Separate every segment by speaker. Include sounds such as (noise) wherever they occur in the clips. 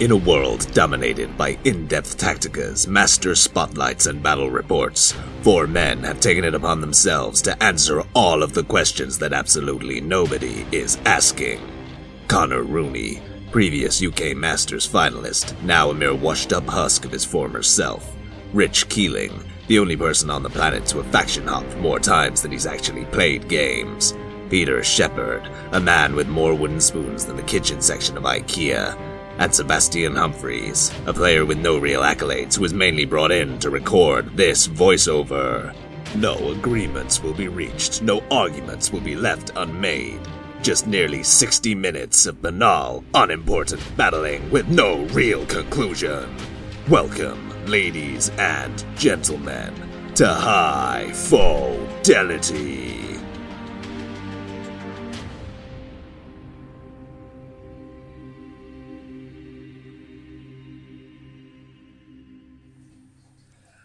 Speaker 1: In a world dominated by in depth tacticas, master spotlights, and battle reports, four men have taken it upon themselves to answer all of the questions that absolutely nobody is asking. Connor Rooney, previous UK Masters finalist, now a mere washed up husk of his former self. Rich Keeling, the only person on the planet to have faction hopped more times than he's actually played games. Peter Shepard, a man with more wooden spoons than the kitchen section of IKEA. And Sebastian Humphreys, a player with no real accolades who was mainly brought in to record this voiceover. No agreements will be reached, no arguments will be left unmade. Just nearly 60 minutes of banal, unimportant battling with no real conclusion. Welcome, ladies and gentlemen, to High Fidelity.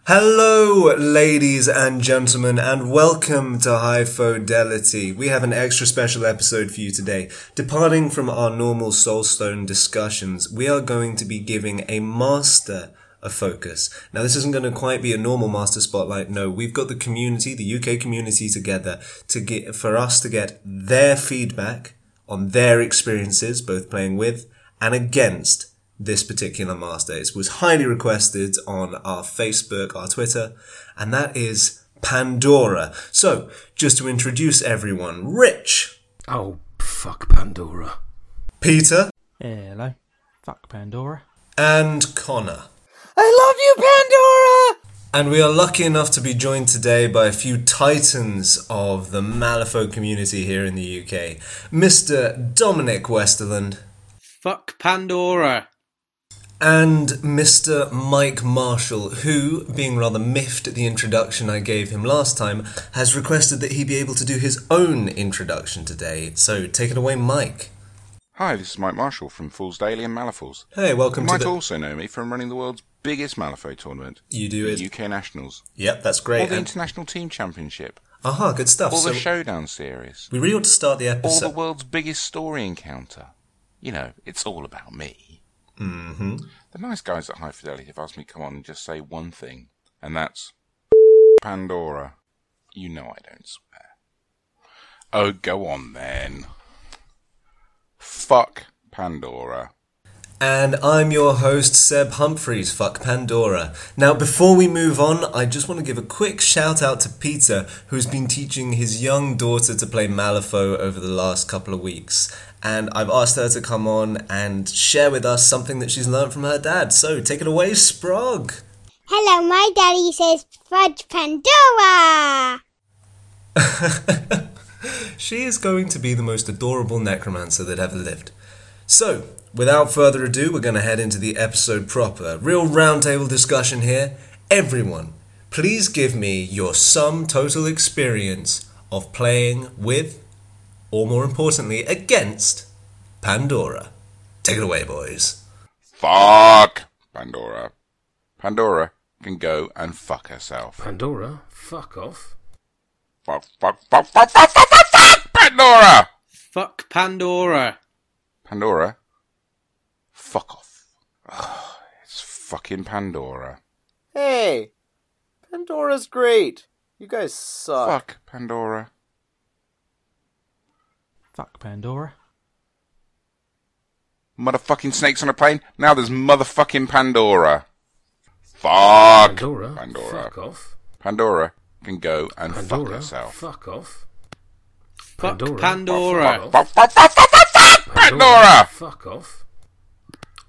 Speaker 2: Hello, ladies and gentlemen, and welcome to High Fidelity. We have an extra special episode for you today. Departing from our normal Soulstone discussions, we are going to be giving a master a focus. Now, this isn't going to quite be a normal master spotlight. No, we've got the community, the UK community together to get, for us to get their feedback on their experiences, both playing with and against this particular master. It was highly requested on our Facebook, our Twitter, and that is Pandora. So, just to introduce everyone, Rich,
Speaker 3: Oh, fuck Pandora.
Speaker 2: Peter,
Speaker 4: Hello. Fuck Pandora.
Speaker 2: and Connor.
Speaker 5: I love you,
Speaker 2: And we are lucky enough to be joined today by a few titans of the Malifaux community here in the UK. Mr. Dominic Westerland
Speaker 5: Pandora! Fuck Pandora.
Speaker 2: and Mr. Mike Marshall, who, being rather miffed at the introduction I gave him last time, has requested that he be able to do his own introduction today. So take it away, Mike.
Speaker 6: Hi, this is Mike Marshall from Fool's Daily and Malifaux.
Speaker 2: Hey, welcome
Speaker 6: You might
Speaker 2: to the.
Speaker 6: also know me from running the world's biggest Malifaux tournament,
Speaker 2: You do it.
Speaker 6: the UK Nationals,
Speaker 2: Yep, that's
Speaker 6: all
Speaker 2: great.
Speaker 6: the
Speaker 2: And-
Speaker 6: International Team Championship,
Speaker 2: Aha, good stuff.
Speaker 6: all
Speaker 2: So
Speaker 6: the Showdown Series,
Speaker 2: we really ought to start the
Speaker 6: all the
Speaker 2: episode.
Speaker 6: world's biggest story encounter. You know, it's all about me.
Speaker 2: hmm
Speaker 6: The nice guys at High Fidelity have asked me to come on and just say one thing, and that's Pandora. You know I don't swear. Oh, go on then. Fuck Pandora.
Speaker 2: And I'm your host, Seb Humphreys, fuck Pandora. Now, before we move on, I just want to give a quick shout out to Peter, who's been teaching his young daughter to play Malifaux over the last couple of weeks. And I've asked her to come on and share with us something that she's learned from her dad. So take it away, Sprog.
Speaker 7: Hello, my daddy says Fudge Pandora.
Speaker 2: She is going to be the most adorable necromancer that ever lived. So, without further ado, we're going to head into the episode proper. Real roundtable discussion here. Everyone, please give me your sum total experience of playing with, or more importantly, against Pandora. Take it away, boys.
Speaker 6: Fuck Pandora. Pandora can go and fuck herself.
Speaker 3: Pandora, fuck off.
Speaker 6: Fuck, fuck, fuck, fuck, fuck, fuck, fuck, fuck Pandora!
Speaker 5: Fuck Pandora.
Speaker 6: Pandora, fuck off. (sighs) Ugh, it's fucking Pandora.
Speaker 8: Hey, Pandora's great. You guys suck.
Speaker 6: Fuck Pandora.
Speaker 4: Fuck Pandora.
Speaker 6: Motherfucking snakes on a plane. Now there's motherfucking Pandora. Fuck
Speaker 3: Pandora,
Speaker 6: Pandora.
Speaker 3: fuck off.
Speaker 6: Pandora can go and fuck
Speaker 3: Pandora,
Speaker 6: herself.
Speaker 3: fuck off.
Speaker 5: Fuck
Speaker 3: Pandora.
Speaker 5: Pandora.
Speaker 6: Fuck, fuck, fuck, fuck, fuck, fuck Pandora.
Speaker 3: Fuck off.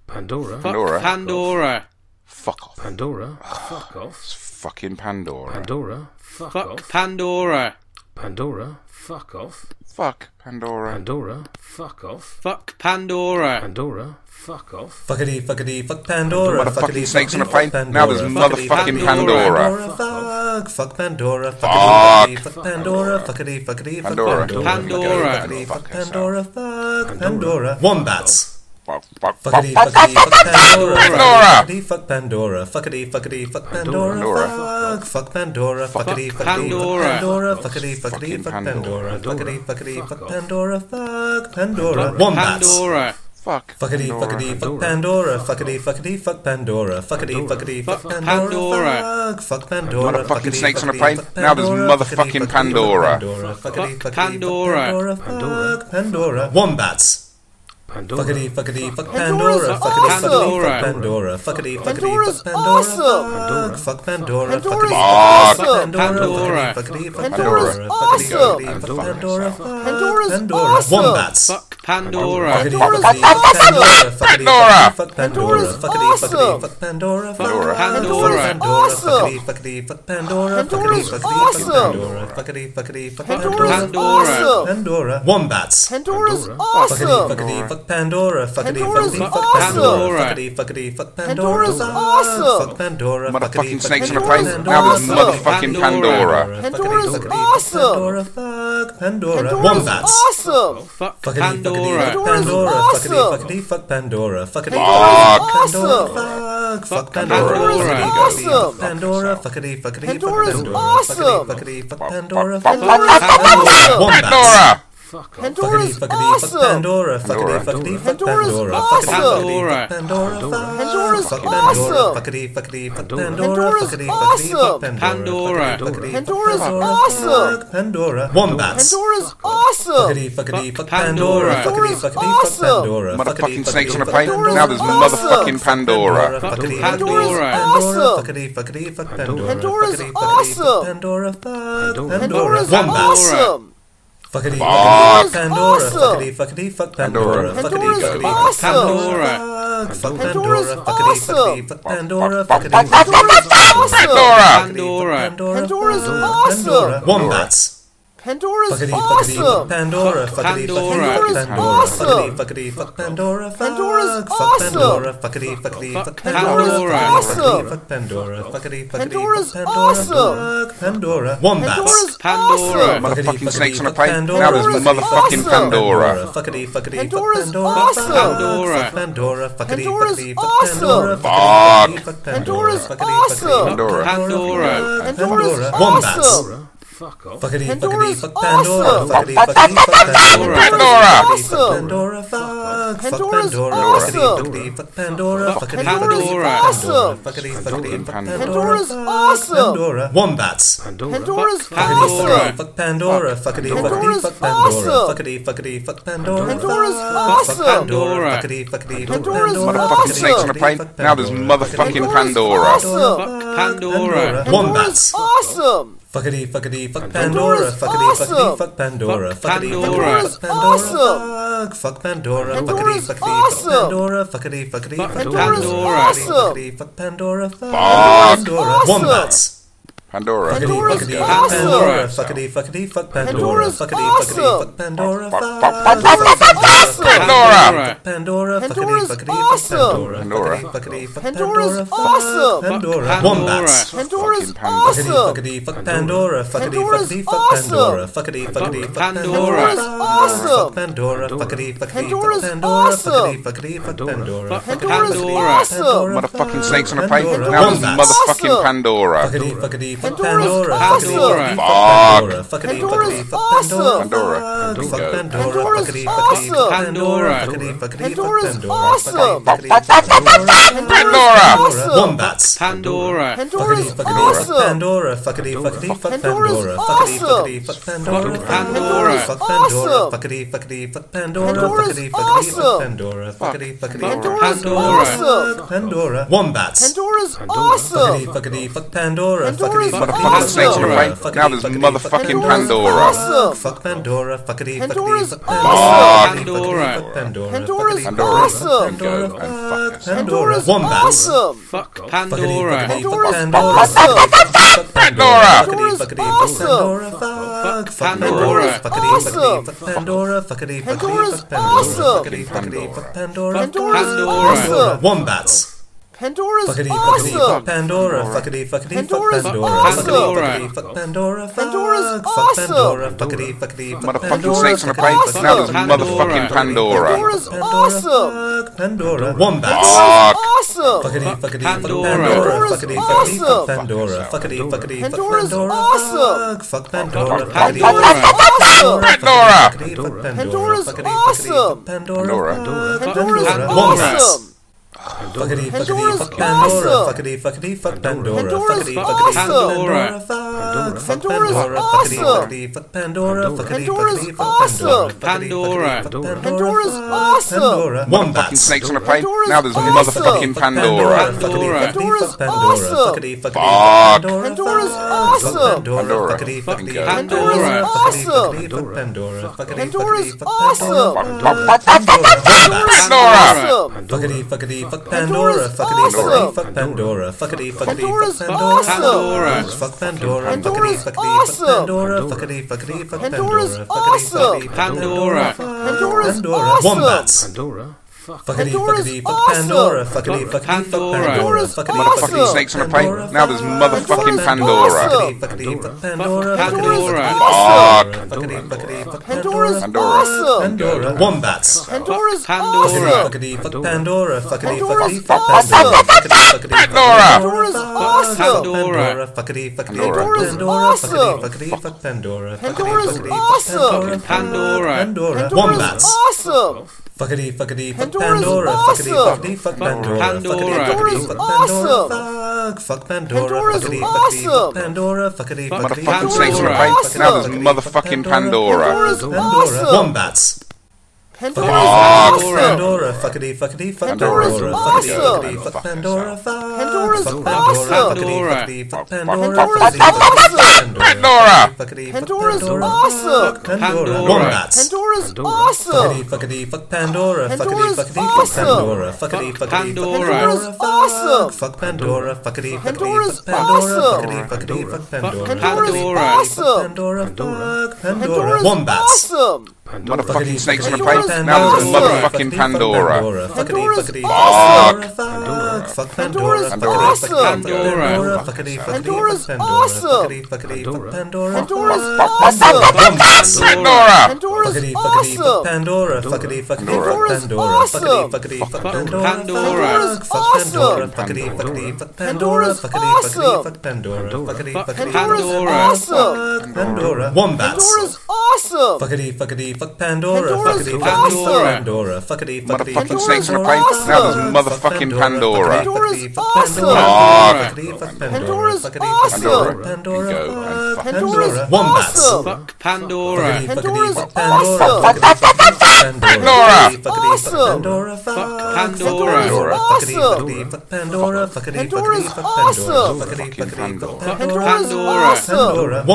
Speaker 3: Pandora,
Speaker 5: Fuck
Speaker 6: Pandora.
Speaker 5: Pandora.
Speaker 6: Fuck off.
Speaker 3: Pandora, fuck off.
Speaker 6: It's fucking Pandora.
Speaker 3: Pandora, fuck
Speaker 5: Fuck
Speaker 3: off.
Speaker 5: Pandora.
Speaker 3: Pandora, fuck off.
Speaker 6: Fuck Pandora.
Speaker 3: Pandora, fuck off.
Speaker 5: Fuck Pandora.
Speaker 3: Pandora, fuck off.
Speaker 2: Fuckity, fuckity, fuck Pandora.
Speaker 6: Motherfucking
Speaker 2: fuckity,
Speaker 6: snakes on a
Speaker 2: fuckity,
Speaker 6: plane.
Speaker 2: fuck
Speaker 6: Now there's
Speaker 2: Pandora, fuckity,
Speaker 6: motherfucking
Speaker 5: Pandora.
Speaker 2: Pandora,
Speaker 6: Pandora.
Speaker 3: Fuck
Speaker 2: fuck, fuck Pandora, fuck, fuck,
Speaker 6: Fuck.
Speaker 2: fuck Pandora, fuckity, fuckity, fuck
Speaker 6: Pandora.
Speaker 5: Pandora.
Speaker 2: fuckity, fuck
Speaker 6: Fuck
Speaker 2: Pandora, fuck
Speaker 3: Pandora.
Speaker 2: Pandora, wombats.
Speaker 6: Fuck, fuck, fuck,
Speaker 2: Fuckity,
Speaker 6: fuck,
Speaker 2: fuckity, fuck Pandora, fuckity, fuck
Speaker 6: fuck, Pandora.
Speaker 2: Pandora, fuckity, fuckity, fuck Pandora, fuck, fuck Pandora, fuckity, fuckity, fuck Pandora, fuckity, fuckity, fuck Pandora, fuckity, fuckity, fuck Pandora, fuck Pandora, wombats. Fuckity, fuckity,
Speaker 5: Pandora. Pandora.
Speaker 6: Fucking Pandora. Fuck.
Speaker 3: Pandora. Pandora. Fuck off.
Speaker 2: fuck Pandora. Fuckity, fuckity, fuck Pandora. Fuckity, fuckity, fuck
Speaker 5: Fuck
Speaker 2: Pandora. Fuck, Fuck Pandora.
Speaker 6: Motherfucking
Speaker 2: fuckity,
Speaker 6: snakes on a
Speaker 2: fuckity,
Speaker 6: plane.
Speaker 2: fuck
Speaker 6: Now there's
Speaker 2: Pandora,
Speaker 6: motherfucking
Speaker 2: fuckity, fuckity,
Speaker 6: Pandora.
Speaker 2: Fuck Pandora. Fuckity, fuckity,
Speaker 5: Fuck Pandora.
Speaker 2: Fuck Pandora. Fuck Pandora. Wombats.
Speaker 3: Pandora.
Speaker 2: Fuckity, fuckity, fuck
Speaker 8: Pandora's
Speaker 2: Pandora. Fuckity, fuckity,
Speaker 5: awesome.
Speaker 2: fuck Pandora. Fuckity, fuckity,
Speaker 8: Pandora's
Speaker 2: fuck Pandora.
Speaker 8: awesome.
Speaker 2: Fuck, Fuck Pandora.
Speaker 8: Pandora's
Speaker 2: Fuckity,
Speaker 8: awesome.
Speaker 2: fuck Pandora. Fuckity,
Speaker 5: Pandora.
Speaker 2: fuck
Speaker 8: Pandora's
Speaker 2: Pandora.
Speaker 8: awesome.
Speaker 2: Fuckity, fuck
Speaker 6: Pandora.
Speaker 2: Pandora. Fuck
Speaker 8: Pandora's
Speaker 2: Pandora.
Speaker 8: awesome.
Speaker 2: Wombats.
Speaker 5: Fuck Pandora.
Speaker 2: Fuckity, fuck Pandora. Fuck Pandora. Fuck Pandora. Fuck Pandora. Fuck Fuck Pandora. Fuck Pandora. Fuck Pandora. Fuckity, fuckity, fuck Pandora. Pandora. Wombats. Fuckity, fuckity, fuck Pandora. Fuckity,
Speaker 5: Pandora's
Speaker 6: Pandora.
Speaker 3: Pandora.
Speaker 8: Pandora's awesome. Pandora's awesome. awesome. Pandora's awesome. Pandora's awesome. Pandora's awesome. Pandora's
Speaker 2: fuckity, fuck
Speaker 8: awesome.
Speaker 2: Pandora. Fuckity, fuckity, fuck Pandora.
Speaker 8: Pandora's awesome.
Speaker 2: Fuck Pandora.
Speaker 6: Motherfucking
Speaker 2: Fuckity,
Speaker 6: snakes on a
Speaker 2: fuckity,
Speaker 6: plane.
Speaker 2: fuck
Speaker 6: Now there's
Speaker 8: Pandora.
Speaker 6: motherfucking
Speaker 5: Pandora.
Speaker 6: Pandora.
Speaker 8: Pandora's
Speaker 2: Fuckity, fuckity,
Speaker 8: awesome.
Speaker 2: fuck Pandora. Fuck Pandora.
Speaker 8: Pandora's
Speaker 2: Wombats.
Speaker 8: awesome.
Speaker 5: Fuck
Speaker 2: Fuckity, fuckity,
Speaker 5: Pandora.
Speaker 2: fuck
Speaker 8: Pandora's
Speaker 2: Pandora.
Speaker 8: awesome.
Speaker 2: Fuckity, fuckity, fuck Pandora. Fuckity,
Speaker 6: Fuck.
Speaker 2: Pandora.
Speaker 8: Awesome.
Speaker 2: Fuck. Fuck Pandora.
Speaker 5: Pandora's
Speaker 2: Fuckity, fuck Pandora. Fuckity, fuckity,
Speaker 8: awesome.
Speaker 2: fuck
Speaker 8: Pandora's
Speaker 2: Pandora.
Speaker 8: awesome.
Speaker 2: Fuckity, fuckity, fuck
Speaker 6: Fuck,
Speaker 2: Pandora. Fuck
Speaker 6: fuck,
Speaker 8: Pandora's awesome.
Speaker 2: Wombats. Fuckity,
Speaker 6: Pandora.
Speaker 3: Fuck off.
Speaker 8: Pandora's
Speaker 2: fuckity, fuck
Speaker 8: awesome.
Speaker 2: Pandora. Fuckity, fuckity, fuck Pandora. Fuckity, fuckity, fuck Pandora.
Speaker 8: Pandora's
Speaker 2: Fuck
Speaker 8: awesome.
Speaker 2: Fuckity, fuckity, fuck Pandora. Fuckity, fuckity,
Speaker 3: Pandora.
Speaker 8: Pandora's
Speaker 2: fuck Fuckity, fuckity, fuck Pandora.
Speaker 5: Pandora.
Speaker 8: awesome. Pandora's awesome.
Speaker 2: Fuck Pandora. Wombats.
Speaker 8: Pandora's awesome.
Speaker 2: Fuckity, fuckity, fuck
Speaker 5: Fuck
Speaker 2: Pandora.
Speaker 5: Pandora.
Speaker 2: Fuckity,
Speaker 8: Pandora's
Speaker 2: fuckity, fuck
Speaker 8: awesome.
Speaker 2: Pandora.
Speaker 6: Motherfucking snakes on a
Speaker 2: fuckity,
Speaker 6: plane.
Speaker 2: fuck
Speaker 6: Now there's
Speaker 8: Pandora's awesome.
Speaker 6: motherfucking Pandora.
Speaker 2: Fuckity,
Speaker 5: Fuck Pandora's
Speaker 2: fuckity,
Speaker 8: awesome.
Speaker 2: Fuckity, fuckity, fuck Pandora.
Speaker 3: Pandora.
Speaker 8: Pandora's
Speaker 2: Fuckity, fuckity, fuck
Speaker 8: awesome.
Speaker 2: Pandora. Fuck
Speaker 3: Pandora.
Speaker 2: Pandora.
Speaker 8: Pandora's
Speaker 2: Wombats.
Speaker 8: awesome.
Speaker 2: Fuckity,
Speaker 6: Fuck.
Speaker 2: fuckity, Pandora.
Speaker 8: Awesome.
Speaker 2: Fuckity, fuckity, fuck Pandora.
Speaker 6: Pandora.
Speaker 2: Fuckity,
Speaker 8: Pandora's
Speaker 2: fuckity, fuck
Speaker 8: awesome.
Speaker 2: Pandora. Fuck, Fuck
Speaker 8: Pandora's
Speaker 2: Pandora. Fuckity,
Speaker 8: awesome.
Speaker 2: fuckity, fuck Pandora.
Speaker 6: Fuck,
Speaker 2: Fuckity,
Speaker 6: fuck, fuck,
Speaker 2: fuckity,
Speaker 8: Pandora's awesome.
Speaker 5: Pandora.
Speaker 6: Pandora.
Speaker 8: Pandora's
Speaker 2: Pandora.
Speaker 8: awesome.
Speaker 2: Wombats.
Speaker 8: Pandora's
Speaker 2: Fuckity, fuckity, fuck
Speaker 8: awesome.
Speaker 2: Pandora.
Speaker 5: Fuck
Speaker 2: Fuckity,
Speaker 5: Pandora.
Speaker 2: fuckity, fuck Pandora.
Speaker 8: Pandora's
Speaker 2: Fuckity, fuckity, fuck
Speaker 8: awesome.
Speaker 2: Pandora. Fuck, fuck Pandora.
Speaker 8: Pandora's awesome.
Speaker 2: Fuckity, fuckity,
Speaker 5: Fuck
Speaker 2: fuck
Speaker 5: Pandora's
Speaker 2: Pandora.
Speaker 8: awesome.
Speaker 2: Fuckity, fuck Pandora. Fuckity, fuckity,
Speaker 8: Pandora's
Speaker 2: fuck Pandora.
Speaker 8: awesome.
Speaker 2: Fuck Pandora. Wombats.
Speaker 8: Pandora's
Speaker 5: Pandora.
Speaker 8: awesome.
Speaker 6: Motherfucking
Speaker 2: Fuckity,
Speaker 6: snakes on a
Speaker 2: fuckity,
Speaker 6: plane. Now there's
Speaker 8: Pandora's
Speaker 6: motherfucking
Speaker 8: awesome.
Speaker 6: Pandora.
Speaker 2: Fuckity, fuckity,
Speaker 8: Pandora's
Speaker 2: fuck Pandora.
Speaker 8: awesome.
Speaker 2: Fuck
Speaker 5: Pandora.
Speaker 2: Pandora. Fuckity,
Speaker 8: Pandora's
Speaker 2: fuckity,
Speaker 8: awesome.
Speaker 2: fuck Pandora. Fuckity, fuckity, fuck
Speaker 8: Pandora's
Speaker 2: Fuckity, fuckity,
Speaker 8: awesome.
Speaker 6: Pandora.
Speaker 2: fuck
Speaker 5: Pandora.
Speaker 2: Fuck
Speaker 8: Pandora's
Speaker 2: Pandora.
Speaker 8: awesome.
Speaker 3: Pandora. Fuck off.
Speaker 2: Fuckity, fuckity,
Speaker 8: Pandora's
Speaker 2: fuck Pandora.
Speaker 8: awesome.
Speaker 2: Fuckity, fuckity, fuck Pandora.
Speaker 6: Pandora.
Speaker 2: Fuckity, fuck
Speaker 8: Awesome.
Speaker 2: Pandora. Fuck, fuck
Speaker 8: Pandora's
Speaker 2: Pandora.
Speaker 8: awesome.
Speaker 2: Fuckity, fuckity, fuck Pandora.
Speaker 5: Fuck
Speaker 2: Fuckity,
Speaker 5: Pandora's
Speaker 2: fuckity, fuck
Speaker 8: awesome.
Speaker 2: Fuckity, fuckity, fuck
Speaker 6: Pandora.
Speaker 2: Pandora.
Speaker 8: Pandora's
Speaker 2: Fuck
Speaker 8: awesome.
Speaker 2: Pandora. Wombats.
Speaker 3: Pandora.
Speaker 8: Pandora's
Speaker 5: Fuck
Speaker 2: Fuckity,
Speaker 8: awesome.
Speaker 2: fuck Pandora. Fuckity, fuckity,
Speaker 8: Pandora's
Speaker 2: fuck Pandora.
Speaker 8: awesome.
Speaker 2: Fuckity, fuckity, fuck Pandora. Fuck,
Speaker 8: Pandora's
Speaker 2: fuck
Speaker 8: awesome.
Speaker 2: Pandora. Fuckity, fuckity, fuck
Speaker 8: Pandora's
Speaker 2: Pandora.
Speaker 6: Motherfucking
Speaker 8: awesome.
Speaker 6: snakes on a
Speaker 2: Fuckity,
Speaker 6: plane.
Speaker 2: fuck
Speaker 6: Now there's
Speaker 2: Pandora.
Speaker 6: motherfucking
Speaker 8: Pandora's
Speaker 6: Pandora.
Speaker 8: awesome.
Speaker 5: Fuck Pandora.
Speaker 2: Wombats.
Speaker 8: Pandora's awesome.
Speaker 2: Fuckity, fuckity, fuck Pandora.
Speaker 8: Pandora's
Speaker 2: Fuckity, fuckity,
Speaker 8: awesome.
Speaker 2: fuck Pandora.
Speaker 5: Fuck
Speaker 2: Fuckity,
Speaker 5: Pandora.
Speaker 2: fuckity, fuck Pandora.
Speaker 8: awesome.
Speaker 2: Fuck, fuck Pandora. Fuckity,
Speaker 8: Pandora's
Speaker 2: fuckity, fuck
Speaker 8: awesome.
Speaker 2: Pandora. Fuckity, fuckity,
Speaker 5: Fuck
Speaker 2: fuck
Speaker 5: Pandora's
Speaker 2: Pandora.
Speaker 8: awesome.
Speaker 2: Fuckity, fuck Pandora. Fuck Pandora.
Speaker 8: awesome.
Speaker 2: Wombats.
Speaker 6: Pandora.
Speaker 2: Fuckity,
Speaker 8: Pandora's
Speaker 2: fuckity, fuck
Speaker 8: awesome.
Speaker 2: Pandora. Fuckity, fuckity, fuck Pandora.
Speaker 8: Pandora's
Speaker 2: Fuckity, fuckity,
Speaker 8: awesome.
Speaker 2: fuck Pandora.
Speaker 6: Fuck,
Speaker 2: Fuck, fuck,
Speaker 6: fuck, fuck,
Speaker 2: fuck Pandora.
Speaker 5: Pandora.
Speaker 2: Pandora, fuckity,
Speaker 8: Pandora's
Speaker 2: fuckity, fuck
Speaker 8: awesome.
Speaker 2: Pandora.
Speaker 6: Pandora.
Speaker 2: Fuckity, fuckity, fuck
Speaker 8: Pandora's
Speaker 2: Pandora.
Speaker 8: awesome.
Speaker 2: Fuck Pandora.
Speaker 5: Fuck
Speaker 2: Wombats.
Speaker 8: Pandora's
Speaker 6: Fucking Pandora.
Speaker 2: Fuckity, fuckity, fuck Pandora. Fuckity,
Speaker 8: awesome. Pandora's
Speaker 2: fuckity, fuck
Speaker 8: awesome.
Speaker 2: Pandora. Fuckity, fuckity, fuck Pandora.
Speaker 5: Pandora's
Speaker 8: awesome.
Speaker 2: Fuck Pandora. Fuckity, fuckity, fuck Pandora. Fuckity, fuckity, fuck Pandora. Fuckity, fuckity, Pandora.
Speaker 5: Fuck Pandora's awesome.
Speaker 3: Pandora.
Speaker 8: Pandora's awesome.
Speaker 6: Motherfucking
Speaker 2: Fuck
Speaker 6: snakes on a plane.
Speaker 2: Pandora.
Speaker 6: Now there's
Speaker 2: Wombats.
Speaker 6: motherfucking
Speaker 8: Awesome.
Speaker 6: Pandora.
Speaker 2: Fuckity, fuckity, fuck Pandora.
Speaker 8: Pandora's
Speaker 2: Fuckity, fuckity,
Speaker 8: awesome.
Speaker 2: fuck Pandora. Fuckity,
Speaker 8: Pandora's
Speaker 2: fuckity, fuck
Speaker 8: awesome.
Speaker 2: Pandora. Fuck Pandora.
Speaker 6: Pandora. Pandora.
Speaker 8: Pandora's
Speaker 2: Fuckity, fuckity, fuck
Speaker 8: awesome.
Speaker 2: Pandora.
Speaker 5: Pandora.
Speaker 2: Fuckity, fuckity, fuck
Speaker 8: Pandora's
Speaker 2: Pandora.
Speaker 8: awesome.
Speaker 2: Fuckity, fuckity, fuck
Speaker 6: Pandora.
Speaker 8: awesome.
Speaker 2: Wombats.
Speaker 5: Pandora.
Speaker 8: Pandora's
Speaker 2: fuckity, fuck Pandora, fuckity, fuckity, fuck Pandora, fuckity, fuckity,
Speaker 8: awesome. Pandora's awesome.
Speaker 2: fuck Pandora, Pandora, fuck Pandora, fuckity, fuckity, fuck Pandora, fuckity, fuckity, fuck Pandora, fuckity, fuckity, fuck Pandora, wombats. Fuckity, fuckity, fuck Pandora, fuckity,
Speaker 5: Fuck Pandora. Pandora.
Speaker 6: Pandora.
Speaker 8: Awesome. Pandora's awesome. Pandora's awesome. Pandora's awesome. Pandora's
Speaker 2: fucking
Speaker 8: awesome.
Speaker 2: snakes on a plane.
Speaker 6: Fucking
Speaker 2: Now there's
Speaker 6: fucking
Speaker 2: motherfucking
Speaker 6: fucking
Speaker 2: Pandora.
Speaker 8: Pandora.
Speaker 2: Fuck Pandora, fuckity, fuckity,
Speaker 8: Pandora's
Speaker 2: fuck
Speaker 8: awesome.
Speaker 2: Fuck
Speaker 5: Pandora.
Speaker 2: Pandora.
Speaker 8: Pandora's
Speaker 2: fuckity,
Speaker 6: Pandora.
Speaker 8: awesome.
Speaker 6: Go
Speaker 2: Pandora,
Speaker 6: and fuck
Speaker 2: fuck
Speaker 6: yourself.
Speaker 2: Pandora,
Speaker 8: Pandora's
Speaker 2: wombats.
Speaker 8: awesome.
Speaker 3: Fuck off.
Speaker 5: Pandora.
Speaker 8: Pandora's
Speaker 2: Pandora.
Speaker 8: awesome.
Speaker 6: Pandora.
Speaker 2: Fuckity, fuckity, fuck
Speaker 8: Pandora's awesome.
Speaker 2: Pandora. Fuck
Speaker 5: Pandora's
Speaker 2: Pandora. Fuckity, fuckity,
Speaker 8: awesome.
Speaker 2: fuck Pandora. Fuckity, fuckity, fuck Pandora. Fuckity, fuckity, fuck
Speaker 8: Pandora's awesome.
Speaker 6: Pandora.
Speaker 2: Pandora.
Speaker 8: Pandora's
Speaker 5: Pandora.
Speaker 8: awesome.
Speaker 2: Wombats.
Speaker 8: Pandora's
Speaker 2: Fuckity, fuckity,
Speaker 8: awesome.
Speaker 2: fuck Pandora. Fuckity, fuckity,
Speaker 8: Pandora's
Speaker 2: fuck Pandora.
Speaker 8: awesome.
Speaker 2: Fuckity, fuckity, fuck Pandora. Fuck,
Speaker 8: Pandora's
Speaker 2: fuck
Speaker 8: awesome.
Speaker 2: Pandora. Fuckity, fuckity, fuck
Speaker 6: Motherfucking
Speaker 2: Pandora.
Speaker 6: snakes on a
Speaker 2: Fuckity,
Speaker 6: plane.
Speaker 8: Awesome.
Speaker 6: No, there's
Speaker 5: Pandora.
Speaker 6: motherfucking Pandora.
Speaker 8: Pandora's awesome.
Speaker 2: Fuck Pandora. Wombats.
Speaker 6: Fuck.
Speaker 8: Awesome.
Speaker 2: Fuckity, fuckity, fuck
Speaker 5: Pandora.
Speaker 2: Pandora.
Speaker 8: Pandora's
Speaker 2: Fuckity, fuckity, fuck
Speaker 8: awesome.
Speaker 2: Pandora. Fuckity, fuckity, fuck
Speaker 8: Pandora's
Speaker 2: Pandora.
Speaker 8: awesome.
Speaker 2: Fuck, Fuck Pandora. Fuckity,
Speaker 5: Pandora.
Speaker 8: Awesome.
Speaker 2: fuckity, fuck Fuckity, fuckity, fuck
Speaker 6: Pandora.
Speaker 8: Pandora's awesome.
Speaker 2: Pandora.
Speaker 3: Pandora.
Speaker 2: Fuck
Speaker 8: Pandora's
Speaker 5: Pandora.
Speaker 8: awesome.
Speaker 2: Fuckity, fuckity,
Speaker 8: Pandora's
Speaker 2: fuck Pandora.
Speaker 8: awesome.
Speaker 2: Fuckity, fuckity, fuck Pandora.
Speaker 8: Pandora's
Speaker 2: Fuckity, fuckity, fuck
Speaker 5: awesome.
Speaker 2: Pandora. Fuck, fuck
Speaker 8: Pandora's
Speaker 2: Pandora.
Speaker 8: awesome.
Speaker 2: Fuckity, fuckity, fuck Pandora. Fuckity, fuckity, fuck Pandora. Fuckity, fuckity,
Speaker 5: Pandora.
Speaker 8: Pandora's awesome.
Speaker 2: fuck Fuck
Speaker 8: Pandora's awesome.
Speaker 2: Pandora.
Speaker 6: Fucking snakes on a plane.
Speaker 8: Pandora's
Speaker 6: Now there's
Speaker 8: awesome.
Speaker 6: motherfucking
Speaker 2: Fuck
Speaker 6: Pandora.
Speaker 5: Pandora.
Speaker 2: Fuckity, fuck Pandora.
Speaker 8: Pandora's awesome.
Speaker 2: Fuckity, fuckity, fuck Pandora. Fuck Pandora. Fuckity, fuckity, fuck Fuckity, fuckity, fuck Pandora. Fuckity, fuckity, fuck Pandora. Fuckity, fuckity, fuck Pandora. Fuckity, fuckity, fuck Pandora. Fuckity, fuckity, fuck Pandora. Fuck
Speaker 5: Pandora's awesome.
Speaker 6: Fuck. Pandora. Fucking go. Fuck, fuck, fuck, fuck, fuck, fuck, fuck, Pandora.
Speaker 8: Pandora's awesome. awesome. Pandora's awesome. Awesome. awesome. Pandora's
Speaker 2: Pandora. Fuckity,
Speaker 8: Pandora's
Speaker 2: fuckity, fuck
Speaker 8: awesome.
Speaker 2: Pandora. Fuckity, fuckity, fuck Pandora.
Speaker 8: Pandora's
Speaker 2: Fuckity,
Speaker 8: awesome.
Speaker 2: fuckity, fuck
Speaker 5: Pandora.
Speaker 8: Pandora's
Speaker 2: Pandora.
Speaker 8: awesome.
Speaker 3: Pandora. Fuck off.
Speaker 2: Fuckity,
Speaker 8: Pandora's
Speaker 2: fuckity, fuck
Speaker 8: awesome.
Speaker 2: Pandora. Fuckity, fuckity,
Speaker 5: Pandora.
Speaker 2: fuck Pandora.
Speaker 8: Pandora's
Speaker 2: Fuckity,
Speaker 8: awesome.
Speaker 2: fuckity,
Speaker 6: Fucking snakes on a
Speaker 2: Pandora.
Speaker 6: plane. Now there's
Speaker 2: Fuck
Speaker 6: motherfucking
Speaker 8: Pandora's
Speaker 6: Pandora.
Speaker 8: awesome.
Speaker 2: Fuckity, fuckity, fuck Pandora.
Speaker 3: Pandora.
Speaker 2: Fuckity,
Speaker 5: Pandora.
Speaker 6: Fuck.
Speaker 2: fuckity, fuckity, fuckity, fuck
Speaker 8: Pandora's
Speaker 6: Pandora.
Speaker 8: awesome.
Speaker 2: Pandora. Wombats.
Speaker 8: Pandora's
Speaker 5: Pandora.
Speaker 8: awesome.
Speaker 2: Fuckity, fuck Pandora. Fuckity, fuckity,
Speaker 8: Pandora's
Speaker 2: fuck
Speaker 8: awesome.
Speaker 2: Pandora. Fuckity, fuckity,
Speaker 6: Pandora.
Speaker 2: fuck
Speaker 8: Pandora's
Speaker 2: Fuck
Speaker 8: awesome.
Speaker 2: Pandora. Fuckity, fuckity, fuck
Speaker 6: Pandora's
Speaker 2: Pandora. Fuckity,
Speaker 8: awesome.
Speaker 2: fuckity, fuck Pandora. Fuckity, fuckity, fuck
Speaker 5: Pandora.
Speaker 8: Pandora's awesome.
Speaker 2: Pandora.
Speaker 8: Pandora's awesome.
Speaker 2: Fuckity fuckity fuck
Speaker 8: Pandora's
Speaker 2: Pandora.
Speaker 8: awesome.
Speaker 2: Fuckity fuckity fuck Pandora.
Speaker 5: Pandora.
Speaker 2: Fuckity, fuckity, fuck Pandora. Fuck
Speaker 8: Pandora's
Speaker 2: fuck Pandora.
Speaker 8: Pandora's
Speaker 2: Fuckity fuckity fuck Pandora. Fuckity fuckity
Speaker 6: Motherfucking snakes on
Speaker 8: awesome.
Speaker 6: a
Speaker 5: Pandora.
Speaker 6: plane. Now there's
Speaker 8: Awesome.
Speaker 6: motherfucking Pandora.
Speaker 8: Pandora's awesome.
Speaker 2: Wombats.
Speaker 8: Pandora's awesome.
Speaker 2: Pandora. Fuckity fuckity fuck
Speaker 6: Pandora's
Speaker 2: Pandora.
Speaker 8: awesome.
Speaker 2: Fuckity fuckity fuck
Speaker 6: Fuck
Speaker 2: Pandora.
Speaker 6: yourself.
Speaker 2: Fuck
Speaker 8: Pandora's
Speaker 2: fuck Pandora.
Speaker 8: awesome.
Speaker 2: Fuckity fuckity fuck Pandora. Fuckity, fuck,
Speaker 6: Fuck, fuck, fuck,
Speaker 8: fuck, fuck,
Speaker 2: fuck,
Speaker 6: Pandora.
Speaker 2: Fuckity, fuck,
Speaker 8: Pandora's
Speaker 2: Pandora.
Speaker 8: awesome.
Speaker 2: Fuck, Pandora.
Speaker 5: Pandora.
Speaker 2: Wombats. Fuckity fuckity
Speaker 3: Pandora.
Speaker 8: Pandora's awesome.
Speaker 2: fuck Pandora. Fuckity
Speaker 8: Pandora's
Speaker 2: fuckity fuck
Speaker 8: awesome.
Speaker 2: Pandora. Fuckity
Speaker 5: Fuck
Speaker 2: fuckity fuck
Speaker 5: Pandora.
Speaker 2: Pandora.
Speaker 8: Pandora's awesome.
Speaker 2: Fuck Pandora. Fuckity fuckity fuck Pandora. Fuckity fuckity
Speaker 8: Pandora's awesome.
Speaker 2: fuck Pandora. Pandora. Fuck Pandora. Wombats.
Speaker 5: Pandora.
Speaker 8: Pandora's awesome. Pandora's awesome.
Speaker 6: Motherfucking snakes on a
Speaker 8: Pandora's
Speaker 6: plane. Now there's
Speaker 8: awesome.
Speaker 6: motherfucking Pandora.
Speaker 2: Fuckity
Speaker 8: Pandora's
Speaker 2: fuckity
Speaker 8: awesome.
Speaker 2: fuck Pandora. Fuck Pandora.
Speaker 8: Pandora's
Speaker 2: Fuckity
Speaker 8: awesome.
Speaker 2: Pandora.
Speaker 5: Pandora.
Speaker 2: Fuckity fuckity
Speaker 8: Pandora's
Speaker 2: fuck
Speaker 8: awesome.
Speaker 2: Pandora. Fuckity fuckity fuck Pandora.
Speaker 8: Pandora's
Speaker 6: Fuck, fuck,
Speaker 8: awesome.
Speaker 2: Ah.
Speaker 6: Pandora.
Speaker 8: Pandora's
Speaker 2: Fuckity fuckity fuck
Speaker 8: awesome.
Speaker 2: Pandora. Fuckity fuckity fuck
Speaker 6: Pandora's
Speaker 2: Pandora. Fuckity
Speaker 8: awesome.
Speaker 2: fuckity fuck Pandora. Fuck Pandora. Fuckity fuckity fuck Pandora. Fuckity fuckity fuck Pandora. Fuckity fuckity fuck Pandora. Wombats. Fuckity fuckity
Speaker 5: Fuck Pandora. Fuck Pandora.
Speaker 8: Pandora's Pandora's awesome. Pandora's awesome. Pandora's awesome.
Speaker 2: fuck Pandora.
Speaker 8: Pandora's
Speaker 2: Fuckity fuckity fuck
Speaker 8: awesome.
Speaker 2: Pandora. Fuckity fuckity fuck
Speaker 6: Motherfucking snakes on a
Speaker 2: Pandora.
Speaker 6: plane. Now there's
Speaker 8: Awesome.
Speaker 6: motherfucking Pandora.
Speaker 8: Pandora's
Speaker 2: Fuckity fuck Pandora.
Speaker 6: awesome.
Speaker 2: Fuckity fuck Pandora.
Speaker 8: Pandora's
Speaker 2: Fuckity fuck
Speaker 8: awesome.
Speaker 2: Pandora.
Speaker 6: Pandora. You go and
Speaker 2: Fuck
Speaker 6: fuck
Speaker 8: Pandora's
Speaker 2: Pandora. Wombats.
Speaker 8: awesome.
Speaker 5: Fuck Pandora.
Speaker 2: Fuckity,
Speaker 8: Pandora's
Speaker 2: fuckity, fuck
Speaker 8: awesome.
Speaker 2: Pandora. Fuckity, fuckity, fuck Pandora. Fuckity, fuckity, fuck
Speaker 8: Awesome.
Speaker 2: Pandora. Fuck
Speaker 5: Pandora.
Speaker 2: Pandora. Fuckity,
Speaker 8: Awesome.
Speaker 2: fuckity,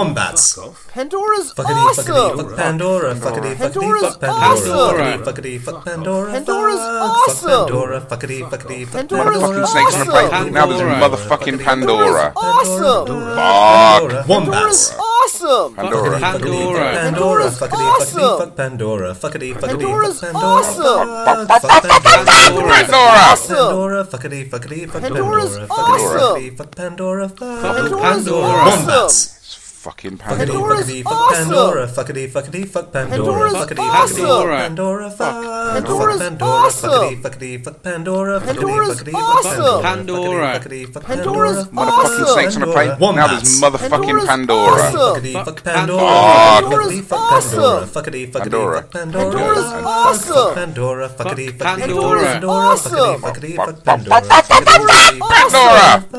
Speaker 2: fuck Pandora. Fuckity,
Speaker 8: Pandora's
Speaker 2: fuckity, fuck
Speaker 8: awesome.
Speaker 2: Pandora. Fuckity,
Speaker 6: Fucking
Speaker 2: fuckity, fuck
Speaker 6: Pandora.
Speaker 2: Pandora.
Speaker 8: Pandora's
Speaker 5: Pandora.
Speaker 2: Pandora. Wombats. Fuckity, fuckity, fuck Pandora.
Speaker 8: awesome. Pandora's awesome.
Speaker 2: Fuckity, fuckity,
Speaker 8: Pandora's
Speaker 2: fuck Pandora.
Speaker 5: awesome.
Speaker 2: Fuckity, fuckity, fuck Pandora.
Speaker 8: Pandora's
Speaker 2: Fuck, fuck Pandora. Fuckity, fuckity, fuck Pandora.
Speaker 6: Motherfucking snakes on a
Speaker 8: awesome. Pandora's
Speaker 6: plane. Now there's
Speaker 5: Pandora.
Speaker 6: motherfucking Pandora.
Speaker 8: Pandora's awesome.
Speaker 6: Fuck.
Speaker 2: Wombats.
Speaker 8: Awesome.
Speaker 6: Pandora.
Speaker 5: Fuck
Speaker 2: Pandora.
Speaker 5: Pandora.
Speaker 2: Pandora. Fuckity, fuckity,
Speaker 8: awesome.
Speaker 2: fuck Pandora. Fuckity, fuckity,
Speaker 8: Pandora's
Speaker 2: fuck Pandora.
Speaker 8: awesome.
Speaker 2: Fuck, fuck Pandora.
Speaker 6: Pandora.
Speaker 2: Pandora. Fuckity, fuckity, fuck
Speaker 8: Pandora's
Speaker 2: Pandora.
Speaker 8: awesome.
Speaker 2: Fuckity, fuck Pandora. Fuck
Speaker 5: Fuck
Speaker 8: Pandora's
Speaker 5: Pandora.
Speaker 8: awesome.
Speaker 2: Wombats.
Speaker 6: It's fucking
Speaker 2: Fuckity,
Speaker 6: Pandora.
Speaker 8: Pandora's
Speaker 2: fuckity, fuck
Speaker 8: awesome.
Speaker 2: Pandora. Fuckity, fuckity, fuck Pandora.
Speaker 8: Pandora's
Speaker 2: Fuckity,
Speaker 8: awesome.
Speaker 2: fuckity, fuck Pandora. Fuck
Speaker 8: Pandora's
Speaker 2: Pandora. Fuckity,
Speaker 8: awesome.
Speaker 2: fuckity, fuck Pandora. Fuckity,
Speaker 8: Pandora's
Speaker 2: fuckity, fuck
Speaker 8: awesome.
Speaker 2: Pandora.
Speaker 5: Pandora.
Speaker 2: Fuckity, fuckity, fuck
Speaker 8: Pandora's
Speaker 2: Pandora.
Speaker 6: Motherfucking
Speaker 8: awesome.
Speaker 6: snakes on a plane. Now
Speaker 2: Wombats.
Speaker 6: there's motherfucking
Speaker 8: Pandora's
Speaker 6: Pandora.
Speaker 8: awesome.
Speaker 2: Fuckity,
Speaker 5: Fuck
Speaker 2: fuck Pandora.
Speaker 8: Pandora.
Speaker 2: Fuckity, fuck
Speaker 8: Pandora's
Speaker 2: Pandora.
Speaker 8: awesome.
Speaker 2: Fuckity, fuckity,
Speaker 6: Pandora.
Speaker 2: fuck Pandora.
Speaker 6: Pandora's
Speaker 2: Fuck
Speaker 8: awesome.
Speaker 2: Pandora. Fuckity,
Speaker 5: Fuck
Speaker 2: fuckity, fuck Pandora. Fuckity,
Speaker 5: Pandora's
Speaker 8: awesome.
Speaker 2: fuckity,
Speaker 6: Fuck
Speaker 2: fuck Pandora. Fuckity, fuckity,
Speaker 6: Pandora.
Speaker 2: Fuck Pandora.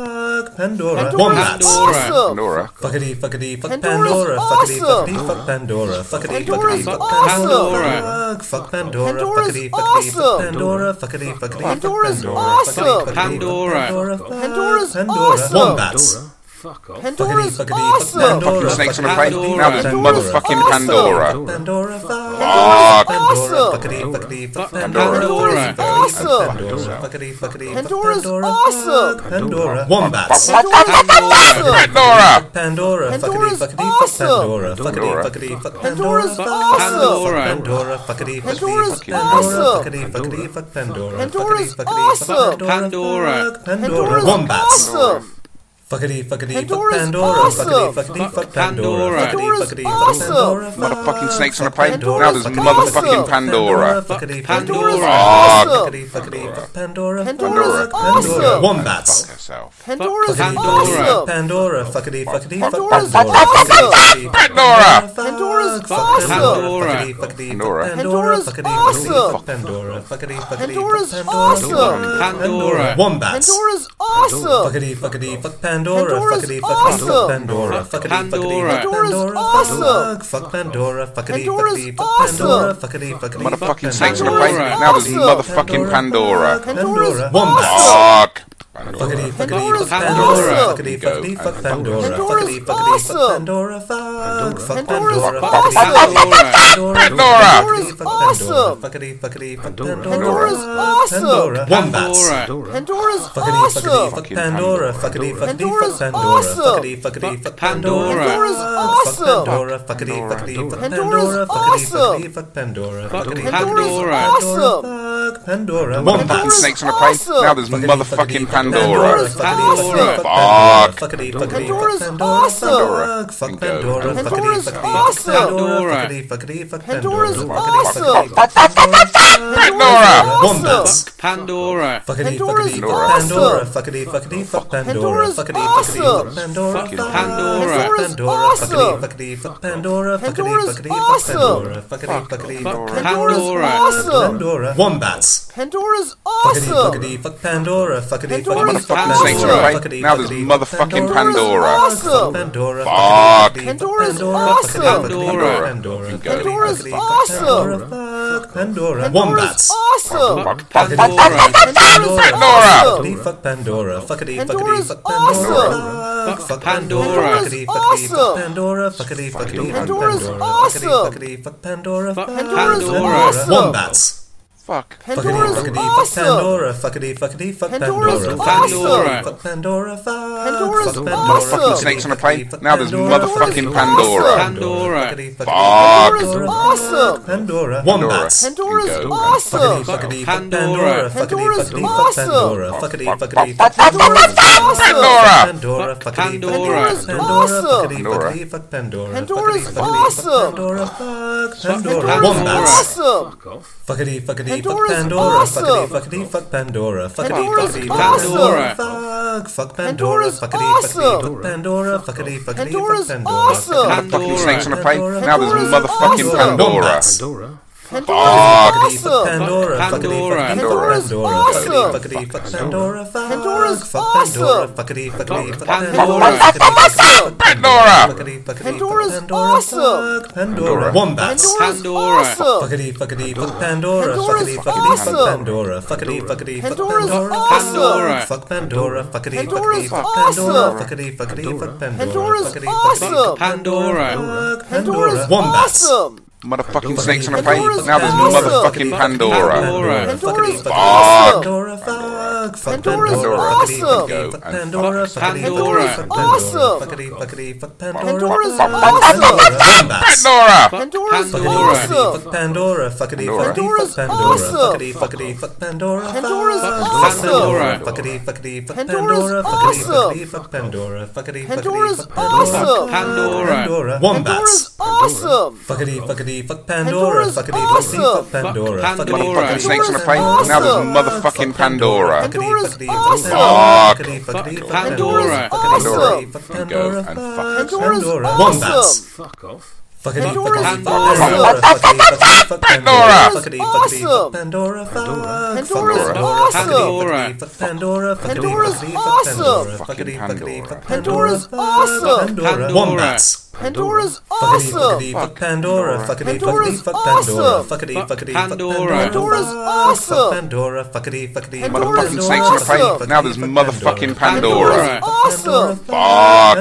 Speaker 8: Pandora's
Speaker 2: Wombats.
Speaker 8: awesome.
Speaker 6: Pandora.
Speaker 2: Fuckity fuckity fuck
Speaker 8: Pandora's
Speaker 2: Pandora. Fuckity
Speaker 8: awesome.
Speaker 2: fuckity fuck Pandora. Fuckity fuckity
Speaker 8: Pandora's
Speaker 2: fuck
Speaker 8: awesome.
Speaker 2: Pandora. Fuck Pandora. Fuckity fuckity fuck
Speaker 8: Pandora's awesome.
Speaker 2: Pandora. Fuckity fuckity fuck
Speaker 8: Pandora's
Speaker 2: Pandora.
Speaker 8: awesome.
Speaker 2: Pandora's Pandora. Wombats.
Speaker 5: Pandora.
Speaker 8: Pandora's awesome.
Speaker 3: Fuck off.
Speaker 2: Fuckity
Speaker 8: Pandora's
Speaker 2: fuckity fuck
Speaker 8: awesome.
Speaker 2: Pandora.
Speaker 6: Fucking snakes on a
Speaker 2: Fuckity,
Speaker 6: plane.
Speaker 2: fuckity,
Speaker 6: Now
Speaker 2: fuck
Speaker 6: there's
Speaker 2: Pandora.
Speaker 6: motherfucking Pandora.
Speaker 2: Pandora. Fuck
Speaker 6: Fuck!
Speaker 8: awesome.
Speaker 2: Fuckity, fuckity, fuck
Speaker 6: Pandora.
Speaker 2: Pandora.
Speaker 6: Pandora's
Speaker 8: awesome.
Speaker 2: Pandora. Fuckity, fuckity, fuck
Speaker 8: Pandora's
Speaker 2: Pandora.
Speaker 8: awesome.
Speaker 2: Pandora. Wombats.
Speaker 8: Pandora's
Speaker 6: Pandora!
Speaker 2: Pandora. Fuckity,
Speaker 8: Pandora's
Speaker 2: fuckity, fuck
Speaker 8: awesome.
Speaker 2: Pandora. Fuckity,
Speaker 6: Pandora.
Speaker 2: fuckity, fuck Pandora.
Speaker 8: Pandora's
Speaker 2: Fuck
Speaker 8: awesome.
Speaker 2: Pandora. Fuckity, fuckity,
Speaker 8: Pandora's
Speaker 2: fuck Pandora. Fucking fuckity, fuck Pandora.
Speaker 8: awesome. Pandora's
Speaker 2: Fuckity, fuckity, fuck
Speaker 8: awesome.
Speaker 5: Pandora.
Speaker 2: Fuck Pandora.
Speaker 8: Pandora's
Speaker 2: Wombats.
Speaker 8: awesome.
Speaker 2: Fuckity fuckity fuck
Speaker 8: Pandora's
Speaker 2: Pandora.
Speaker 8: awesome.
Speaker 2: Fuckity fuckity fuck
Speaker 5: Fuck
Speaker 2: Pandora.
Speaker 5: Pandora.
Speaker 2: Fuckity fuckity
Speaker 8: Pandora's
Speaker 2: fuck
Speaker 8: awesome.
Speaker 2: Pandora.
Speaker 6: Motherfucking snakes on a plane.
Speaker 8: Pandora's
Speaker 6: Now there's
Speaker 8: awesome.
Speaker 6: motherfucking Pandora.
Speaker 2: Fuckity
Speaker 8: Pandora's
Speaker 6: Fuck.
Speaker 8: awesome.
Speaker 2: Fuckity fuckity fuck Pandora. Pandora.
Speaker 8: Pandora's awesome.
Speaker 6: Fuck
Speaker 2: Wombats.
Speaker 6: yourself.
Speaker 8: Pandora's
Speaker 2: Fuckity,
Speaker 5: Pandora.
Speaker 8: awesome.
Speaker 2: Pandora. Fuckity fuckity fuck
Speaker 8: Pandora's
Speaker 2: Pandora.
Speaker 8: awesome.
Speaker 2: Fuckity, fuckity, fuck
Speaker 6: Pandora.
Speaker 2: Pandora.
Speaker 8: Pandora's
Speaker 2: Fuck
Speaker 8: awesome.
Speaker 2: Pandora. Fuckity, fuckity, fuck
Speaker 6: Pandora.
Speaker 2: Pandora.
Speaker 8: Pandora's
Speaker 2: Fuckity, fuckity, fuck
Speaker 8: awesome.
Speaker 2: Pandora. Fuckity, fuckity, fuck
Speaker 8: Pandora's
Speaker 2: Pandora.
Speaker 8: awesome.
Speaker 5: Pandora.
Speaker 2: Wombats.
Speaker 8: Pandora's awesome.
Speaker 2: Fuckity fuckity fuck Pandora.
Speaker 8: Oh. Pandora's
Speaker 2: Fuckity fuckity fuck
Speaker 8: awesome.
Speaker 2: Pandora.
Speaker 5: Fuck
Speaker 2: Fuckity fuckity fuck
Speaker 5: Pandora.
Speaker 2: Pandora.
Speaker 8: Pandora's awesome.
Speaker 2: Fuck fuck Pandora. Fuckity
Speaker 8: Pandora's
Speaker 2: fuckity fuck Pandora. Fuckity fuckity
Speaker 8: awesome.
Speaker 2: fuck
Speaker 6: Motherfucking snakes on a
Speaker 2: Pandora.
Speaker 6: plane. Now there's motherfucking Pandora.
Speaker 2: Pandora.
Speaker 8: Pandora's
Speaker 2: Wombats.
Speaker 8: awesome.
Speaker 6: Fuck!
Speaker 2: Fuckity fuckity fuck
Speaker 8: Pandora's
Speaker 2: Pandora.
Speaker 8: awesome.
Speaker 2: Fuckity
Speaker 6: Go.
Speaker 2: fuckity fuck
Speaker 6: Pandora's
Speaker 2: Pandora. Fuckity fuckity
Speaker 8: awesome.
Speaker 2: fuck Pandora. Fuck fuck Pandora.
Speaker 8: awesome.
Speaker 2: Fuckity, fuck
Speaker 6: Pandora.
Speaker 2: Fuckity, fuck
Speaker 8: Pandora's
Speaker 2: Pandora.
Speaker 8: awesome.
Speaker 2: Fuckity fuckity fuck
Speaker 3: Pandora.
Speaker 2: Pandora. Fuck
Speaker 8: Pandora's awesome.
Speaker 2: Pandora. Wombats.
Speaker 3: Pandora.
Speaker 8: Pandora's
Speaker 2: Fuckity fuckity
Speaker 8: awesome.
Speaker 2: fuck
Speaker 6: Fucking
Speaker 2: Pandora,
Speaker 6: Pandora.
Speaker 2: fuckity fuckity fuck
Speaker 8: Pandora's
Speaker 2: Pandora,
Speaker 8: awesome.
Speaker 2: fuckity fuckity fuck
Speaker 5: Fuck
Speaker 2: Pandora,
Speaker 5: Pandora's
Speaker 2: fuck
Speaker 8: awesome.
Speaker 2: Pandora, fuckity fuckity fuck Pandora,
Speaker 8: Pandora's
Speaker 2: fuckity fuckity
Speaker 8: awesome.
Speaker 2: fuck Pandora,
Speaker 5: Fuck
Speaker 2: fuckity fuckity
Speaker 5: Pandora's
Speaker 2: fuck
Speaker 8: awesome.
Speaker 2: Pandora, fuck Pandora,
Speaker 6: Motherfucking snakes on a plane. Now there's motherfucking Pandora.
Speaker 5: Pandora.
Speaker 6: Fuck.
Speaker 2: Fuckity fuckity fuck
Speaker 8: Pandora's
Speaker 2: Pandora,
Speaker 8: awesome.
Speaker 2: fuck fuck
Speaker 6: Go.
Speaker 2: Pandora, fuckity
Speaker 8: Pandora's
Speaker 2: fuckity fuck
Speaker 8: awesome.
Speaker 2: Pandora,
Speaker 5: Pandora.
Speaker 2: fuckity fuckity fuck
Speaker 8: Pandora's
Speaker 2: Pandora,
Speaker 8: awesome.
Speaker 2: fuckity fuckity fuck
Speaker 6: Pandora.
Speaker 2: Wombats.
Speaker 5: Pandora.
Speaker 2: Fuckity
Speaker 8: Pandora's
Speaker 2: fuckity
Speaker 6: Pandora.
Speaker 2: fuck Pandora. Fuckity fuckity fuck Pandora.
Speaker 8: Pandora's
Speaker 2: Fuckity fuckity fuck
Speaker 8: awesome.
Speaker 2: Pandora.
Speaker 6: Fucking
Speaker 2: fuck
Speaker 5: Pandora.
Speaker 2: Pandora.
Speaker 8: Pandora's
Speaker 2: Fuckity
Speaker 8: awesome.
Speaker 2: fuckity fuck Pandora. Fuckity
Speaker 8: Pandora's
Speaker 2: fuckity fuck
Speaker 8: awesome.
Speaker 2: Pandora. Fuckity fuckity fuck
Speaker 5: Fuck Pandora.
Speaker 8: awesome.
Speaker 2: Pandora. Wombats.
Speaker 8: Pandora's
Speaker 2: Fuckity
Speaker 8: awesome.
Speaker 2: fuckity fuck Pandora. Fuckity fuckity
Speaker 8: Pandora's
Speaker 2: fuck
Speaker 5: awesome.
Speaker 6: Snakes on a
Speaker 2: Pandora.
Speaker 6: plane.
Speaker 2: Fuckity
Speaker 6: Now there's
Speaker 2: fuckity
Speaker 6: motherfucking
Speaker 8: Pandora.
Speaker 2: Fuck Fuck Pandora.
Speaker 6: Fuck.
Speaker 2: Fuckity fuckity
Speaker 8: Pandora's
Speaker 2: fuck Pandora.
Speaker 5: awesome.
Speaker 2: Fuckity fuckity fuck Pandora. Fuckity fuckity fuck Pandora.
Speaker 6: Fucking go.
Speaker 8: Pandora's awesome.
Speaker 2: Fuck Pandora. Wombats.
Speaker 8: awesome.
Speaker 6: Fuck
Speaker 5: Pandora.
Speaker 6: Pandora.
Speaker 2: Fuckity fuck Pandora. Fuckity fuckity fuck Pandora.
Speaker 8: Pandora's awesome.
Speaker 2: Fuck, Fuck Fuckity
Speaker 5: Pandora.
Speaker 2: fuckity fuck
Speaker 8: awesome.
Speaker 2: Pandora. Fuckity fuckity fuck Pandora. Fuckity fuckity
Speaker 8: Pandora's awesome.
Speaker 2: fuck Pandora.
Speaker 5: Fuck
Speaker 2: Fuck
Speaker 5: Pandora's
Speaker 8: awesome.
Speaker 2: Wombats.
Speaker 6: Fuck.
Speaker 2: Fuckity
Speaker 8: Pandora's
Speaker 2: fuckity fuck
Speaker 8: awesome.
Speaker 2: Pandora. Fuckity fuckity fuck
Speaker 8: Pandora's
Speaker 2: Pandora.
Speaker 5: awesome.
Speaker 2: Fuck Pandora.
Speaker 8: Pandora's
Speaker 2: Fuck Pandora.
Speaker 8: awesome.
Speaker 6: Motherfucking snakes on a plane. Now there's motherfucking Pandora.
Speaker 5: Pandora.
Speaker 2: Fuckity fuckity
Speaker 6: Pandora.
Speaker 2: Pandora.
Speaker 8: awesome.
Speaker 6: Pandora.
Speaker 2: Wombats.
Speaker 8: Pandora's
Speaker 6: Go.
Speaker 8: awesome.
Speaker 2: Fuckity fuck Pandora.
Speaker 5: Pandora.
Speaker 2: Fuckity
Speaker 8: Pandora's
Speaker 2: fuckity fuck
Speaker 8: awesome.
Speaker 2: Pandora. Fuckity fuckity fuck
Speaker 8: Pandora's awesome.
Speaker 6: Pandora.
Speaker 2: Pandora,
Speaker 5: Fuck
Speaker 2: fuckity,
Speaker 5: Pandora.
Speaker 2: fuckity,
Speaker 8: Pandora's
Speaker 2: Pandora, fuckity,
Speaker 6: Pandora.
Speaker 8: awesome.
Speaker 2: fuckity, fuck Pandora,
Speaker 8: Pandora's
Speaker 2: fuckity, fuckity, fuck
Speaker 8: awesome.
Speaker 2: Pandora, fuck Pandora,
Speaker 8: Pandora's
Speaker 2: wombats,
Speaker 8: awesome.
Speaker 2: fuckity, fuckity, fuck
Speaker 8: Pandora's
Speaker 2: Pandora, fuckity,
Speaker 8: awesome.
Speaker 2: fuckity, fuck Pandora, fuckity,
Speaker 8: Pandora's
Speaker 2: fuckity, fuck
Speaker 8: awesome.
Speaker 2: Pandora, fuck, fuck Pandora,
Speaker 8: Pandora's
Speaker 2: fuckity, fuckity, fuck
Speaker 8: awesome.
Speaker 2: Pandora, fucking fuck
Speaker 8: Pandora's
Speaker 2: Pandora,
Speaker 8: awesome.
Speaker 6: Fucking snakes on a
Speaker 5: Pandora.
Speaker 6: plane. Now there's motherfucking Pandora.
Speaker 3: Pandora.
Speaker 2: Fuck
Speaker 8: Pandora's awesome.
Speaker 2: Pandora,
Speaker 5: Fuck
Speaker 2: fuckity,
Speaker 6: Pandora.
Speaker 2: fuckity,
Speaker 8: Pandora's
Speaker 2: fuck
Speaker 8: awesome.
Speaker 2: Pandora, fuckity, fuckity, fuck Pandora, fuck,
Speaker 8: Pandora's
Speaker 2: fuck Pandora,
Speaker 8: awesome.
Speaker 2: fuckity, fuckity, fuck
Speaker 5: Fuck
Speaker 2: Pandora,
Speaker 5: Pandora's
Speaker 2: fuckity, fuckity, fuck Fuckity, fuckity, fuck Pandora, fuck
Speaker 6: Pandora.
Speaker 8: awesome. Pandora's awesome.
Speaker 2: Pandora,
Speaker 6: Pandora.
Speaker 2: wombats.
Speaker 5: Pandora.
Speaker 8: Pandora's awesome.
Speaker 2: Fuckity, fuckity, fuck Pandora,
Speaker 8: Pandora's
Speaker 2: fuckity, fuckity, fuck
Speaker 8: awesome.
Speaker 2: Pandora, fuckity, fuckity, fuck
Speaker 8: Pandora's
Speaker 2: Pandora,
Speaker 8: awesome.
Speaker 2: fuck Pandora, fuckity, fuckity,
Speaker 8: Pandora's
Speaker 2: fuck Pandora,
Speaker 8: awesome.
Speaker 2: fuckity, fuckity, fuck Pandora,
Speaker 8: Pandora's
Speaker 2: fuckity, fuckity,
Speaker 8: awesome.
Speaker 2: fuck Pandora, fuck Pandora,
Speaker 8: Pandora's
Speaker 2: wombats.
Speaker 8: awesome.
Speaker 6: Motherfucking snakes on a plane.
Speaker 8: Pandora's
Speaker 6: Now there's
Speaker 8: awesome.
Speaker 6: motherfucking Pandora.
Speaker 5: Pandora.
Speaker 2: Fuckity,
Speaker 8: Pandora's
Speaker 2: fuck
Speaker 8: awesome.
Speaker 2: Pandora, fuck, fuck
Speaker 8: Pandora's
Speaker 2: Pandora, fuckity,
Speaker 8: awesome.
Speaker 2: fuckity, fuck
Speaker 6: Go and
Speaker 2: Pandora,
Speaker 6: fuck.
Speaker 2: fuckity,
Speaker 5: Pandora's
Speaker 2: fuckity, fuck Pandora, fuckity, fuckity,
Speaker 8: awesome.
Speaker 2: fuck Pandora,
Speaker 8: Pandora's
Speaker 2: fuck
Speaker 8: awesome.
Speaker 2: Pandora, wombats.
Speaker 5: Pandora.
Speaker 6: Pandora.
Speaker 8: Pandora's awesome.
Speaker 2: Fuck Pandora, fuckity,
Speaker 6: Pandora.
Speaker 2: fuckity, fuck
Speaker 8: Pandora's
Speaker 2: Pandora,
Speaker 8: awesome.
Speaker 2: fuckity, fuckity, fuck Pandora,
Speaker 8: Pandora's
Speaker 2: fuck
Speaker 8: awesome.
Speaker 2: Pandora,
Speaker 5: Pandora.
Speaker 2: fuckity, fuckity, fuck Pandora, fuckity,
Speaker 8: Pandora's awesome.
Speaker 2: fuckity, fuck Pandora, fuckity, fuckity,
Speaker 8: Pandora's
Speaker 2: fuck Pandora, Pandora, wombats. Fuckity,
Speaker 5: Pandora.
Speaker 8: awesome. Pandora's awesome.
Speaker 2: fuckity, fuck Pandora, fuckity,
Speaker 8: Pandora's awesome.
Speaker 2: fuckity, fuck
Speaker 8: Fuck
Speaker 2: Pandora, fucking
Speaker 5: Pandora.
Speaker 6: Motherfucking snakes on a plane.
Speaker 8: Pandora's
Speaker 6: Now there's
Speaker 8: awesome.
Speaker 6: motherfucking Pandora.
Speaker 8: Pandora's
Speaker 2: Fuckity,
Speaker 8: awesome.
Speaker 6: Fuck.
Speaker 2: Fuckity, fucking
Speaker 5: Fuck
Speaker 2: Pandora.
Speaker 5: Pandora.
Speaker 2: Fuckity,
Speaker 8: Awesome.
Speaker 2: fuck
Speaker 6: Fucking go
Speaker 2: Pandora.
Speaker 6: and fuck.
Speaker 2: Fuck
Speaker 8: Pandora's
Speaker 2: Pandora.
Speaker 8: awesome.
Speaker 3: Fuck off.
Speaker 2: Fuckity,
Speaker 8: Pandora's
Speaker 2: fuckity, fuck
Speaker 5: awesome.
Speaker 2: Pandora. Fuckity, fuckity, fuck Pandora.
Speaker 6: Pandora's
Speaker 2: Fuckity, fuckity, fuck
Speaker 8: awesome.
Speaker 2: Pandora. Fuck, fuck
Speaker 8: Pandora's
Speaker 2: Pandora.
Speaker 8: awesome.
Speaker 2: Fuckity, fuckity, fuck Pandora. Fuckity,
Speaker 8: Pandora's
Speaker 2: fuckity, fuck
Speaker 8: awesome.
Speaker 2: Pandora. Fuckity, fuckity, fuck
Speaker 6: Fucking
Speaker 2: Pandora.
Speaker 8: Pandora.
Speaker 2: Fuck Pandora.
Speaker 5: Pandora.
Speaker 2: Wombats. Fuckity,
Speaker 8: Pandora's
Speaker 2: fuckity,
Speaker 8: awesome.
Speaker 2: fuck Pandora. Fuckity, fuckity,
Speaker 8: Pandora's
Speaker 2: fuck Pandora. Fuckity,
Speaker 8: awesome.
Speaker 5: Fuck
Speaker 2: fuckity, fuck
Speaker 5: Pandora.
Speaker 2: Pandora.
Speaker 8: Pandora's
Speaker 2: Fuck, fuck
Speaker 8: awesome.
Speaker 2: Pandora. Fuckity, fuckity, fuck
Speaker 8: Pandora's
Speaker 6: Motherfucking snakes in a
Speaker 8: awesome.
Speaker 6: plate. Now there's
Speaker 2: Fuckity,
Speaker 6: motherfucking Pandora.
Speaker 8: Pandora's
Speaker 2: Pandora.
Speaker 8: awesome.
Speaker 6: Fuck.
Speaker 2: Pandora.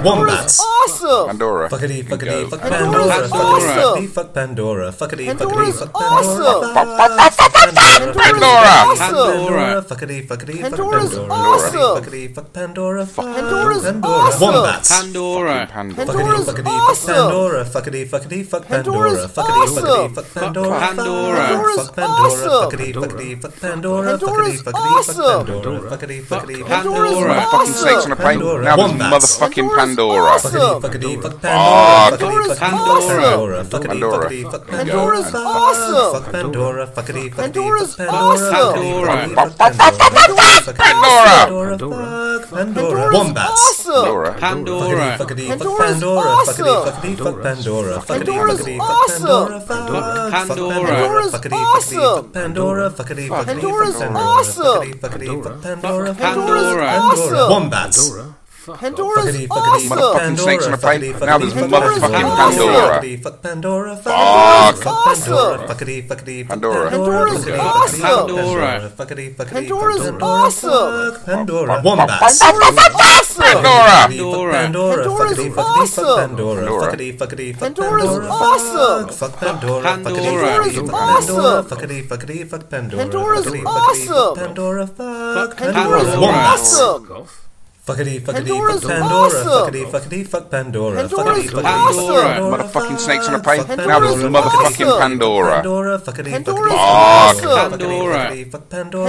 Speaker 8: Pandora's
Speaker 2: Wombats.
Speaker 8: awesome.
Speaker 6: Pandora.
Speaker 2: Fuckity,
Speaker 6: can
Speaker 2: fuckity,
Speaker 6: go.
Speaker 2: fuck
Speaker 8: Pandora's
Speaker 2: Pandora.
Speaker 8: awesome.
Speaker 2: Fuckity, fuck Pandora. Fuckity, fuckity,
Speaker 8: Pandora's
Speaker 2: fuck
Speaker 8: awesome.
Speaker 2: Pandora.
Speaker 6: Pandora.
Speaker 5: Pandora.
Speaker 2: Pandora, fuckity, fuckity, fuck
Speaker 8: Pandora's
Speaker 2: Pandora.
Speaker 8: awesome.
Speaker 2: Fuckity, fuck Pandora. Fuck
Speaker 8: Pandora's
Speaker 2: Pandora.
Speaker 8: awesome.
Speaker 2: Wombats.
Speaker 5: Pandora.
Speaker 6: Pandora.
Speaker 2: Fuckity,
Speaker 8: Pandora's
Speaker 2: fuckity, fuck
Speaker 8: awesome.
Speaker 2: Pandora. Fuckity, fuckity, fuck Pandora.
Speaker 8: Pandora's
Speaker 2: Fuckity, fuckity,
Speaker 8: awesome.
Speaker 2: fuck Pandora.
Speaker 5: Fuck Pandora.
Speaker 2: Fuck
Speaker 8: Pandora's
Speaker 2: Pandora.
Speaker 8: awesome.
Speaker 2: Fuckity, fuckity, fuck Pandora. Fuckity, fuckity,
Speaker 8: Pandora's
Speaker 2: fuck
Speaker 8: awesome.
Speaker 2: Pandora. Fuckity, fuckity, fuck
Speaker 8: Pandora's
Speaker 5: Pandora.
Speaker 6: Fucking snakes in a plate.
Speaker 2: Pandora.
Speaker 6: Now there's
Speaker 2: Wombats.
Speaker 6: motherfucking Pandora.
Speaker 8: Pandora's
Speaker 2: Fuckity,
Speaker 8: Awesome.
Speaker 2: fuckity, fuck Pandora. Fuckity,
Speaker 8: Pandora's
Speaker 2: fuckity, fuck Pandora.
Speaker 8: awesome.
Speaker 2: Fuckity,
Speaker 6: Pandora.
Speaker 2: fuckity, fuck Pandora.
Speaker 8: Pandora's
Speaker 2: Fuck
Speaker 8: awesome.
Speaker 2: Fuck Pandora. Fuckity, fuckity,
Speaker 8: Pandora's
Speaker 2: fuck Pandora.
Speaker 8: awesome.
Speaker 2: Fuckity, fuckity, fuck Pandora. Fucking Pandora. Fuck
Speaker 6: Pandora. Pandora.
Speaker 2: Pandora. Wombats.
Speaker 8: Awesome.
Speaker 6: Pandora.
Speaker 5: Pandora.
Speaker 2: Fuckity, fuckity, fuck
Speaker 8: Pandora's
Speaker 2: Pandora.
Speaker 8: awesome.
Speaker 2: Fuckity, fuckity, fuck Pandora. Fuckity,
Speaker 8: Pandora's
Speaker 2: fuckity,
Speaker 8: awesome.
Speaker 2: fuck Pandora. Fuck Pandora.
Speaker 8: Pandora's
Speaker 2: Fuckity, fuckity,
Speaker 8: awesome.
Speaker 2: fuck Pandora. Fuckity, fuckity, fuck
Speaker 8: Pandora's
Speaker 2: Pandora.
Speaker 8: awesome.
Speaker 2: Fuckity, fuckity, fuck Pandora.
Speaker 5: Pandora.
Speaker 8: Pandora's
Speaker 2: Pandora.
Speaker 8: awesome.
Speaker 2: Wombats.
Speaker 3: Pandora. Fuck off.
Speaker 8: Pandora's
Speaker 2: Fuckity, fuckity,
Speaker 8: awesome.
Speaker 2: fuck
Speaker 6: Motherfucking snakes in a plate.
Speaker 2: Pandora.
Speaker 6: Now there's
Speaker 2: Fuckity,
Speaker 8: motherfucking
Speaker 2: fucking
Speaker 8: Pandora.
Speaker 2: Fuckity, Fuck Pandora.
Speaker 6: Fuck.
Speaker 2: Fuck Pandora. Fuckity, fuckity, fuck
Speaker 6: Pandora.
Speaker 8: Pandora's
Speaker 2: Fuckity,
Speaker 8: awesome.
Speaker 2: fuckity, fuck
Speaker 5: Pandora.
Speaker 2: Fuckity, fuckity,
Speaker 8: Pandora's
Speaker 2: fuck
Speaker 8: awesome.
Speaker 2: Fuck Pandora. Wombats.
Speaker 8: Awesome.
Speaker 6: Pandora.
Speaker 5: Pandora.
Speaker 2: Pandora.
Speaker 8: Pandora's
Speaker 2: Fuckity, fuckity, fuck
Speaker 8: awesome.
Speaker 2: Pandora.
Speaker 6: Pandora.
Speaker 2: Fuckity, fuckity, fuck
Speaker 8: Pandora's
Speaker 2: Pandora.
Speaker 8: awesome.
Speaker 2: Fuck, Fuck Pandora.
Speaker 5: Pandora.
Speaker 2: Fuckity, fuckity, fuck
Speaker 8: Pandora's
Speaker 2: Pandora.
Speaker 8: awesome.
Speaker 2: Fuckity, fuckity, fuck Pandora.
Speaker 8: Pandora's
Speaker 2: Fuckity, fuckity, fuck
Speaker 8: awesome.
Speaker 2: Pandora. Fuck
Speaker 5: Pandora's
Speaker 2: Pandora. Wombats.
Speaker 5: awesome.
Speaker 8: Awesome.
Speaker 3: Off.
Speaker 2: Fuckity, fuckity,
Speaker 8: Pandora's
Speaker 2: fuck Pandora.
Speaker 8: awesome.
Speaker 2: Fuckity, fuckity, fuck Pandora.
Speaker 8: Pandora's
Speaker 2: Fuckity, fuckity, fuck
Speaker 8: awesome.
Speaker 6: Motherfucking snakes in a
Speaker 2: Fuck
Speaker 6: plate.
Speaker 2: Pandora.
Speaker 6: Now there's
Speaker 8: Pandora's
Speaker 6: motherfucking
Speaker 8: awesome.
Speaker 6: Pandora.
Speaker 2: Pandora. Fuckity, fuckity,
Speaker 8: Pandora's
Speaker 2: fuck
Speaker 8: awesome.
Speaker 2: Pandora. Fuckity, fuckity, fuck Pandora.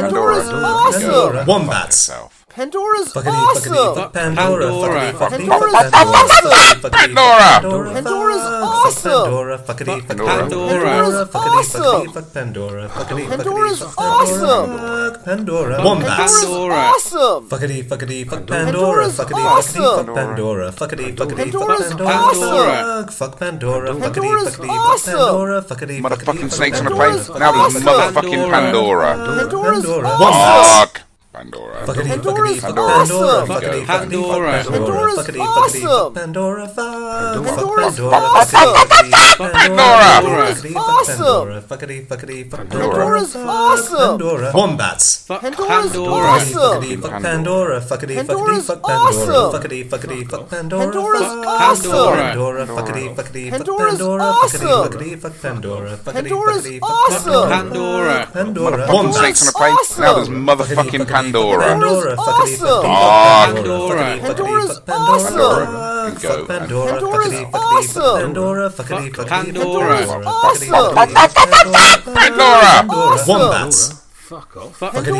Speaker 8: Pandora's awesome.
Speaker 2: Pandora. Wombats.
Speaker 6: Yourself.
Speaker 8: Pandora's
Speaker 2: Fuckity, fuckity,
Speaker 8: awesome.
Speaker 2: fuck Pandora.
Speaker 5: Pandora.
Speaker 2: Fuckity, fuckity,
Speaker 8: Pandora's
Speaker 2: fuck Pandora. Fuckity, fuckity, fuck
Speaker 6: Pandora.
Speaker 8: awesome. Pandora's
Speaker 2: Fuck
Speaker 8: awesome.
Speaker 2: Pandora. Fuckity, fuck
Speaker 6: Pandora.
Speaker 2: Fuckity, fuckity, fuck Pandora.
Speaker 5: Pandora's
Speaker 8: awesome.
Speaker 2: Fuckity,
Speaker 8: Pandora's
Speaker 2: fuckity, fuck Pandora.
Speaker 8: awesome.
Speaker 2: Fuck Pandora. Wombats.
Speaker 8: Pandora's awesome.
Speaker 2: Fuckity, fuckity, fuck Pandora. Fuckity, fuckity, fuck Pandora. Fuckity, fuckity, fuck Pandora. Fuck, Fuck Pandora. Fuckity, fuckity, fuck Pandora.
Speaker 5: awesome.
Speaker 8: Pandora's awesome. Pandora's Pandora's awesome.
Speaker 2: Fuckity, fuckity,
Speaker 6: Motherfucking
Speaker 2: fuck
Speaker 6: snakes in a
Speaker 8: Pandora's
Speaker 2: Pandora.
Speaker 6: plate. Now there's
Speaker 8: awesome.
Speaker 6: motherfucking Pandora.
Speaker 8: Pandora's
Speaker 2: Pandora.
Speaker 8: awesome.
Speaker 6: Fuck. Pandora.
Speaker 2: Fuckity,
Speaker 8: Pandora's
Speaker 2: fuckity, fuck
Speaker 8: awesome.
Speaker 2: Fuckity, fuckity, fuck
Speaker 5: Pandora.
Speaker 2: Pandora.
Speaker 8: Pandora's
Speaker 2: Fuckity, fuckity, fuck
Speaker 8: awesome.
Speaker 2: Pandora. Fuck, fuck
Speaker 8: Pandora's
Speaker 2: Pandora.
Speaker 8: awesome.
Speaker 2: Fuckity, fuck Pandora. Fuckity, fuck Pandora. Fuckity, fuckity, fuck Pandora.
Speaker 5: Pandora's
Speaker 8: awesome. Pandora's awesome.
Speaker 2: Pandora. Wombats.
Speaker 5: Fuck
Speaker 8: Pandora's
Speaker 5: Pandora.
Speaker 8: awesome.
Speaker 2: Fuckity, fuck Pandora. Fuckity, fuckity,
Speaker 8: Pandora's
Speaker 2: fuck Pandora.
Speaker 8: awesome.
Speaker 2: Fuckity, fuckity, fuck Pandora.
Speaker 8: Pandora's
Speaker 2: Fuck
Speaker 8: awesome.
Speaker 2: Pandora. Fuckity, fuckity, fuck
Speaker 8: Pandora's
Speaker 2: Pandora.
Speaker 8: awesome.
Speaker 2: Fuckity, fuckity, fuck Pandora. Fuckity, fuckity,
Speaker 8: Pandora's
Speaker 2: fuck
Speaker 8: awesome.
Speaker 5: Pandora.
Speaker 2: Pandora.
Speaker 6: Motherfucking snakes in a plate. Now there's motherfucking Pandora.
Speaker 2: Pandora.
Speaker 8: Pandora's
Speaker 6: awesome.
Speaker 8: Pandora's
Speaker 6: awesome.
Speaker 2: Fuck Pandora.
Speaker 8: Pandora's
Speaker 2: Fuckity, fuckity, fuck
Speaker 8: awesome.
Speaker 2: Pandora. Fuckity, fuckity, fuck
Speaker 5: Pandora's
Speaker 8: awesome.
Speaker 6: Pandora.
Speaker 2: Pandora. Wombats.
Speaker 3: Fuck off.
Speaker 5: Fuck
Speaker 2: Fuckity,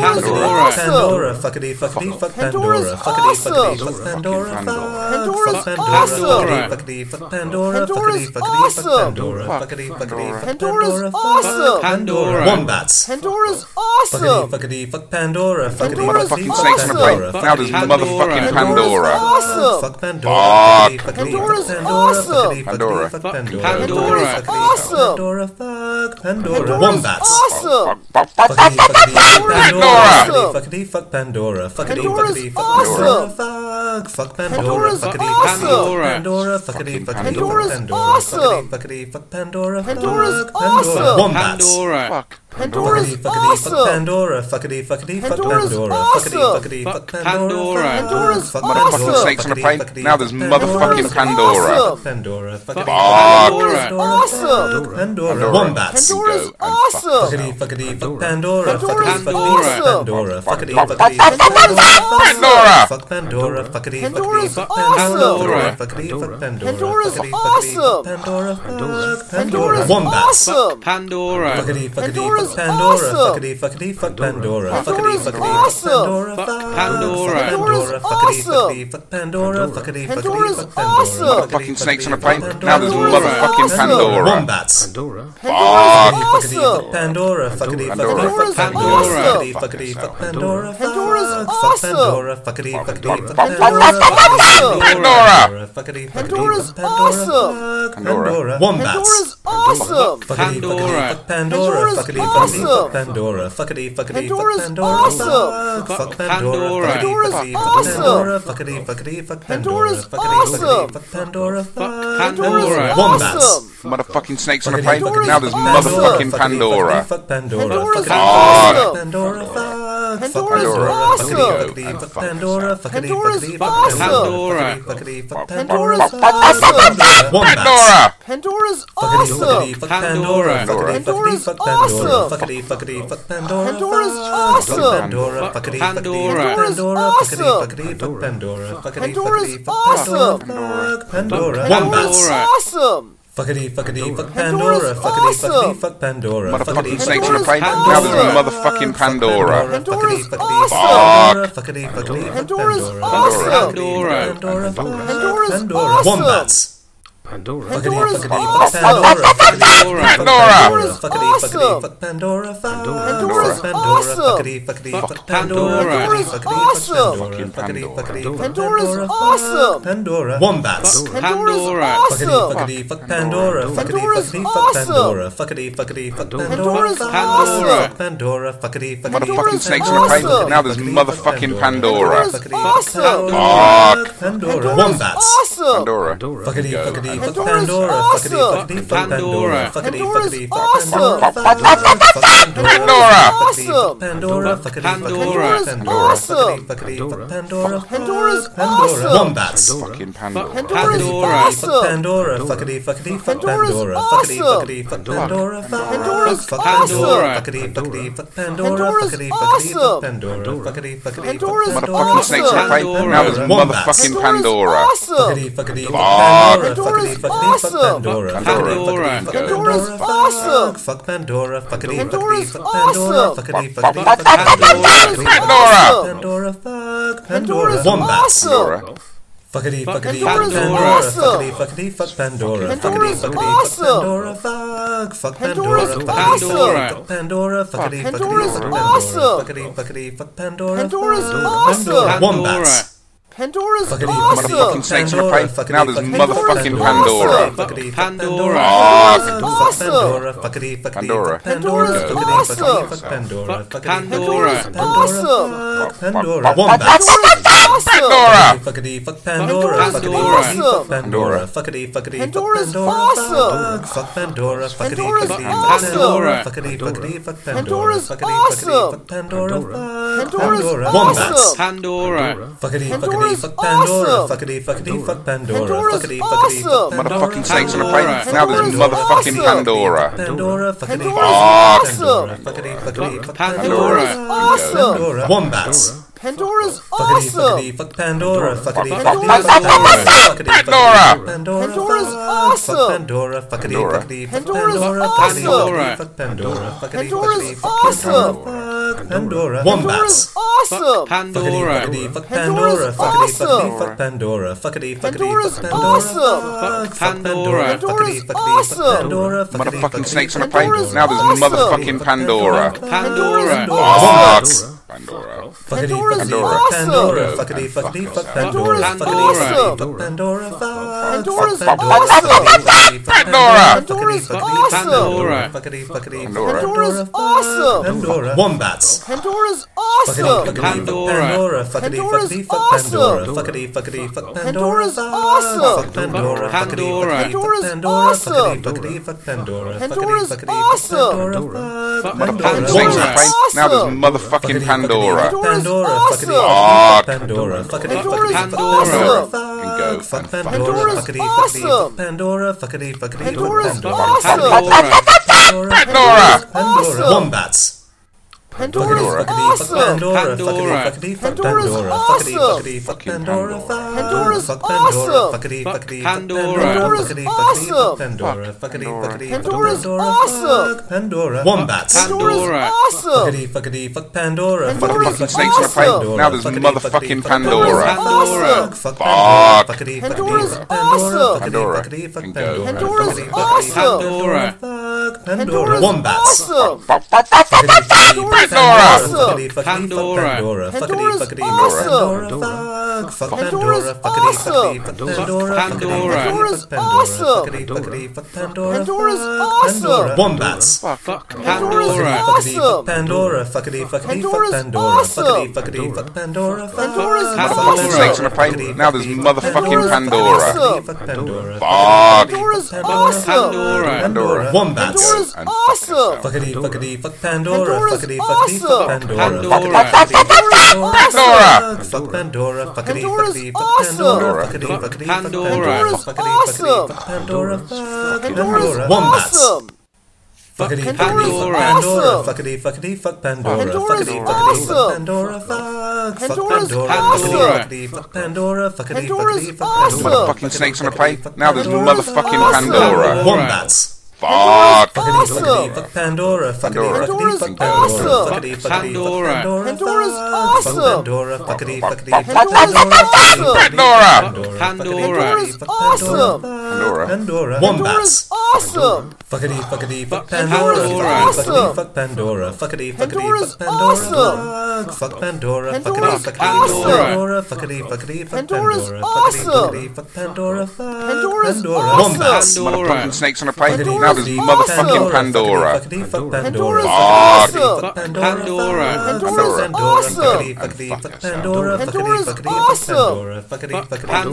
Speaker 2: fuckity,
Speaker 5: Pandora.
Speaker 2: Pandora. Fuckity, fuckity, fuck Pandora.
Speaker 8: Pandora's
Speaker 2: Fuckity, fuckity,
Speaker 8: awesome.
Speaker 2: fuck Pandora.
Speaker 8: Pandora's
Speaker 2: Fuck Pandora.
Speaker 8: awesome.
Speaker 2: Fuckity, fuckity, fuck Pandora. Fuckity,
Speaker 8: Pandora's
Speaker 2: fuckity, fuck
Speaker 8: awesome.
Speaker 2: Pandora. Fuckity, fuckity, fuck Pandora.
Speaker 8: Pandora's
Speaker 2: Fuck
Speaker 8: awesome.
Speaker 5: Pandora.
Speaker 2: Wombats.
Speaker 8: Pandora's
Speaker 2: Fuckity,
Speaker 8: awesome.
Speaker 2: fuckity, E, fuck Pandora. Fuckity,
Speaker 8: Pandora's
Speaker 2: fuckity,
Speaker 6: Motherfucking
Speaker 2: fuck E,
Speaker 6: snakes in a
Speaker 2: Pandora.
Speaker 6: plate.
Speaker 5: Fuck
Speaker 6: Now there's motherfucking
Speaker 8: Pandora's
Speaker 6: Pandora.
Speaker 8: awesome.
Speaker 2: Fuck Pandora. Fuckity, fuckity,
Speaker 8: Pandora's
Speaker 2: fuck Pandora.
Speaker 8: awesome.
Speaker 2: Fuckity, fuckity,
Speaker 6: Pandora.
Speaker 2: fuck
Speaker 5: Fuck
Speaker 2: Pandora.
Speaker 5: Pandora's
Speaker 2: Fuckity, fuckity, fuck
Speaker 8: awesome.
Speaker 2: Pandora. Fuck E, Pandora.
Speaker 8: Pandora's
Speaker 2: Wombats.
Speaker 8: awesome.
Speaker 2: Fuckity, fuckity, fuck Pandora.
Speaker 8: Pandora.
Speaker 2: Fuckity, fuck Pandora. Fuckity, fuckity, fuck Pandora.
Speaker 8: Pandora's awesome.
Speaker 2: Fuck, fuck Pandora.
Speaker 8: Pandora's
Speaker 2: Fuckity,
Speaker 8: awesome.
Speaker 2: fuck Pandora. Fuckity,
Speaker 6: Fucking
Speaker 2: fuck
Speaker 6: Pandora's
Speaker 2: Pandora. Fuckity,
Speaker 8: awesome.
Speaker 2: fuckity, fuck Pandora.
Speaker 8: Pandora's
Speaker 2: Fuck Pandora.
Speaker 8: awesome.
Speaker 2: Wombats.
Speaker 5: Pandora.
Speaker 6: Fuck.
Speaker 8: Pandora's
Speaker 2: Fuckity, fuckity, fuck
Speaker 8: awesome.
Speaker 2: Pandora. Fuckity, fuckity, fuck
Speaker 8: Pandora's
Speaker 2: Pandora.
Speaker 8: awesome.
Speaker 2: Fuckity, fuckity, fuck
Speaker 5: Fuck
Speaker 2: Pandora.
Speaker 5: Pandora.
Speaker 8: Pandora's
Speaker 2: Fuck Pandora.
Speaker 8: awesome.
Speaker 6: Motherfucking snakes in a
Speaker 2: Fuckity,
Speaker 6: plane.
Speaker 2: fuckity,
Speaker 6: Now there's
Speaker 2: fuck
Speaker 6: motherfucking Pandora.
Speaker 2: Fuck Pandora. Fucking
Speaker 5: Pandora.
Speaker 8: Awesome.
Speaker 2: Pandora.
Speaker 6: Pandora.
Speaker 2: Wombats.
Speaker 8: Pandora's
Speaker 6: Go and fuck
Speaker 8: awesome.
Speaker 2: Fuckity, fuckity, fuck Pandora.
Speaker 8: Pandora's
Speaker 2: Fuckity, fuckity, fuck
Speaker 5: awesome.
Speaker 2: Pandora. Fuckity,
Speaker 6: Fuck
Speaker 2: fuckity, fuck
Speaker 8: Pandora's
Speaker 6: Pandora.
Speaker 2: Fuck Pandora. Fuckity, fuckity,
Speaker 8: Pandora's
Speaker 2: fuck
Speaker 8: awesome.
Speaker 2: Pandora. Fuckity, fuck Pandora.
Speaker 3: Pandora.
Speaker 8: Pandora's
Speaker 2: Fuckity, fuckity, fuck
Speaker 8: awesome.
Speaker 2: Pandora. Fuck Pandora.
Speaker 8: Pandora's
Speaker 2: Wombats.
Speaker 8: awesome.
Speaker 5: Pandora.
Speaker 2: Fuckity, fuckity,
Speaker 8: Pandora's
Speaker 2: fuck Pandora.
Speaker 8: awesome.
Speaker 2: Fuckity, fuckity, fuck Pandora. Fuckity,
Speaker 8: Pandora's
Speaker 2: fuckity, fuck
Speaker 8: awesome.
Speaker 2: Pandora.
Speaker 5: Fuck Pandora.
Speaker 2: Fuck Pandora.
Speaker 8: Pandora's
Speaker 2: Fuckity, fuckity, fuck Pandora. Fuckity,
Speaker 8: awesome.
Speaker 2: fuckity,
Speaker 8: Pandora's
Speaker 2: fuck Pandora.
Speaker 8: awesome.
Speaker 6: Fucking snakes in a
Speaker 2: plate.
Speaker 6: plate. Now there's motherfucking Pandora.
Speaker 2: Wombats.
Speaker 3: Pandora.
Speaker 6: Fuck.
Speaker 2: Fuckity, fuck Pandora. Fuckity,
Speaker 6: Pandora.
Speaker 2: fuckity, fuck Pandora.
Speaker 5: Pandora.
Speaker 2: Fuckity,
Speaker 6: Fuck
Speaker 2: fuckity, fuck Pandora.
Speaker 6: yourself.
Speaker 8: Pandora's
Speaker 2: Fuck
Speaker 8: awesome.
Speaker 2: Pandora. Fuckity, fuckity, fuck Pandora.
Speaker 8: Pandora's awesome.
Speaker 6: Pandora.
Speaker 2: Fuckity, fuckity,
Speaker 8: Pandora's
Speaker 2: fuck Pandora.
Speaker 8: awesome.
Speaker 2: Fuck Pandora. Wombats. Fuckity, fuckity,
Speaker 5: Pandora.
Speaker 8: Pandora's awesome!
Speaker 2: fuck Pandora. Fuckity, fuckity, fuck Pandora. Fuckity, fuckity,
Speaker 8: Pandora's awesome. Pandora's
Speaker 2: fuck Pandora.
Speaker 8: awesome.
Speaker 2: Fuck, fuck
Speaker 5: Fuck
Speaker 2: Pandora.
Speaker 5: Pandora.
Speaker 8: Pandora's
Speaker 2: Fuckity, fuckity, fuck Pandora.
Speaker 8: awesome.
Speaker 2: Fuckity, fuckity, fuck Pandora. Fuckity,
Speaker 8: Pandora's awesome.
Speaker 2: fuckity, fuck Pandora. Fuck
Speaker 8: Pandora's
Speaker 5: Pandora.
Speaker 2: Wombats.
Speaker 8: awesome!
Speaker 6: Motherfucking snakes on a
Speaker 2: Fuckity,
Speaker 6: plane.
Speaker 8: Pandora's
Speaker 6: Now there's
Speaker 8: awesome.
Speaker 6: motherfucking
Speaker 2: Fuckity,
Speaker 6: Pandora.
Speaker 2: fuckity, Fuck Pandora.
Speaker 8: Pandora's
Speaker 2: Fuckity,
Speaker 8: awesome.
Speaker 2: fuck Pandora. Fuck, fuck Pandora.
Speaker 8: Pandora's awesome.
Speaker 2: Fuckity,
Speaker 6: Go
Speaker 2: fuckity,
Speaker 6: and
Speaker 2: fuck
Speaker 6: fuck
Speaker 2: Pandora.
Speaker 6: yourself.
Speaker 2: Fuckity,
Speaker 8: Pandora's
Speaker 2: fuckity, fuck
Speaker 8: awesome.
Speaker 2: Pandora.
Speaker 5: Pandora.
Speaker 2: Fuckity, fuck
Speaker 8: Pandora's
Speaker 2: Pandora.
Speaker 8: awesome.
Speaker 2: Wombats.
Speaker 6: Pandora.
Speaker 8: Pandora's
Speaker 2: Fuckity, fuckity,
Speaker 8: awesome!
Speaker 2: fuck
Speaker 5: Pandora.
Speaker 2: Pandora. Fuckity,
Speaker 8: Pandora.
Speaker 2: fuckity, fuck Pandora.
Speaker 8: Awesome.
Speaker 2: Fuckity, fuckity, fuck Pandora. Fuck Pandora. Fuckity, fuckity, fuck Pandora. Fuckity, fuckity, fuck Pandora. Fuckity, fuckity, fuck Pandora. Fuck Pandora.
Speaker 5: Fuck Pandora. Wombats.
Speaker 8: Pandora's awesome! Pandora's awesome. Pandora's awesome. Pandora's awesome!
Speaker 2: Fuckity, fuckity, fuck Pandora.
Speaker 8: Pandora's
Speaker 2: Fuckity, fuckity,
Speaker 8: awesome.
Speaker 2: fuck Pandora.
Speaker 6: Motherfucking
Speaker 2: Fuckity,
Speaker 6: snakes on a
Speaker 8: Pandora's
Speaker 6: plane. Now there's
Speaker 8: awesome.
Speaker 6: motherfucking Pandora.
Speaker 8: Pandora's
Speaker 2: Fuckity,
Speaker 8: awesome.
Speaker 2: Fuckity, fuckity, fuck
Speaker 8: Pandora's
Speaker 2: Pandora.
Speaker 8: awesome.
Speaker 5: Pandora.
Speaker 2: Pandora. fuck
Speaker 8: Pandora's
Speaker 2: Pandora.
Speaker 8: awesome.
Speaker 2: Wombats.
Speaker 3: Pandora.
Speaker 2: Fuckity,
Speaker 8: Pandora's
Speaker 2: fuckity, fuck
Speaker 8: awesome.
Speaker 2: Pandora.
Speaker 5: Pandora.
Speaker 6: Pandora.
Speaker 8: Pandora's
Speaker 2: Fuckity, fuckity,
Speaker 8: awesome.
Speaker 2: fuck Pandora. Fuck
Speaker 8: Pandora's
Speaker 2: Pandora.
Speaker 8: awesome.
Speaker 2: Fuckity, fuckity,
Speaker 5: Fuck
Speaker 2: fuck Pandora.
Speaker 5: Pandora.
Speaker 2: Fuckity, fuckity, fuck
Speaker 8: Awesome.
Speaker 2: Pandora.
Speaker 6: Fucking
Speaker 2: Fuckity, fuckity, fuck Pandora. Fuck Pandora. Wombats.
Speaker 8: Pandora's awesome.
Speaker 5: Pandora.
Speaker 8: Pandora's
Speaker 2: Fuckity,
Speaker 8: awesome!
Speaker 2: fuckity, fuck Pandora. Fuckity,
Speaker 8: Pandora's
Speaker 2: fuckity, fuck
Speaker 8: awesome.
Speaker 2: Pandora. Fuckity, fuckity, fuck Pandora.
Speaker 8: Pandora's
Speaker 2: Fuck Pandora. Fuckity, fuckity, fuck
Speaker 6: Motherfucking
Speaker 8: awesome.
Speaker 6: snakes on a plane.
Speaker 8: awesome.
Speaker 6: Now there's
Speaker 2: Fuckity,
Speaker 6: motherfucking
Speaker 2: fuck
Speaker 6: Pandora.
Speaker 8: Pandora's awesome.
Speaker 2: Fuck Pandora. Wombats.
Speaker 8: Awesome!
Speaker 6: Pandora.
Speaker 3: Pandora.
Speaker 2: Fuckity, fuckity, fuck
Speaker 8: Pandora's
Speaker 2: Pandora. Fuckity,
Speaker 8: awesome.
Speaker 2: fuckity, fuck Pandora.
Speaker 5: Pandora.
Speaker 2: Fuckity,
Speaker 8: Pandora's
Speaker 2: fuckity,
Speaker 8: awesome.
Speaker 2: fuck Pandora. Fuck
Speaker 6: Pandora.
Speaker 2: Fuckity, fuck
Speaker 8: Awesome.
Speaker 2: Pandora. Fuckity, fuck
Speaker 5: Pandora.
Speaker 2: Pandora.
Speaker 8: Pandora's
Speaker 2: Fuckity,
Speaker 8: awesome.
Speaker 2: fuckity, fuck
Speaker 3: Pandora.
Speaker 2: Pandora.
Speaker 8: Pandora's
Speaker 2: Fuck Pandora.
Speaker 8: awesome.
Speaker 2: Wombats.
Speaker 6: Fucking Pandora.
Speaker 8: Pandora's
Speaker 5: Pandora.
Speaker 2: Fuckity, fuck
Speaker 8: awesome!
Speaker 2: Pandora. Fuckity, fuckity, fuck
Speaker 8: Pandora's
Speaker 2: Pandora. Fuckity,
Speaker 8: awesome.
Speaker 2: fuckity, fuck Pandora.
Speaker 8: Pandora's
Speaker 2: Fuck Pandora. Fuckity, fuckity, fuck
Speaker 5: awesome.
Speaker 2: Pandora.
Speaker 8: Pandora's
Speaker 2: Fuckity, fuckity, fuck Pandora. Fuckity,
Speaker 8: awesome.
Speaker 2: fuckity,
Speaker 8: Pandora's
Speaker 2: fuck
Speaker 6: Motherfucking snakes on a plane. Now
Speaker 2: Wombats. Fuckity, fuckity, fuckity, fuckity, fuck Pandora. Fuckity, fuck Pandora. Fuck Pandora. Fuckity, fuckity, fuck Pandora. Fuckity, fuckity, fuck Pandora. Fuck Pandora. Wombats.
Speaker 6: there's motherfucking Pandora. Fuck. Pandora. Fuck Pandora. Pandora.
Speaker 8: Pandora. Awesome! Pandora's awesome. Pandora's awesome. Pandora's awesome. Pandora's awesome!
Speaker 2: Fuckity, fuckity, fuck
Speaker 5: Pandora's
Speaker 2: Pandora.
Speaker 8: awesome.
Speaker 2: Fuckity, fuckity, fuck Pandora. Fuckity,
Speaker 8: Pandora's
Speaker 2: fuckity, fuck
Speaker 8: awesome.
Speaker 2: Pandora. Fuck, fuck Pandora.
Speaker 8: Pandora's
Speaker 2: Fuckity, fuckity,
Speaker 5: awesome.
Speaker 2: fuck Pandora. Fuckity, fuckity, fuck Pandora. Fuckity, fuckity, fuck
Speaker 8: Pandora's awesome.
Speaker 2: Pandora.
Speaker 8: Pandora's
Speaker 2: Fuck
Speaker 8: awesome.
Speaker 2: Pandora.
Speaker 5: Pandora.
Speaker 2: Wombats.
Speaker 8: Pandora's
Speaker 2: Fuckity,
Speaker 6: Motherfucking
Speaker 8: awesome!
Speaker 6: snakes on a
Speaker 2: Pandora,
Speaker 6: plane.
Speaker 2: fuckity,
Speaker 6: Now there's
Speaker 2: fuckity,
Speaker 6: motherfucking
Speaker 8: Pandora.
Speaker 2: Fuckity,
Speaker 6: Pandora.
Speaker 2: fuck
Speaker 5: Pandora.
Speaker 2: Fuck
Speaker 8: Fuck
Speaker 2: Pandora. Fuckity, fuck Pandora.
Speaker 6: Pandora.
Speaker 8: Pandora's
Speaker 2: Fuckity, fuck
Speaker 8: awesome.
Speaker 2: Fuck Pandora. Fuckity,
Speaker 5: Fuck
Speaker 2: fuck Pandora.
Speaker 5: Pandora.
Speaker 2: Fuck Pandora.
Speaker 6: Fuck
Speaker 2: Wombats.
Speaker 8: Pandora's awesome!
Speaker 6: Pandora.
Speaker 2: Fuckity, fuck Pandora.
Speaker 5: Pandora's
Speaker 2: Fuckity,
Speaker 5: awesome.
Speaker 2: fuckity, fuck Pandora. Fuckity, fuckity, fuck
Speaker 8: Pandora's
Speaker 2: Pandora.
Speaker 8: awesome.
Speaker 2: Fuck, Fuck Pandora. Fuckity,
Speaker 8: Pandora's
Speaker 2: fuckity, fuck
Speaker 8: awesome.
Speaker 2: Pandora. Fuckity, fuckity, fuck Pandora. Fuckity,
Speaker 8: Pandora's
Speaker 2: fuckity,
Speaker 8: awesome.
Speaker 2: fuck Pandora. Fuck
Speaker 8: Pandora's
Speaker 2: Pandora. Wombats. Fuckity,
Speaker 5: Pandora.
Speaker 8: awesome.
Speaker 2: fuckity,
Speaker 8: Pandora's
Speaker 2: fuck Pandora.
Speaker 8: awesome.
Speaker 2: Fuckity, fuckity, fuck Pandora.
Speaker 8: Pandora's
Speaker 2: Fuckity, fuckity, fuck Pandora.
Speaker 6: Motherfucking snakes on
Speaker 8: awesome.
Speaker 6: a plane.
Speaker 5: Pandora.
Speaker 6: Now there's
Speaker 8: Pandora's
Speaker 6: motherfucking
Speaker 8: awesome.
Speaker 6: Pandora.
Speaker 2: Pandora. Fuckity, fuckity,
Speaker 8: Pandora's awesome.
Speaker 2: fuck Pandora. Fuckity, fuckity, fuck
Speaker 5: Pandora.
Speaker 8: Pandora's awesome!
Speaker 2: Pandora. Wombats.
Speaker 8: Pandora's
Speaker 2: Fuckity,
Speaker 8: awesome!
Speaker 2: fuckity, fuck Pandora. Fuckity, fuckity,
Speaker 8: Pandora's
Speaker 2: fuck Pandora.
Speaker 6: awesome.
Speaker 2: Fuckity, fuckity,
Speaker 6: Pandora.
Speaker 2: fuck Pandora.
Speaker 8: Pandora's
Speaker 2: Fuck, fuck
Speaker 8: awesome.
Speaker 2: Pandora. Fuckity,
Speaker 6: Pandora.
Speaker 2: fuckity, fuck
Speaker 8: Pandora's
Speaker 2: Pandora. Fuckity, fuckity,
Speaker 5: awesome.
Speaker 2: fuck Pandora. Fuckity,
Speaker 8: Pandora's
Speaker 2: fuckity, fuck
Speaker 8: awesome.
Speaker 2: Pandora. Fuck Pandora. Fuckity,
Speaker 5: Pandora.
Speaker 8: Pandora's awesome!
Speaker 2: fuckity, fuck Pandora. Fuckity, fuckity, fuck Pandora. Fuckity,
Speaker 8: Pandora's awesome.
Speaker 2: fuckity,
Speaker 8: Pandora's
Speaker 2: fuck Pandora. Fuck, fuck Pandora. Fuckity, fuckity, fuck Pandora. Fuckity, fuckity,
Speaker 5: Pandora.
Speaker 6: Motherfucking snakes on
Speaker 8: awesome! Pandora's awesome.
Speaker 6: a
Speaker 2: fuck
Speaker 6: plane. Now there's
Speaker 8: Pandora's awesome.
Speaker 6: motherfucking Pandora.
Speaker 2: Fuckity, fuckity, fuck Pandora. Fuckity, fuckity, fuck Pandora. Fuckity, fuckity, fuck Pandora. Fuck, fuck Fuckity, fuck Pandora. Fuckity, fuck Pandora. Fuckity, fuckity, fuck Pandora. Pandora.
Speaker 5: Pandora.
Speaker 6: Fuck. Pandora. Go and fuck yourself. Pandora.
Speaker 8: Pandora's awesome. Pandora's awesome. Pandora's awesome. Pandora's awesome. Pandora's awesome.
Speaker 2: Wombats.
Speaker 8: Pandor's
Speaker 2: Fuckity,
Speaker 8: awesome!
Speaker 2: fuckity,
Speaker 5: Pandora.
Speaker 2: fuck Pandora. Fuckity,
Speaker 8: Pandora's
Speaker 2: fuckity, fuck
Speaker 8: awesome.
Speaker 2: Pandora. Fuckity, fuckity, fuck Pandora.
Speaker 8: Pandora's awesome.
Speaker 2: Fuck Pandora. Fuckity,
Speaker 5: Pandora.
Speaker 2: fuckity, fuck Pandora.
Speaker 8: Pandora's
Speaker 2: Fuckity, fuckity, fuck
Speaker 8: awesome.
Speaker 2: Pandora.
Speaker 8: Pandora's
Speaker 2: Fuckity, fuckity, fuck Pandora. Fuck Pandora.
Speaker 6: Motherfucking snakes
Speaker 8: awesome.
Speaker 6: on a plane. Now there's
Speaker 8: Awesome.
Speaker 6: motherfucking Pandora.
Speaker 2: Pandora.
Speaker 8: Pandora's
Speaker 2: Fuckity,
Speaker 6: awesome.
Speaker 2: fuck Pandora. Fuckity, fuckity,
Speaker 8: Pandora's
Speaker 2: fuck
Speaker 8: awesome.
Speaker 6: Go
Speaker 2: Fuck, Fuck
Speaker 6: and fuck
Speaker 2: Pandora.
Speaker 8: Pandora's
Speaker 2: Fuckity, fuckity, fuck
Speaker 8: awesome.
Speaker 2: Pandora. Fuckity, fuckity, fuck
Speaker 8: Pandora's
Speaker 2: Pandora.
Speaker 8: awesome!
Speaker 6: Pandora.
Speaker 2: Pandora.
Speaker 8: awesome.
Speaker 2: Wombats.
Speaker 8: Pandora's
Speaker 2: Fuckity, fuck
Speaker 8: awesome!
Speaker 2: Pandora.
Speaker 5: Pandora.
Speaker 2: Fuckity, fuckity, fuck
Speaker 8: Pandora's
Speaker 2: Pandora. Fuckity,
Speaker 8: awesome.
Speaker 2: fuckity, fuck
Speaker 6: Fucking
Speaker 2: Pandora.
Speaker 6: Pandora.
Speaker 8: Pandora's
Speaker 2: Fuck Pandora.
Speaker 8: awesome.
Speaker 2: Fuckity,
Speaker 5: Fuck
Speaker 2: fuckity, fuck Pandora.
Speaker 5: Pandora.
Speaker 8: Pandora's
Speaker 2: Fuckity, fuckity, fuck Pandora. Fuckity, fuckity, fuck Pandora.
Speaker 8: awesome. Pandora's awesome.
Speaker 2: Fuck Pandora. Wombats.
Speaker 8: Pandora's
Speaker 5: Pandora.
Speaker 8: awesome!
Speaker 2: Fuckity, fuckity, fuck Pandora.
Speaker 8: Pandora's
Speaker 2: Fuckity, fuckity,
Speaker 8: snakes on a
Speaker 2: fuck
Speaker 8: plate.
Speaker 2: Pandora.
Speaker 6: Now there's
Speaker 2: Fuckity,
Speaker 6: motherfucking
Speaker 2: fuckity, fuck
Speaker 6: Pandora.
Speaker 5: Pandora.
Speaker 2: Fuck, fuck Pandora. Fuckity, fuckity,
Speaker 8: Pandora's
Speaker 2: fuck Pandora.
Speaker 8: awesome.
Speaker 2: Fuckity,
Speaker 6: Pandora.
Speaker 2: fuckity, fuck
Speaker 6: And go.
Speaker 2: Pandora.
Speaker 8: Pandora's
Speaker 2: Fuckity, fuckity, fuck
Speaker 8: awesome!
Speaker 5: Pandora.
Speaker 2: Fuck Pandora.
Speaker 8: Pandora's
Speaker 2: Wombat.
Speaker 8: awesome!
Speaker 6: Pandora!
Speaker 8: awesome.
Speaker 6: Pandora.
Speaker 2: Pandora.
Speaker 8: Pandora's
Speaker 2: Fuckity, fuckity,
Speaker 8: awesome.
Speaker 2: Pandora. Fuck. Fuck
Speaker 8: Pandora's
Speaker 2: Pandora. Fuckity,
Speaker 8: awesome.
Speaker 2: fuckity, fuck
Speaker 3: Pandora's
Speaker 2: Pandora.
Speaker 6: awesome.
Speaker 2: Fuckity, fuckity, fuck Pandora.
Speaker 8: Pandora's awesome.
Speaker 2: Fuckity, fuckity, fuck Pandora.
Speaker 8: Pandora's
Speaker 2: Fuck
Speaker 8: awesome.
Speaker 2: Pandora. Wombats.
Speaker 3: Fuck
Speaker 8: Pandora's
Speaker 6: Pandora.
Speaker 2: Fuckity, fuck
Speaker 8: awesome!
Speaker 2: Pandora. Fuckity, fuckity, fuck Pandora.
Speaker 8: Pandora's
Speaker 2: Fuckity,
Speaker 8: awesome.
Speaker 2: fuckity, fuck Pandora. Fuck.
Speaker 8: Pandora's How the
Speaker 6: fuck
Speaker 8: awesome.
Speaker 6: is snakes on a plane? Now there's motherfucking Pandora.
Speaker 8: awesome.
Speaker 2: Fuck Pandora.
Speaker 6: Fuck!
Speaker 8: Pandora's awesome!
Speaker 6: Pandora.
Speaker 2: Pandora.
Speaker 6: Go
Speaker 2: Wombats.
Speaker 8: Pandora's
Speaker 6: and fuck
Speaker 8: awesome.
Speaker 6: yourself.
Speaker 2: Fuckity, fuckity, fuck Pandora.
Speaker 8: Pandora's
Speaker 2: Fuckity, fuckity, fuck
Speaker 8: awesome.
Speaker 2: Pandora.
Speaker 6: Pandora. Pandora.
Speaker 2: Fuck, Fuck Pandora. Fuckity,
Speaker 8: Pandora's
Speaker 2: fuckity, fuck Pandora.
Speaker 8: awesome.
Speaker 2: Fuckity,
Speaker 6: Fuck
Speaker 2: fuckity, fuck
Speaker 6: Pandora.
Speaker 2: Pandora. Fuckity, fuckity, fuck Pandora. Fuck Pandora. Fuckity, fuckity,
Speaker 8: awesome!
Speaker 2: fuck
Speaker 6: Pandora.
Speaker 2: Pandora. Fuckity, fuckity, fuck Pandora.
Speaker 8: Awesome. Pandora's
Speaker 2: Fuckity, fuckity, fuck
Speaker 8: awesome.
Speaker 2: Pandora. Fuck, fuck
Speaker 8: Pandora's
Speaker 2: Pandora.
Speaker 8: awesome.
Speaker 2: Fuckity, fuckity, fuck Pandora. Fuckity,
Speaker 8: Pandora's
Speaker 2: fuckity, fuck
Speaker 8: awesome.
Speaker 2: Pandora.
Speaker 6: Motherfucking
Speaker 2: Fuckity,
Speaker 6: snakes on a
Speaker 2: fuckity,
Speaker 6: plate.
Speaker 2: fuck
Speaker 6: Now there's
Speaker 2: Pandora.
Speaker 6: motherfucking
Speaker 8: awesome.
Speaker 6: Pandora.
Speaker 2: Wombats.
Speaker 6: Fuck!
Speaker 2: Fuckity,
Speaker 8: Awesome.
Speaker 2: fuckity, fuck Pandora. Fuckity,
Speaker 6: Pandora.
Speaker 2: fuckity, fuck
Speaker 6: Pandora's
Speaker 2: Pandora.
Speaker 8: awesome.
Speaker 2: Fuckity, fuckity,
Speaker 6: Pandora.
Speaker 2: fuck Pandora.
Speaker 8: Pandora's
Speaker 2: Fuck, fuck
Speaker 8: awesome.
Speaker 2: Pandora. Fuckity, fuckity, fuck
Speaker 8: Pandora's awesome.
Speaker 6: Pandora.
Speaker 8: Pandora's
Speaker 2: Fuck
Speaker 8: awesome.
Speaker 2: Pandora. Pandora.
Speaker 8: Pandora's awesome!
Speaker 2: Fuckity, fuckity, fuck Pandora.
Speaker 8: Pandora's
Speaker 2: Fuckity,
Speaker 8: awesome.
Speaker 2: fuck Pandora. Fuckity, fuckity,
Speaker 8: Pandora's
Speaker 2: fuck Pandora.
Speaker 8: awesome.
Speaker 2: Fuck, fuck Pandora. Fuckity,
Speaker 8: Pandora's
Speaker 2: fuckity, fuck
Speaker 8: awesome.
Speaker 2: Pandora. Fuckity, fuckity, fuck
Speaker 8: Pandora's
Speaker 2: Pandora. Fuckity,
Speaker 8: awesome.
Speaker 2: fuckity, fuck Pandora. Fuck
Speaker 8: Pandora's
Speaker 2: Pandora.
Speaker 8: awesome.
Speaker 2: Wombats.
Speaker 6: Motherfucking snakes on a plate.
Speaker 8: Pandora's
Speaker 6: Now there's
Speaker 8: awesome.
Speaker 6: motherfucking Pandora.
Speaker 2: Fuckity, fuck
Speaker 8: Pandora's
Speaker 2: Pandora.
Speaker 8: awesome!
Speaker 2: Pandora.
Speaker 8: Pandora.
Speaker 2: Pandora.
Speaker 8: Pandora's
Speaker 2: Fuckity,
Speaker 8: awesome.
Speaker 2: fuckity,
Speaker 6: And
Speaker 2: fuck
Speaker 6: fuck yourself.
Speaker 2: Pandora. Fuckity,
Speaker 8: Pandora's
Speaker 2: fuckity, fuck
Speaker 8: awesome.
Speaker 2: Pandora. Fuckity, fuckity, fuck
Speaker 6: Pandora's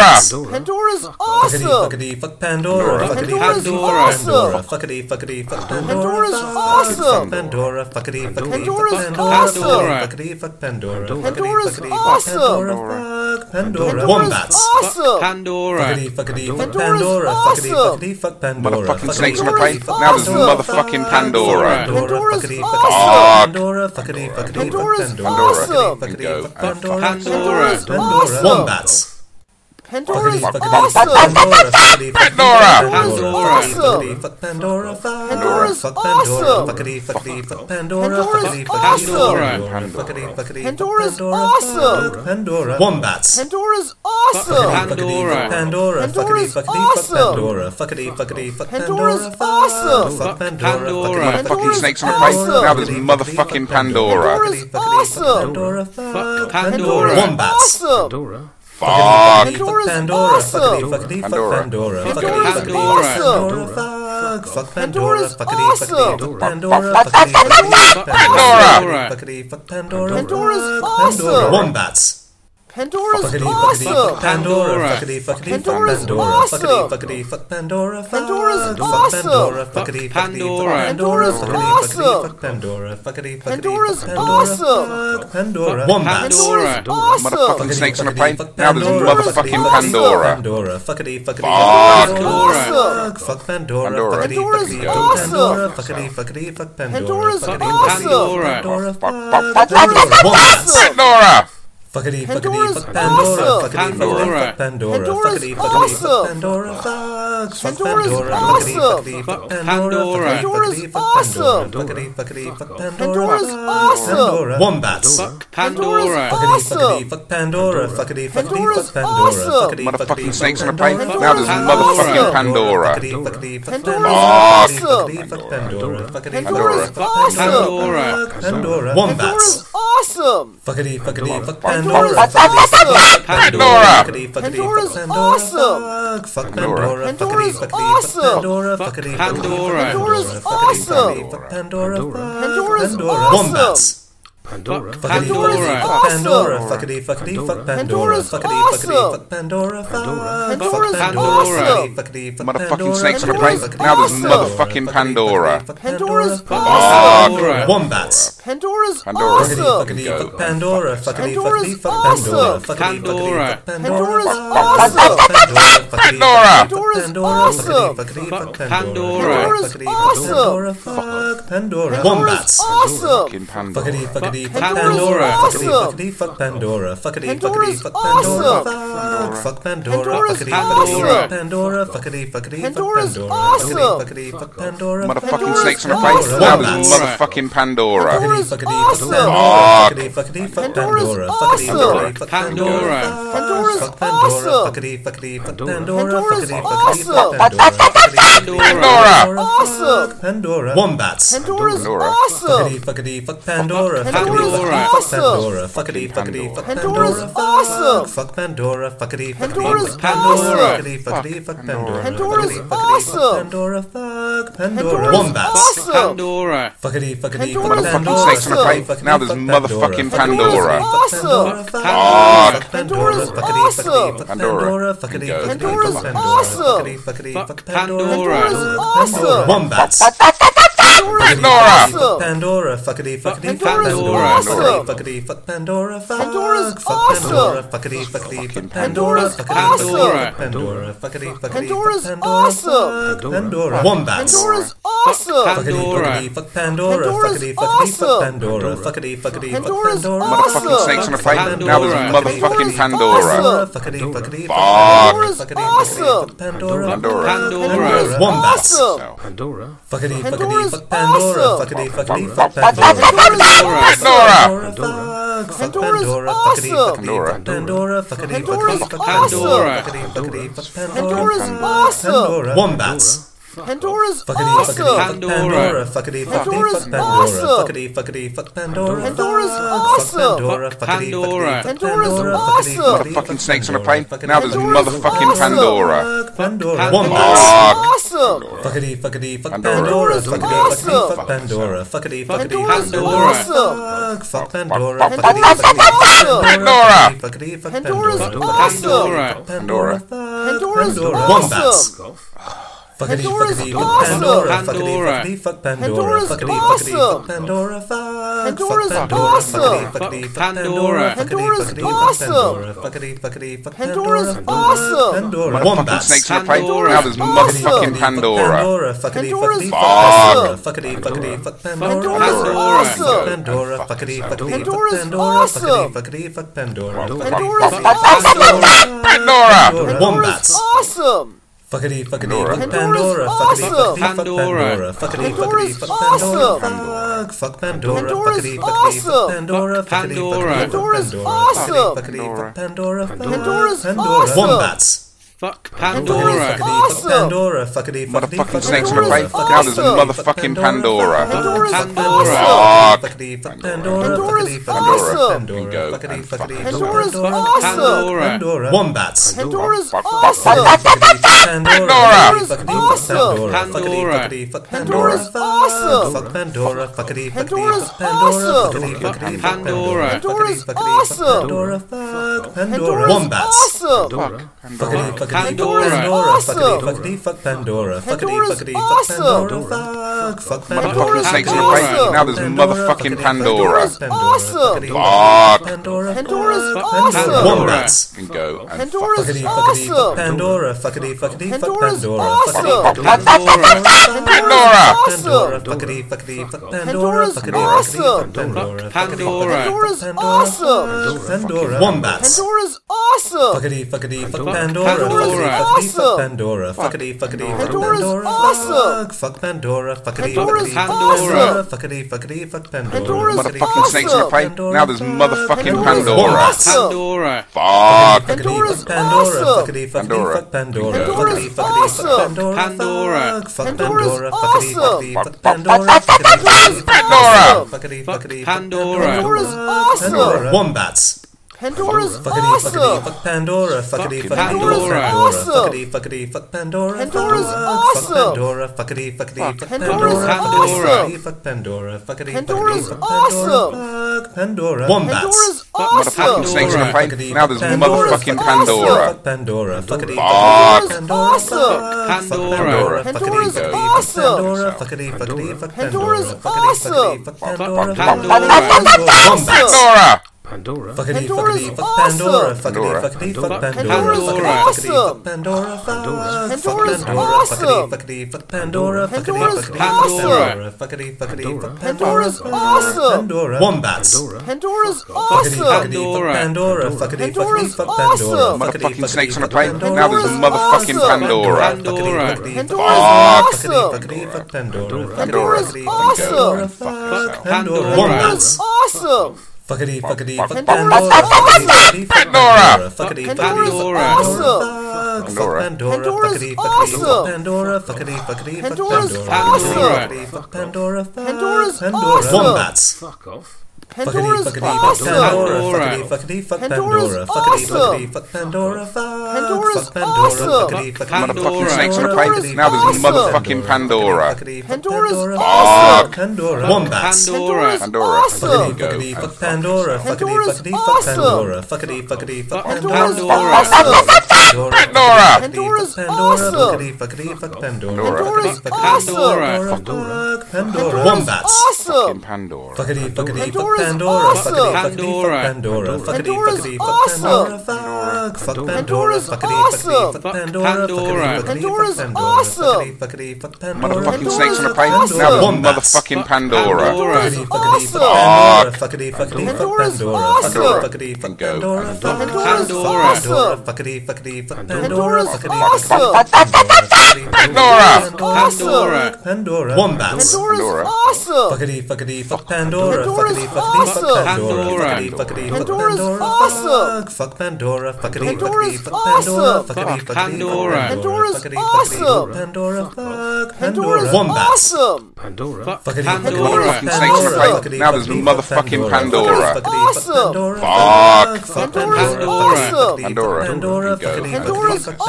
Speaker 8: awesome!
Speaker 2: Pandora.
Speaker 6: Pandora.
Speaker 8: Pandora's
Speaker 2: Fuckity,
Speaker 8: awesome!
Speaker 2: fuckity, fuck Pandora. Fuckity,
Speaker 8: Pandora's
Speaker 2: fuckity, fuck Pandora. Fuckity,
Speaker 8: awesome.
Speaker 2: fuckity, fuck Pandora.
Speaker 8: Pandora's
Speaker 2: Fuck,
Speaker 8: awesome.
Speaker 2: fuck Pandora. Fuckity, fuckity,
Speaker 8: Pandora's
Speaker 2: fuck Pandora. Fuckity,
Speaker 8: awesome.
Speaker 2: fuck Pandora.
Speaker 8: Pandora's
Speaker 2: Fuckity, fuckity, fuck
Speaker 8: awesome.
Speaker 2: Pandora. Fuck Pandora.
Speaker 8: Pandora's awesome!
Speaker 2: Fuckity,
Speaker 6: Pandora.
Speaker 2: fuckity, fuck Pandora.
Speaker 8: Pandora's
Speaker 2: Fuckity,
Speaker 8: awesome.
Speaker 2: fuckity, fuck Pandora.
Speaker 6: Motherfucking
Speaker 2: Fuckity,
Speaker 6: snakes on a
Speaker 2: fuckity,
Speaker 6: plate.
Speaker 8: Pandora's
Speaker 6: Now there's
Speaker 8: awesome.
Speaker 6: motherfucking Pandora.
Speaker 2: Pandora,
Speaker 8: Pandora's
Speaker 2: fuckity,
Speaker 8: awesome.
Speaker 2: fuckity, Pandora, fuckity, fuckity,
Speaker 8: Pandora's
Speaker 2: fuck
Speaker 8: awesome.
Speaker 2: Fuckity,
Speaker 6: Go
Speaker 2: fuck
Speaker 6: and
Speaker 2: Pandora.
Speaker 6: fuck
Speaker 8: Pandora's
Speaker 2: Pandora.
Speaker 8: awesome.
Speaker 2: Wombats.
Speaker 8: Pandora's
Speaker 2: Fuckity, fuckity, fuck
Speaker 8: awesome!
Speaker 2: Pandora. Fuckity, fuckity,
Speaker 6: Pandora.
Speaker 2: fuck Pandora.
Speaker 8: Pandora's awesome.
Speaker 2: Fuckity, fuck Pandora. Fuck
Speaker 8: Pandora's
Speaker 2: fuck Pandora.
Speaker 8: awesome.
Speaker 2: Fuckity, fuckity, fuck Pandora. Fuckity, fuckity, fuck Pandora. Fuckity,
Speaker 6: awesome.
Speaker 8: Pandora's
Speaker 2: fuckity, fuck
Speaker 8: Pandora's
Speaker 2: Pandora.
Speaker 8: awesome.
Speaker 2: Fuck Pandora. Wombats.
Speaker 8: Pandora's awesome!
Speaker 2: Pandora. Pandora. Fuckity,
Speaker 8: Pandora's
Speaker 2: fuckity, E, fuck
Speaker 8: awesome.
Speaker 2: Pandora. Fuckity, fuckity, E, fuck
Speaker 8: Pandora's
Speaker 2: Pandora.
Speaker 8: awesome.
Speaker 2: Fuck Pandora. E,
Speaker 6: Pandora.
Speaker 2: Fuckity,
Speaker 6: Fucking
Speaker 8: Pandora's
Speaker 2: E,
Speaker 6: snakes on a plate.
Speaker 8: awesome.
Speaker 6: Now there's motherfucking Pandora.
Speaker 8: Pandora's awesome!
Speaker 2: Pandora. Fuck
Speaker 6: Pandora.
Speaker 2: Wombats.
Speaker 8: Awesome!
Speaker 3: Pandora.
Speaker 6: Fuck!
Speaker 8: Pandora's
Speaker 2: Pandora.
Speaker 8: awesome.
Speaker 2: Fuckity, fuckity, fuck
Speaker 6: Pandora.
Speaker 2: Pandora.
Speaker 8: Pandora's
Speaker 2: Fuckity,
Speaker 8: awesome.
Speaker 2: fuckity, fuck Pandora. Fuck, fuck Pandora.
Speaker 8: Pandora's
Speaker 2: Fuckity, fuckity,
Speaker 8: awesome.
Speaker 2: fuck Pandora. Fuckity, fuckity, fuck E,
Speaker 6: Pandora.
Speaker 2: Fuckity, fuck Pandora.
Speaker 8: Pandora's
Speaker 2: Fuck Pandora.
Speaker 8: awesome.
Speaker 2: Wombats.
Speaker 8: Pandora's
Speaker 2: Fuckity, fuckity, fuck
Speaker 8: awesome!
Speaker 2: Pandora. Fuckity, fuckity, fuck
Speaker 8: Pandora's
Speaker 2: Pandora.
Speaker 8: awesome.
Speaker 2: Fuckity, fuckity, fuck Pandora. Fuck,
Speaker 8: Pandora's
Speaker 2: fuck
Speaker 8: awesome.
Speaker 2: Pandora. Fuckity, fuckity,
Speaker 6: Pandora.
Speaker 2: fuck Pandora.
Speaker 8: Pandora's
Speaker 2: Fuckity, fuckity, fuck Pandora. Fuckity, fuckity,
Speaker 8: awesome. Pandora's
Speaker 2: fuck Pandora.
Speaker 8: awesome.
Speaker 2: Fuck Pandora.
Speaker 8: Pandora's awesome!
Speaker 6: Motherfucking snakes on a
Speaker 2: Fuckity,
Speaker 6: plane.
Speaker 2: fuck
Speaker 6: Now there's
Speaker 2: Pandora. Fuckity,
Speaker 6: motherfucking
Speaker 2: fuckity, fuck
Speaker 6: Pandora.
Speaker 2: Pandora. Fuckity, fuckity,
Speaker 6: Fuck
Speaker 2: fuck
Speaker 8: Pandora.
Speaker 2: Fuck, fuck Pandora.
Speaker 6: Pandora.
Speaker 2: Fuckity,
Speaker 8: Pandora's
Speaker 2: fuckity, fuck
Speaker 8: awesome.
Speaker 2: Pandora. Fuckity, fuckity, fuck Pandora.
Speaker 8: Pandora's
Speaker 2: Fuckity,
Speaker 8: awesome.
Speaker 2: fuckity, fuck Pandora.
Speaker 6: Fuck,
Speaker 2: Fuck
Speaker 6: fuck,
Speaker 2: Pandora. Wombats.
Speaker 8: awesome.
Speaker 6: Pandora.
Speaker 2: Fuckity fuckity
Speaker 8: Pandora's
Speaker 2: fuck Pandora.
Speaker 8: awesome.
Speaker 2: Fuckity fuckity fuck
Speaker 6: Pandora.
Speaker 2: Pandora.
Speaker 8: Pandora's
Speaker 2: Fuckity fuckity fuck Pandora.
Speaker 8: awesome.
Speaker 2: Fuck fuck
Speaker 8: Pandora's
Speaker 2: Pandora.
Speaker 8: awesome.
Speaker 2: Fuckity fuckity fuck
Speaker 6: Fuck
Speaker 2: Pandora.
Speaker 6: Pandora.
Speaker 2: Fuckity fuckity fuck Pandora. Fuckity fuckity fuck Pandora. Fuck Pandora. Wombats. Fuckity fuckity fuck Pandora. Fuckity fuckity fuck Pandora.
Speaker 6: Fuck Pandora.
Speaker 8: Pandora's awesome. Pandora's awesome. Pandora's awesome! Pandora's awesome.
Speaker 2: Fuckity fuckity
Speaker 6: Motherfucking
Speaker 2: fuck
Speaker 6: snakes on a plate.
Speaker 2: Pandora.
Speaker 6: Now there's
Speaker 8: Pandora.
Speaker 6: motherfucking Pandora.
Speaker 2: Fuckity fuckity fuck
Speaker 8: Pandora's
Speaker 2: Pandora. Fuckity
Speaker 8: awesome.
Speaker 2: fuckity fuck Pandora. Fuckity
Speaker 8: Pandora's
Speaker 2: fuckity fuck
Speaker 6: awesome.
Speaker 2: Pandora. Pandora.
Speaker 8: Pandora's awesome!
Speaker 2: Fuckity fuckity fuck
Speaker 8: Pandora's
Speaker 2: Pandora. Fuckity,
Speaker 8: awesome.
Speaker 6: Pandora.
Speaker 2: Fuckity, fuckity,
Speaker 8: Pandora's
Speaker 2: fuck Pandora.
Speaker 8: awesome.
Speaker 2: Fuck, fuck
Speaker 6: Pandora.
Speaker 2: Pandora. Fuckity,
Speaker 8: Pandora's
Speaker 2: fuckity,
Speaker 8: awesome.
Speaker 2: fuck Pandora. Fuckity, fuckity, fuck
Speaker 6: Pandora.
Speaker 2: Fuckity,
Speaker 8: Pandora's
Speaker 2: fuckity,
Speaker 6: awesome.
Speaker 2: fuck Pandora. Fuck,
Speaker 8: Pandora's
Speaker 2: Pandora. Wombats.
Speaker 3: Pandora.
Speaker 8: awesome.
Speaker 2: Fuckity, fuckity,
Speaker 8: Pandora's
Speaker 2: fuck
Speaker 8: awesome.
Speaker 2: Pandora. Fuckity, fuckity, fuck Pandora.
Speaker 8: Pandora's
Speaker 2: Fuckity, fuckity, fuck Pandora. Fuck, fuck Fuckity, fuckity,
Speaker 8: awesome. Pandora's awesome.
Speaker 2: fuck
Speaker 6: Motherfucking
Speaker 2: Pandora.
Speaker 6: snakes
Speaker 8: on a plate.
Speaker 2: Fuckity,
Speaker 8: Now there's
Speaker 2: fuckity,
Speaker 6: motherfucking
Speaker 2: fuck
Speaker 6: Pandora.
Speaker 2: fuck
Speaker 8: Pandora's
Speaker 2: fuck
Speaker 8: awesome!
Speaker 2: Wombats.
Speaker 8: Pandora's
Speaker 6: Pandora.
Speaker 8: awesome!
Speaker 2: Fuckity,
Speaker 6: Go
Speaker 2: fuckity, fuck
Speaker 6: and
Speaker 2: Pandora.
Speaker 6: fuck
Speaker 2: Fuckity,
Speaker 8: yourself.
Speaker 2: fuckity, fuck Pandora.
Speaker 8: Pandora's
Speaker 2: Fuckity, fuckity, fuck
Speaker 8: Pandora's
Speaker 2: Pandora.
Speaker 8: awesome.
Speaker 6: Pandora.
Speaker 8: Pandora's
Speaker 2: Fuck
Speaker 6: Pandora.
Speaker 8: awesome. Pandora's awesome.
Speaker 2: Fuck Pandora.
Speaker 6: Fucking
Speaker 8: Pandora's awesome!
Speaker 2: Fuckity,
Speaker 6: Pandora.
Speaker 2: fuckity, fuckity, fuck Pandora.
Speaker 5: Pandora's
Speaker 2: Fuckity,
Speaker 8: awesome.
Speaker 2: fuckity, fuck Pandora. Fuckity, fuckity,
Speaker 8: Pandora's
Speaker 2: fuck Pandora.
Speaker 8: awesome.
Speaker 2: Fuck, fuck Pandora. Fuckity, fuckity, fuck Pandora. Fuckity, fuckity, fuck Pandora. Fuckity, fuckity, fuck Pandora.
Speaker 6: Motherfucking
Speaker 8: Pandora's awesome. Pandora's awesome. Pandora's
Speaker 6: snakes on a plate.
Speaker 2: awesome.
Speaker 6: That was
Speaker 5: Pandora.
Speaker 6: motherfucking Pandora.
Speaker 8: Pandora's
Speaker 2: Fuckity,
Speaker 8: awesome.
Speaker 2: fuckity, fuckity, fuck
Speaker 8: Pandora's
Speaker 2: Pandora.
Speaker 8: awesome.
Speaker 2: Fuckity, fuckity, fuck
Speaker 5: Pandora.
Speaker 2: Fuck,
Speaker 8: Pandora's
Speaker 2: fuck Pandora.
Speaker 8: awesome.
Speaker 2: Fuckity, fuckity, fuck
Speaker 3: Pandora.
Speaker 2: Pandora.
Speaker 8: Pandora's
Speaker 2: Fuckity, fuckity, fuck
Speaker 8: awesome.
Speaker 2: Pandora. Fuckity, fuck
Speaker 6: Pandora.
Speaker 8: Awesome.
Speaker 2: Fuck Pandora. Wombats.
Speaker 8: Pandora's
Speaker 6: Pandora.
Speaker 8: awesome.
Speaker 2: Fuckity, fuckity, fuck Pandora.
Speaker 8: Pandora's
Speaker 2: Fuckity, fuckity, fuck Pandora. Fuckity, fuckity,
Speaker 8: awesome.
Speaker 2: fuck
Speaker 8: Pandora's
Speaker 2: Pandora.
Speaker 8: awesome.
Speaker 2: Fuck Pandora. Fuckity, fuckity,
Speaker 8: Pandora's
Speaker 2: fuck Pandora.
Speaker 8: awesome.
Speaker 2: Fuckity, fuckity, fuck Pandora.
Speaker 8: Pandora's
Speaker 2: Fuckity, fuckity, fuck
Speaker 8: awesome.
Speaker 2: Pandora. Fuck Pandora.
Speaker 8: Pandora's awesome.
Speaker 5: Pandora.
Speaker 2: Fuckity, fuckity, fuck Pandora.
Speaker 6: Motherfucking
Speaker 8: Pandora's
Speaker 6: snakes on a
Speaker 8: awesome.
Speaker 6: plate. Now there's motherfucking Pandora.
Speaker 8: Pandora's awesome.
Speaker 2: Fuck Pandora. Fuck Pandora.
Speaker 8: Pandora's
Speaker 2: Fuckity, fuckity, fuck
Speaker 6: awesome.
Speaker 2: Pandora.
Speaker 6: Pandora.
Speaker 2: Fuckity,
Speaker 6: Go.
Speaker 2: fuckity,
Speaker 8: Pandora's
Speaker 2: fuck
Speaker 8: awesome.
Speaker 2: Fuckity, fuckity,
Speaker 5: Fuck
Speaker 2: fuck Pandora.
Speaker 5: Pandora.
Speaker 2: Fuck
Speaker 8: Pandora's
Speaker 2: Pandora.
Speaker 8: awesome.
Speaker 2: Wombats.
Speaker 6: Pandora.
Speaker 8: Awesome.
Speaker 2: Pandora, fuckity, fuckity, fuck
Speaker 5: Pandora's
Speaker 2: Pandora,
Speaker 5: awesome.
Speaker 2: fuckity, fuckity, fuck Pandora, fuck,
Speaker 8: Pandora's
Speaker 2: fuck
Speaker 8: awesome.
Speaker 2: Pandora, fuckity, fuckity, fuck Pandora,
Speaker 8: Pandora's
Speaker 2: fuckity, fuckity,
Speaker 5: awesome.
Speaker 2: fuck Pandora, fuckity, fuckity,
Speaker 8: Pandora's
Speaker 2: fuck Pandora,
Speaker 8: awesome.
Speaker 2: fuck Pandora, wombats.
Speaker 8: Pandora's awesome.
Speaker 2: Fuckity,
Speaker 5: Pandora.
Speaker 2: fuckity, fuck Pandora,
Speaker 8: Pandora's
Speaker 2: fuckity, fuckity, fuck
Speaker 8: awesome.
Speaker 2: Pandora, fuckity, fuckity, fuck
Speaker 8: Pandora's
Speaker 2: Pandora,
Speaker 8: awesome.
Speaker 6: Motherfucking snakes on a plate. Now there's
Speaker 5: Pandora.
Speaker 6: motherfucking
Speaker 8: Pandora's
Speaker 6: Pandora.
Speaker 8: awesome.
Speaker 2: fuckity, fuckity, fuck
Speaker 6: Fuck.
Speaker 8: Pandora's
Speaker 2: fuckity, fuckity,
Speaker 8: awesome.
Speaker 2: fuck Pandora,
Speaker 6: Pandora.
Speaker 5: Pandora.
Speaker 2: wombats.
Speaker 8: Awesome.
Speaker 6: No.
Speaker 2: Fuckity,
Speaker 3: Pandora.
Speaker 2: fuckity,
Speaker 8: Pandora's
Speaker 2: fuck Pandora,
Speaker 8: awesome.
Speaker 2: fuckity, fuckity,
Speaker 6: Pandora.
Speaker 2: fuck Pandora.
Speaker 6: Pandora.
Speaker 2: Pandora, fuck, fuck
Speaker 8: Pandora's
Speaker 2: Pandora, fuckity, fuckity, Pandora,
Speaker 6: Pandora.
Speaker 8: awesome.
Speaker 2: fuckity,
Speaker 8: Pandora's
Speaker 2: fuckity, fuck Pandora,
Speaker 8: awesome.
Speaker 2: fuckity, fuckity, fuck Pandora, Pandora,
Speaker 8: Pandora's awesome.
Speaker 2: wombats, fuckity,
Speaker 8: Pandora's
Speaker 2: fuckity, fuck Pandora, fuckity, fuckity,
Speaker 8: awesome. Pandora's
Speaker 2: fuck Pandora,
Speaker 8: awesome.
Speaker 2: fuckity, fuckity, fuck Pandora,
Speaker 8: Pandora's
Speaker 2: fuck, fuck
Speaker 8: awesome.
Speaker 2: Pandora, fuckity, fuckity, fuck Pandora, fuckity,
Speaker 5: Fuck Pandora.
Speaker 8: Pandora's awesome.
Speaker 2: fuckity, fuck
Speaker 6: Fucking snakes on a
Speaker 2: Pandora,
Speaker 6: plane. Now there's
Speaker 2: fuckity,
Speaker 6: motherfucking
Speaker 8: awesome.
Speaker 6: Pandora.
Speaker 2: fuck Pandora,
Speaker 5: Pandora.
Speaker 2: wombats.
Speaker 8: Awesome.
Speaker 2: Fuckity, fuckity, fuck
Speaker 6: Pandora.
Speaker 2: Pandora,
Speaker 6: Pandora's
Speaker 2: fuckity,
Speaker 8: awesome.
Speaker 2: fuckity, fuck Pandora, fuckity, fuckity, fuck
Speaker 8: Pandora's
Speaker 5: Pandora.
Speaker 8: awesome.
Speaker 2: Fuck, fuck Pandora.
Speaker 8: Pandora's awesome.
Speaker 6: Pandora.
Speaker 2: Fuckity, fuck
Speaker 8: Pandora's
Speaker 2: Pandora.
Speaker 8: awesome.
Speaker 5: Pandora.
Speaker 2: Pandora.
Speaker 6: Pandora.
Speaker 8: Pandora's
Speaker 2: Wombats.
Speaker 8: awesome.
Speaker 2: Fuckity,
Speaker 8: Pandora's
Speaker 2: fuckity, fuck
Speaker 8: awesome.
Speaker 2: Pandora.
Speaker 5: Pandora.
Speaker 2: Fuckity, fuckity, fuck Pandora. Fuckity,
Speaker 8: Pandora's
Speaker 2: fuckity, fuck
Speaker 8: awesome.
Speaker 2: Pandora. Fuck, fuck
Speaker 8: Pandora's
Speaker 2: Pandora.
Speaker 8: awesome.
Speaker 2: Fuckity, fuckity,
Speaker 5: Fuck
Speaker 2: fuck
Speaker 5: Pandora.
Speaker 2: Pandora. Fuckity,
Speaker 8: Pandora's
Speaker 2: fuckity, fuck Pandora.
Speaker 8: awesome.
Speaker 2: Fuckity, fuckity, fuck
Speaker 8: Pandora's
Speaker 2: Pandora.
Speaker 8: awesome.
Speaker 2: Pandora.
Speaker 6: Motherfucking snakes on a plate.
Speaker 5: Pandora.
Speaker 6: Now there's
Speaker 8: Awesome.
Speaker 2: Pandora. Fuckity, fuckity, fuck Pandora. Fuckity, fuckity, fuck Pandora. Pandora, fuckity, fuckity, fuck Pandora, fuckity, fuckity, fuck Pandora, fuckity, fuckity, fuck Pandora, fuckity, fuckity, fuck Pandora, fuckity, fuckity, fuck Pandora, fuck, fuck Pandora, fuckity, fuckity, fuck Pandora, fuckity, fuckity, fuck Pandora, fuckity, fuckity, fuck
Speaker 5: Pandora. Pandora. Fuck Pandora.
Speaker 6: motherfucking Pandora. Pandora. Pandora. Pandora.
Speaker 8: Pandora's awesome. Pandora's awesome. Pandora's awesome. Pandora's awesome. Pandora's awesome. Pandora's Pandora's awesome. Pandora's awesome. Pandora's awesome.
Speaker 2: Pandora, fuck
Speaker 8: Pandora's
Speaker 2: Pandora,
Speaker 8: awesome.
Speaker 2: Wombats.
Speaker 5: Fuck
Speaker 8: Pandora.
Speaker 5: Pandora.
Speaker 2: Fuckity, fuck Pandora, fuckity, fuckity,
Speaker 8: Awesome.
Speaker 6: Motherfucking
Speaker 2: fuck
Speaker 6: snakes on a
Speaker 8: Pandora's
Speaker 6: plate.
Speaker 2: Pandora,
Speaker 6: Now there's
Speaker 8: awesome.
Speaker 6: motherfucking Pandora.
Speaker 8: Pandora's
Speaker 5: Pandora.
Speaker 8: awesome.
Speaker 6: Fuck.
Speaker 2: Fuckity, fuck Pandora,
Speaker 8: Pandora's
Speaker 2: fuckity, fuckity, fuck
Speaker 8: awesome.
Speaker 6: And
Speaker 2: Pandora,
Speaker 6: go
Speaker 2: fuckity, fuckity,
Speaker 6: and fuck
Speaker 2: fuck
Speaker 8: Pandora's
Speaker 2: Pandora,
Speaker 8: awesome.
Speaker 5: Pandora.
Speaker 2: Pandora, wombats.
Speaker 8: Pandora's
Speaker 6: Fuck, fuck, fuck,
Speaker 8: awesome.
Speaker 2: Pandora.
Speaker 8: Pandora.
Speaker 2: Pandora.
Speaker 5: Pandora.
Speaker 2: Fuck
Speaker 8: Pandora.
Speaker 2: Pandora.
Speaker 8: awesome.
Speaker 2: Fuck Pandora. Fuckity. Fuckity. Fuck
Speaker 8: Pandora's
Speaker 2: Pandora.
Speaker 8: awesome.
Speaker 2: Fuckity. Fuckity. Fuckity.
Speaker 5: Pandora.
Speaker 8: Pandora's
Speaker 2: Fuckity. Fuck
Speaker 8: awesome.
Speaker 2: Pandora. Fuck Pandora.
Speaker 8: Pandora's
Speaker 2: Wombats.
Speaker 8: awesome.
Speaker 2: Fuckity. Fuckity. Fuck
Speaker 5: Pandora.
Speaker 3: Pandora.
Speaker 2: Pandora.
Speaker 8: Awesome.
Speaker 2: Fuckity. Fuckity. Fuck Pandora. Fuckity.
Speaker 8: Pandora's
Speaker 2: Fuckity. Fuck
Speaker 8: awesome.
Speaker 2: Pandora. Fuck. Fuck
Speaker 6: Motherfucking
Speaker 8: Pandora's
Speaker 6: snakes on a plate. Now there's motherfucking Pandora.
Speaker 8: awesome. awesome.
Speaker 6: Fuck.
Speaker 2: Pandora.
Speaker 8: Pandora's
Speaker 2: Pandora.
Speaker 8: awesome.
Speaker 2: Wombats.
Speaker 6: And go and fuck.
Speaker 8: Pandora's
Speaker 2: Fuckity, fuckity, fuck
Speaker 8: awesome.
Speaker 2: Pandora, fuckity, fuckity, fuck
Speaker 8: Pandora's
Speaker 2: Pandora,
Speaker 8: awesome.
Speaker 2: fuckity, fuckity,
Speaker 5: Pandora.
Speaker 8: Pandora's
Speaker 2: Pandora,
Speaker 8: awesome.
Speaker 2: fuckity, fuckity, fuck Pandora,
Speaker 8: Pandora's
Speaker 2: fuckity, fuckity, fuck
Speaker 8: awesome.
Speaker 2: Pandora, fuckity,
Speaker 5: Pandora.
Speaker 8: Pandora's
Speaker 2: Pandora.
Speaker 8: awesome.
Speaker 2: fuck Pandora, wombats.
Speaker 8: Pandora's awesome.
Speaker 2: Fuckity, fuckity, fuck
Speaker 5: Pandora.
Speaker 2: Pandora, fuckity,
Speaker 5: Pandora.
Speaker 2: fuckity, fuck
Speaker 8: Awesome.
Speaker 2: Pandora, fuckity, fuckity, fuck
Speaker 8: Pandora's
Speaker 2: Pandora,
Speaker 8: awesome.
Speaker 2: fuck, fuck Pandora, fuckity,
Speaker 8: Pandora's
Speaker 2: fuckity, fuck
Speaker 5: awesome.
Speaker 2: Pandora, fuckity, fuckity, fuck Pandora,
Speaker 8: Pandora's
Speaker 2: fuckity,
Speaker 6: Motherfucking snakes on a
Speaker 8: Awesome.
Speaker 6: plate. Now there's motherfucking
Speaker 8: Pandora's
Speaker 6: Pandora.
Speaker 8: awesome.
Speaker 5: Pandora.
Speaker 6: Fuck.
Speaker 2: Fuckity,
Speaker 8: Pandora's
Speaker 2: fuck Pandora,
Speaker 8: awesome.
Speaker 2: fuckity, fuckity,
Speaker 6: Pandora.
Speaker 2: fuck Pandora,
Speaker 8: Pandora's
Speaker 2: fuckity, fuckity, fuck
Speaker 8: awesome.
Speaker 2: Pandora,
Speaker 5: Pandora.
Speaker 2: fuck, fuck
Speaker 8: Pandora's
Speaker 2: Pandora, fuckity, fuckity,
Speaker 8: awesome.
Speaker 2: fuck
Speaker 6: Fuck,
Speaker 2: Pandora, fuckity, fuckity, fuckity,
Speaker 6: fuck, Pandora.
Speaker 2: fuckity,
Speaker 5: Fuck
Speaker 2: fuck
Speaker 5: Pandora.
Speaker 8: Pandora's awesome.
Speaker 2: Pandora, wombats.
Speaker 8: Pandora's
Speaker 2: Fuckity, fuckity,
Speaker 8: awesome.
Speaker 2: fuck Pandora, fuckity, fuckity,
Speaker 5: Pandora's
Speaker 2: fuck
Speaker 8: awesome.
Speaker 2: Pandora, fuckity, fuckity, fuck Pandora,
Speaker 8: Pandora's
Speaker 2: fuck, fuck
Speaker 8: awesome.
Speaker 2: Pandora, fuckity, fuckity, fuck
Speaker 8: Pandora's
Speaker 2: Pandora,
Speaker 5: awesome.
Speaker 2: fuckity, fuckity, fuck Pandora, fuckity, fuckity, fuck Pandora, fuck
Speaker 8: Pandora's awesome.
Speaker 2: Pandora, wombats.
Speaker 8: Pandora's
Speaker 6: Motherfucking
Speaker 8: awesome.
Speaker 6: snakes on a plate. Now there's
Speaker 8: Pandora's
Speaker 6: motherfucking
Speaker 8: awesome.
Speaker 6: Pandora.
Speaker 2: Fuck Pandora. Fuckity.
Speaker 6: Fuck.
Speaker 8: Pandora's awesome.
Speaker 5: Pandora.
Speaker 2: Fuckity.
Speaker 8: Pandora's
Speaker 2: fuckity,
Speaker 8: awesome.
Speaker 2: fuck Pandora. Fuckity. Fuckity. Fuck Pandora.
Speaker 8: Pandora's
Speaker 2: Fuckity. Fuckity.
Speaker 8: awesome.
Speaker 2: Fuck
Speaker 6: Fuck
Speaker 2: Pandora.
Speaker 6: Pandora.
Speaker 8: Pandora's
Speaker 2: Wombats.
Speaker 8: awesome.
Speaker 6: Pandora.
Speaker 3: Pandora.
Speaker 2: Fuckity, fuckity,
Speaker 8: Pandora's
Speaker 2: fuck
Speaker 8: awesome.
Speaker 2: Pandora, fuckity,
Speaker 6: Pandora.
Speaker 2: fuckity, fuck
Speaker 3: Pandora.
Speaker 2: Pandora,
Speaker 8: Pandora's
Speaker 2: fuckity, fuckity,
Speaker 8: awesome.
Speaker 2: fuck Pandora, fuck Pandora, fuckity, fuckity, fuck Pandora, fuckity, fuckity, fuck Pandora, fuckity, fuckity,
Speaker 3: Pandora's
Speaker 8: awesome. Pandora's awesome.
Speaker 2: fuck
Speaker 8: Pandora's
Speaker 2: Pandora,
Speaker 8: awesome.
Speaker 2: Pandora, wombats.
Speaker 3: Pandora.
Speaker 8: Pandora's
Speaker 2: Fuckity,
Speaker 8: awesome.
Speaker 2: fuckity, fuck
Speaker 6: Pandora.
Speaker 2: Pandora, fuckity, fuckity,
Speaker 8: Pandora's
Speaker 2: fuck
Speaker 8: awesome.
Speaker 2: Pandora, fuckity,
Speaker 6: Motherfucking snakes on a
Speaker 2: fuckity,
Speaker 6: plane.
Speaker 2: fuck
Speaker 6: Now there's a
Speaker 8: Pandora's
Speaker 6: motherfucking
Speaker 8: awesome.
Speaker 6: Pandora.
Speaker 2: Pandora,
Speaker 6: Pandora.
Speaker 8: Pandora's awesome.
Speaker 2: Fuckity, fuck Pandora,
Speaker 8: Pandora's
Speaker 2: fuckity,
Speaker 8: awesome.
Speaker 2: fuck Pandora, fuck
Speaker 5: Pandora.
Speaker 2: Pandora,
Speaker 8: Pandora's awesome.
Speaker 2: Fuckity, fuckity, fuck
Speaker 6: Pandora's
Speaker 2: Pandora. Fuckity, fuck
Speaker 6: Pandora.
Speaker 2: Fuckity, fuck
Speaker 8: Pandora's
Speaker 6: Pandora.
Speaker 2: Pandora. Fuck, fuck Pandora.
Speaker 6: Pandora.
Speaker 8: Pandora's
Speaker 2: Fuckity, fuckity,
Speaker 8: awesome.
Speaker 2: fuck Pandora. Fuckity, fuckity, fuck Pandora. Fuckity, fuck
Speaker 8: Pandora's awesome.
Speaker 2: Pandora. Fuck
Speaker 8: Pandora's
Speaker 2: Pandora.
Speaker 8: awesome.
Speaker 2: Wombats.
Speaker 3: Fuck off.
Speaker 2: Fuckity,
Speaker 8: Pandora's
Speaker 2: fuckity, fuck
Speaker 8: awesome.
Speaker 2: Pandora. Fuckity,
Speaker 6: Pandora.
Speaker 2: fuckity, fuck Pandora.
Speaker 8: Pandora's
Speaker 2: Fuckity,
Speaker 8: awesome.
Speaker 2: fuckity, fuck Pandora. Fuck,
Speaker 8: Pandora's
Speaker 2: fuck Pandora.
Speaker 8: awesome.
Speaker 2: Fuckity, fuck
Speaker 6: Motherfucking
Speaker 4: Pandora.
Speaker 6: snakes on a
Speaker 8: Pandora's
Speaker 6: plane. Now there's a
Speaker 8: awesome.
Speaker 6: motherfucking Pandora.
Speaker 2: Fuckity, fuck
Speaker 8: Pandora's
Speaker 2: Pandora.
Speaker 8: awesome.
Speaker 2: Fuck Pandora. Wombats.
Speaker 4: Pandora.
Speaker 6: Pandora.
Speaker 8: awesome.
Speaker 6: Go
Speaker 2: Fuckity,
Speaker 6: fuck
Speaker 2: fuck Pandora. Fuckity,
Speaker 8: Pandora's
Speaker 2: fuckity, fuck
Speaker 8: awesome.
Speaker 2: Pandora. Fuckity, fuckity, fuck
Speaker 4: Pandora's
Speaker 2: Pandora.
Speaker 8: Awesome.
Speaker 2: Pandora.
Speaker 6: Pandora.
Speaker 8: Pandora's
Speaker 2: Pandora.
Speaker 8: awesome.
Speaker 2: Fuckity, fuckity, fuck Pandora.
Speaker 8: Pandora's
Speaker 2: Fuckity, fucking
Speaker 8: awesome.
Speaker 5: Pandora.
Speaker 2: Pandora. Fuck Pandora.
Speaker 8: Awesome.
Speaker 6: Fucking Pandora.
Speaker 2: Fuckity, fuckity, fuck
Speaker 8: Pandora's
Speaker 2: Pandora.
Speaker 8: awesome.
Speaker 2: Fuckity, fuckity, fuck Pandora. Fuckity,
Speaker 5: Pandora.
Speaker 8: Pandora's
Speaker 2: fuckity, fuck
Speaker 8: awesome.
Speaker 2: Pandora. Fuck, fuck Pandora.
Speaker 8: Pandora's
Speaker 2: Fuckity, fuckity, fuck Pandora.
Speaker 8: awesome.
Speaker 2: Fuckity, fuckity,
Speaker 5: Pandora.
Speaker 2: fuck
Speaker 8: Pandora's
Speaker 2: Pandora.
Speaker 8: awesome.
Speaker 2: Fuckity, fuckity, fuck Pandora.
Speaker 6: Motherfucking snakes on a
Speaker 8: Pandora's
Speaker 6: plane. Now there's a
Speaker 2: awesome.
Speaker 6: motherfucking Pandora.
Speaker 5: Pandora.
Speaker 2: Fuckity, fuckity, fuck
Speaker 6: Awesome.
Speaker 2: Pandora. Fuckity, fuckity, fuck
Speaker 8: Pandora's
Speaker 2: Pandora.
Speaker 8: awesome.
Speaker 2: Fuckity, fuckity, fuck Pandora. Fuck Pandora. Fuckity,
Speaker 6: Go.
Speaker 8: Pandora's awesome.
Speaker 2: fuckity, fuck Pandora.
Speaker 8: Pandora's
Speaker 2: Fuckity, fuckity,
Speaker 8: awesome.
Speaker 6: Pandora.
Speaker 8: Awesome.
Speaker 2: Pandora. Wombats.
Speaker 8: Pandora's
Speaker 6: Pandora.
Speaker 8: awesome.
Speaker 2: Fuckity, fuckity, fuck Pandora.
Speaker 8: Pandora's
Speaker 2: Fuckity, fuckity, fuck
Speaker 8: awesome.
Speaker 2: Pandora.
Speaker 5: Pandora.
Speaker 2: Fuckity, fuckity, fuck
Speaker 8: Pandora's
Speaker 2: Pandora.
Speaker 8: awesome.
Speaker 2: Fuck, fuck Pandora. Fuckity, fuckity,
Speaker 8: Pandora's
Speaker 2: fuck Pandora.
Speaker 8: awesome.
Speaker 2: Fuckity,
Speaker 5: Fuck
Speaker 2: fuckity,
Speaker 5: Pandora.
Speaker 2: fuck
Speaker 8: Pandora's
Speaker 2: Fuckity, fuckity,
Speaker 8: awesome.
Speaker 2: fuck Pandora. Fuck
Speaker 8: Pandora's
Speaker 2: Pandora.
Speaker 8: awesome.
Speaker 3: Pandora.
Speaker 5: Fuck
Speaker 2: Fuckity,
Speaker 5: Pandora.
Speaker 2: fuckity,
Speaker 6: Motherfucking snakes on a
Speaker 8: Pandora.
Speaker 6: plane. Now there's a motherfucking Pandora.
Speaker 8: Awesome.
Speaker 6: Fuck.
Speaker 2: Fuck
Speaker 8: Pandora's awesome.
Speaker 6: Pandora's
Speaker 2: Pandora.
Speaker 6: awesome.
Speaker 2: Fuckity, fuckity,
Speaker 8: Pandora's
Speaker 2: fuck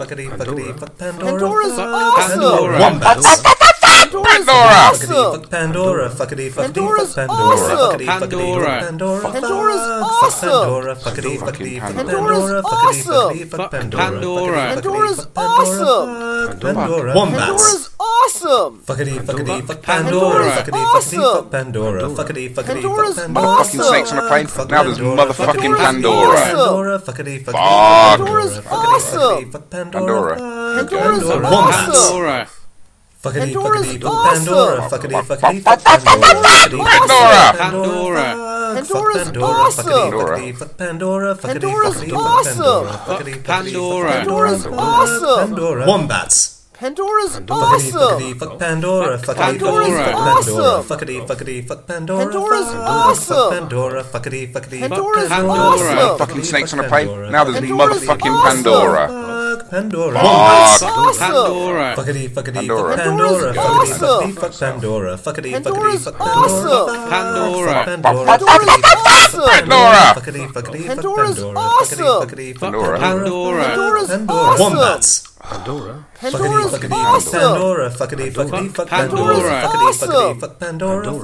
Speaker 2: Pandora. Fuckity, fuckity, fuck Pandora.
Speaker 8: Pandora's
Speaker 2: Fuck
Speaker 8: awesome.
Speaker 2: Pandora.
Speaker 3: Wombats.
Speaker 6: Pandora.
Speaker 8: Awesome.
Speaker 2: Fuck Pandora, fuckity, fuckity, fuck
Speaker 8: Pandora's
Speaker 2: Pandora,
Speaker 8: awesome.
Speaker 2: fuckity, fuckity, fuck Pandora, fuck
Speaker 8: Pandora's
Speaker 2: fuck
Speaker 8: awesome.
Speaker 2: Pandora, fuckity, fuckity, fuck Pandora,
Speaker 8: Pandora's
Speaker 2: fuckity,
Speaker 8: awesome.
Speaker 2: fuckity, fuck
Speaker 5: Fuck
Speaker 2: Pandora,
Speaker 5: Pandora.
Speaker 2: fuckity, fuckity, fuck
Speaker 8: Pandora's
Speaker 2: Pandora, fuck Pandora, fuckity, fuckity, fuck Pandora, fuckity,
Speaker 5: Pandora's
Speaker 8: Pandora's awesome.
Speaker 2: fuckity, fuck
Speaker 8: awesome.
Speaker 2: Pandora, fuckity, fuckity,
Speaker 8: Pandora's
Speaker 2: fuck Pandora,
Speaker 8: awesome.
Speaker 6: Motherfucking snakes on a plane.
Speaker 2: Fuck
Speaker 6: Now there's a
Speaker 2: Pandora.
Speaker 6: motherfucking
Speaker 8: Fuck
Speaker 6: Pandora.
Speaker 2: Pandora, fuckity, fuckity,
Speaker 6: Fuck.
Speaker 8: Pandora's awesome.
Speaker 2: fuck
Speaker 6: Pandora.
Speaker 2: Pandora, fuck
Speaker 8: Pandora's awesome.
Speaker 5: Pandora.
Speaker 2: Fuckity
Speaker 8: Pandora's
Speaker 2: fuckity
Speaker 8: awesome.
Speaker 2: Pandora, fuckity fuckity fuck Pandora, fuckity
Speaker 6: Pandora.
Speaker 2: Pandora, fuck
Speaker 8: Pandora's
Speaker 2: Pandora, fuckity fuckity
Speaker 8: awesome.
Speaker 2: fuck Pandora, fuckity
Speaker 8: Pandora's
Speaker 2: fuckity fuck
Speaker 8: awesome.
Speaker 2: Pandora, fuckity
Speaker 5: Pandora.
Speaker 8: Pandora's awesome.
Speaker 2: Pandora, wombats.
Speaker 8: Pandora's
Speaker 2: Fuckity
Speaker 8: awesome.
Speaker 2: fuckity fuck Pandora, fuckity fuckity
Speaker 5: Pandora.
Speaker 2: fuck Pandora,
Speaker 8: Awesome.
Speaker 2: fuckity fuckity fuck Pandora,
Speaker 8: Pandora's
Speaker 2: fuck
Speaker 8: awesome.
Speaker 2: Pandora, fuckity fuckity fuck
Speaker 8: Pandora's
Speaker 2: Pandora,
Speaker 6: Fucking
Speaker 8: awesome.
Speaker 2: fuckity,
Speaker 6: snakes on
Speaker 2: fuck
Speaker 6: a plane.
Speaker 2: Pandora,
Speaker 6: Now there's a
Speaker 8: Pandora's
Speaker 6: motherfucking
Speaker 8: awesome.
Speaker 6: Pandora.
Speaker 2: fuck Pandora,
Speaker 6: Fuck.
Speaker 8: Awesome.
Speaker 5: Pandora.
Speaker 2: Fuckity fuckity fuck Pandora.
Speaker 6: Pandora.
Speaker 8: Pandora's
Speaker 2: Fuckity
Speaker 8: awesome.
Speaker 2: fuckity fuck Pandora. Fuckity fuckity
Speaker 8: Pandora's
Speaker 2: fuck
Speaker 8: awesome.
Speaker 2: Pandora.
Speaker 5: Pandora.
Speaker 2: Pandora.
Speaker 8: Pandora's awesome.
Speaker 6: Pandora.
Speaker 2: Fuckity fuckity fuck
Speaker 8: Pandora's
Speaker 2: Pandora.
Speaker 8: awesome.
Speaker 2: Fuckity fuckity fuck
Speaker 6: Pandora.
Speaker 8: Pandora's
Speaker 2: Pandora.
Speaker 8: awesome.
Speaker 2: Wombats.
Speaker 3: Pandora.
Speaker 2: Fuckity
Speaker 8: Pandora's
Speaker 2: fuckity fuck
Speaker 8: awesome.
Speaker 2: Pandora. Fuckity fuckity fuck
Speaker 5: Pandora's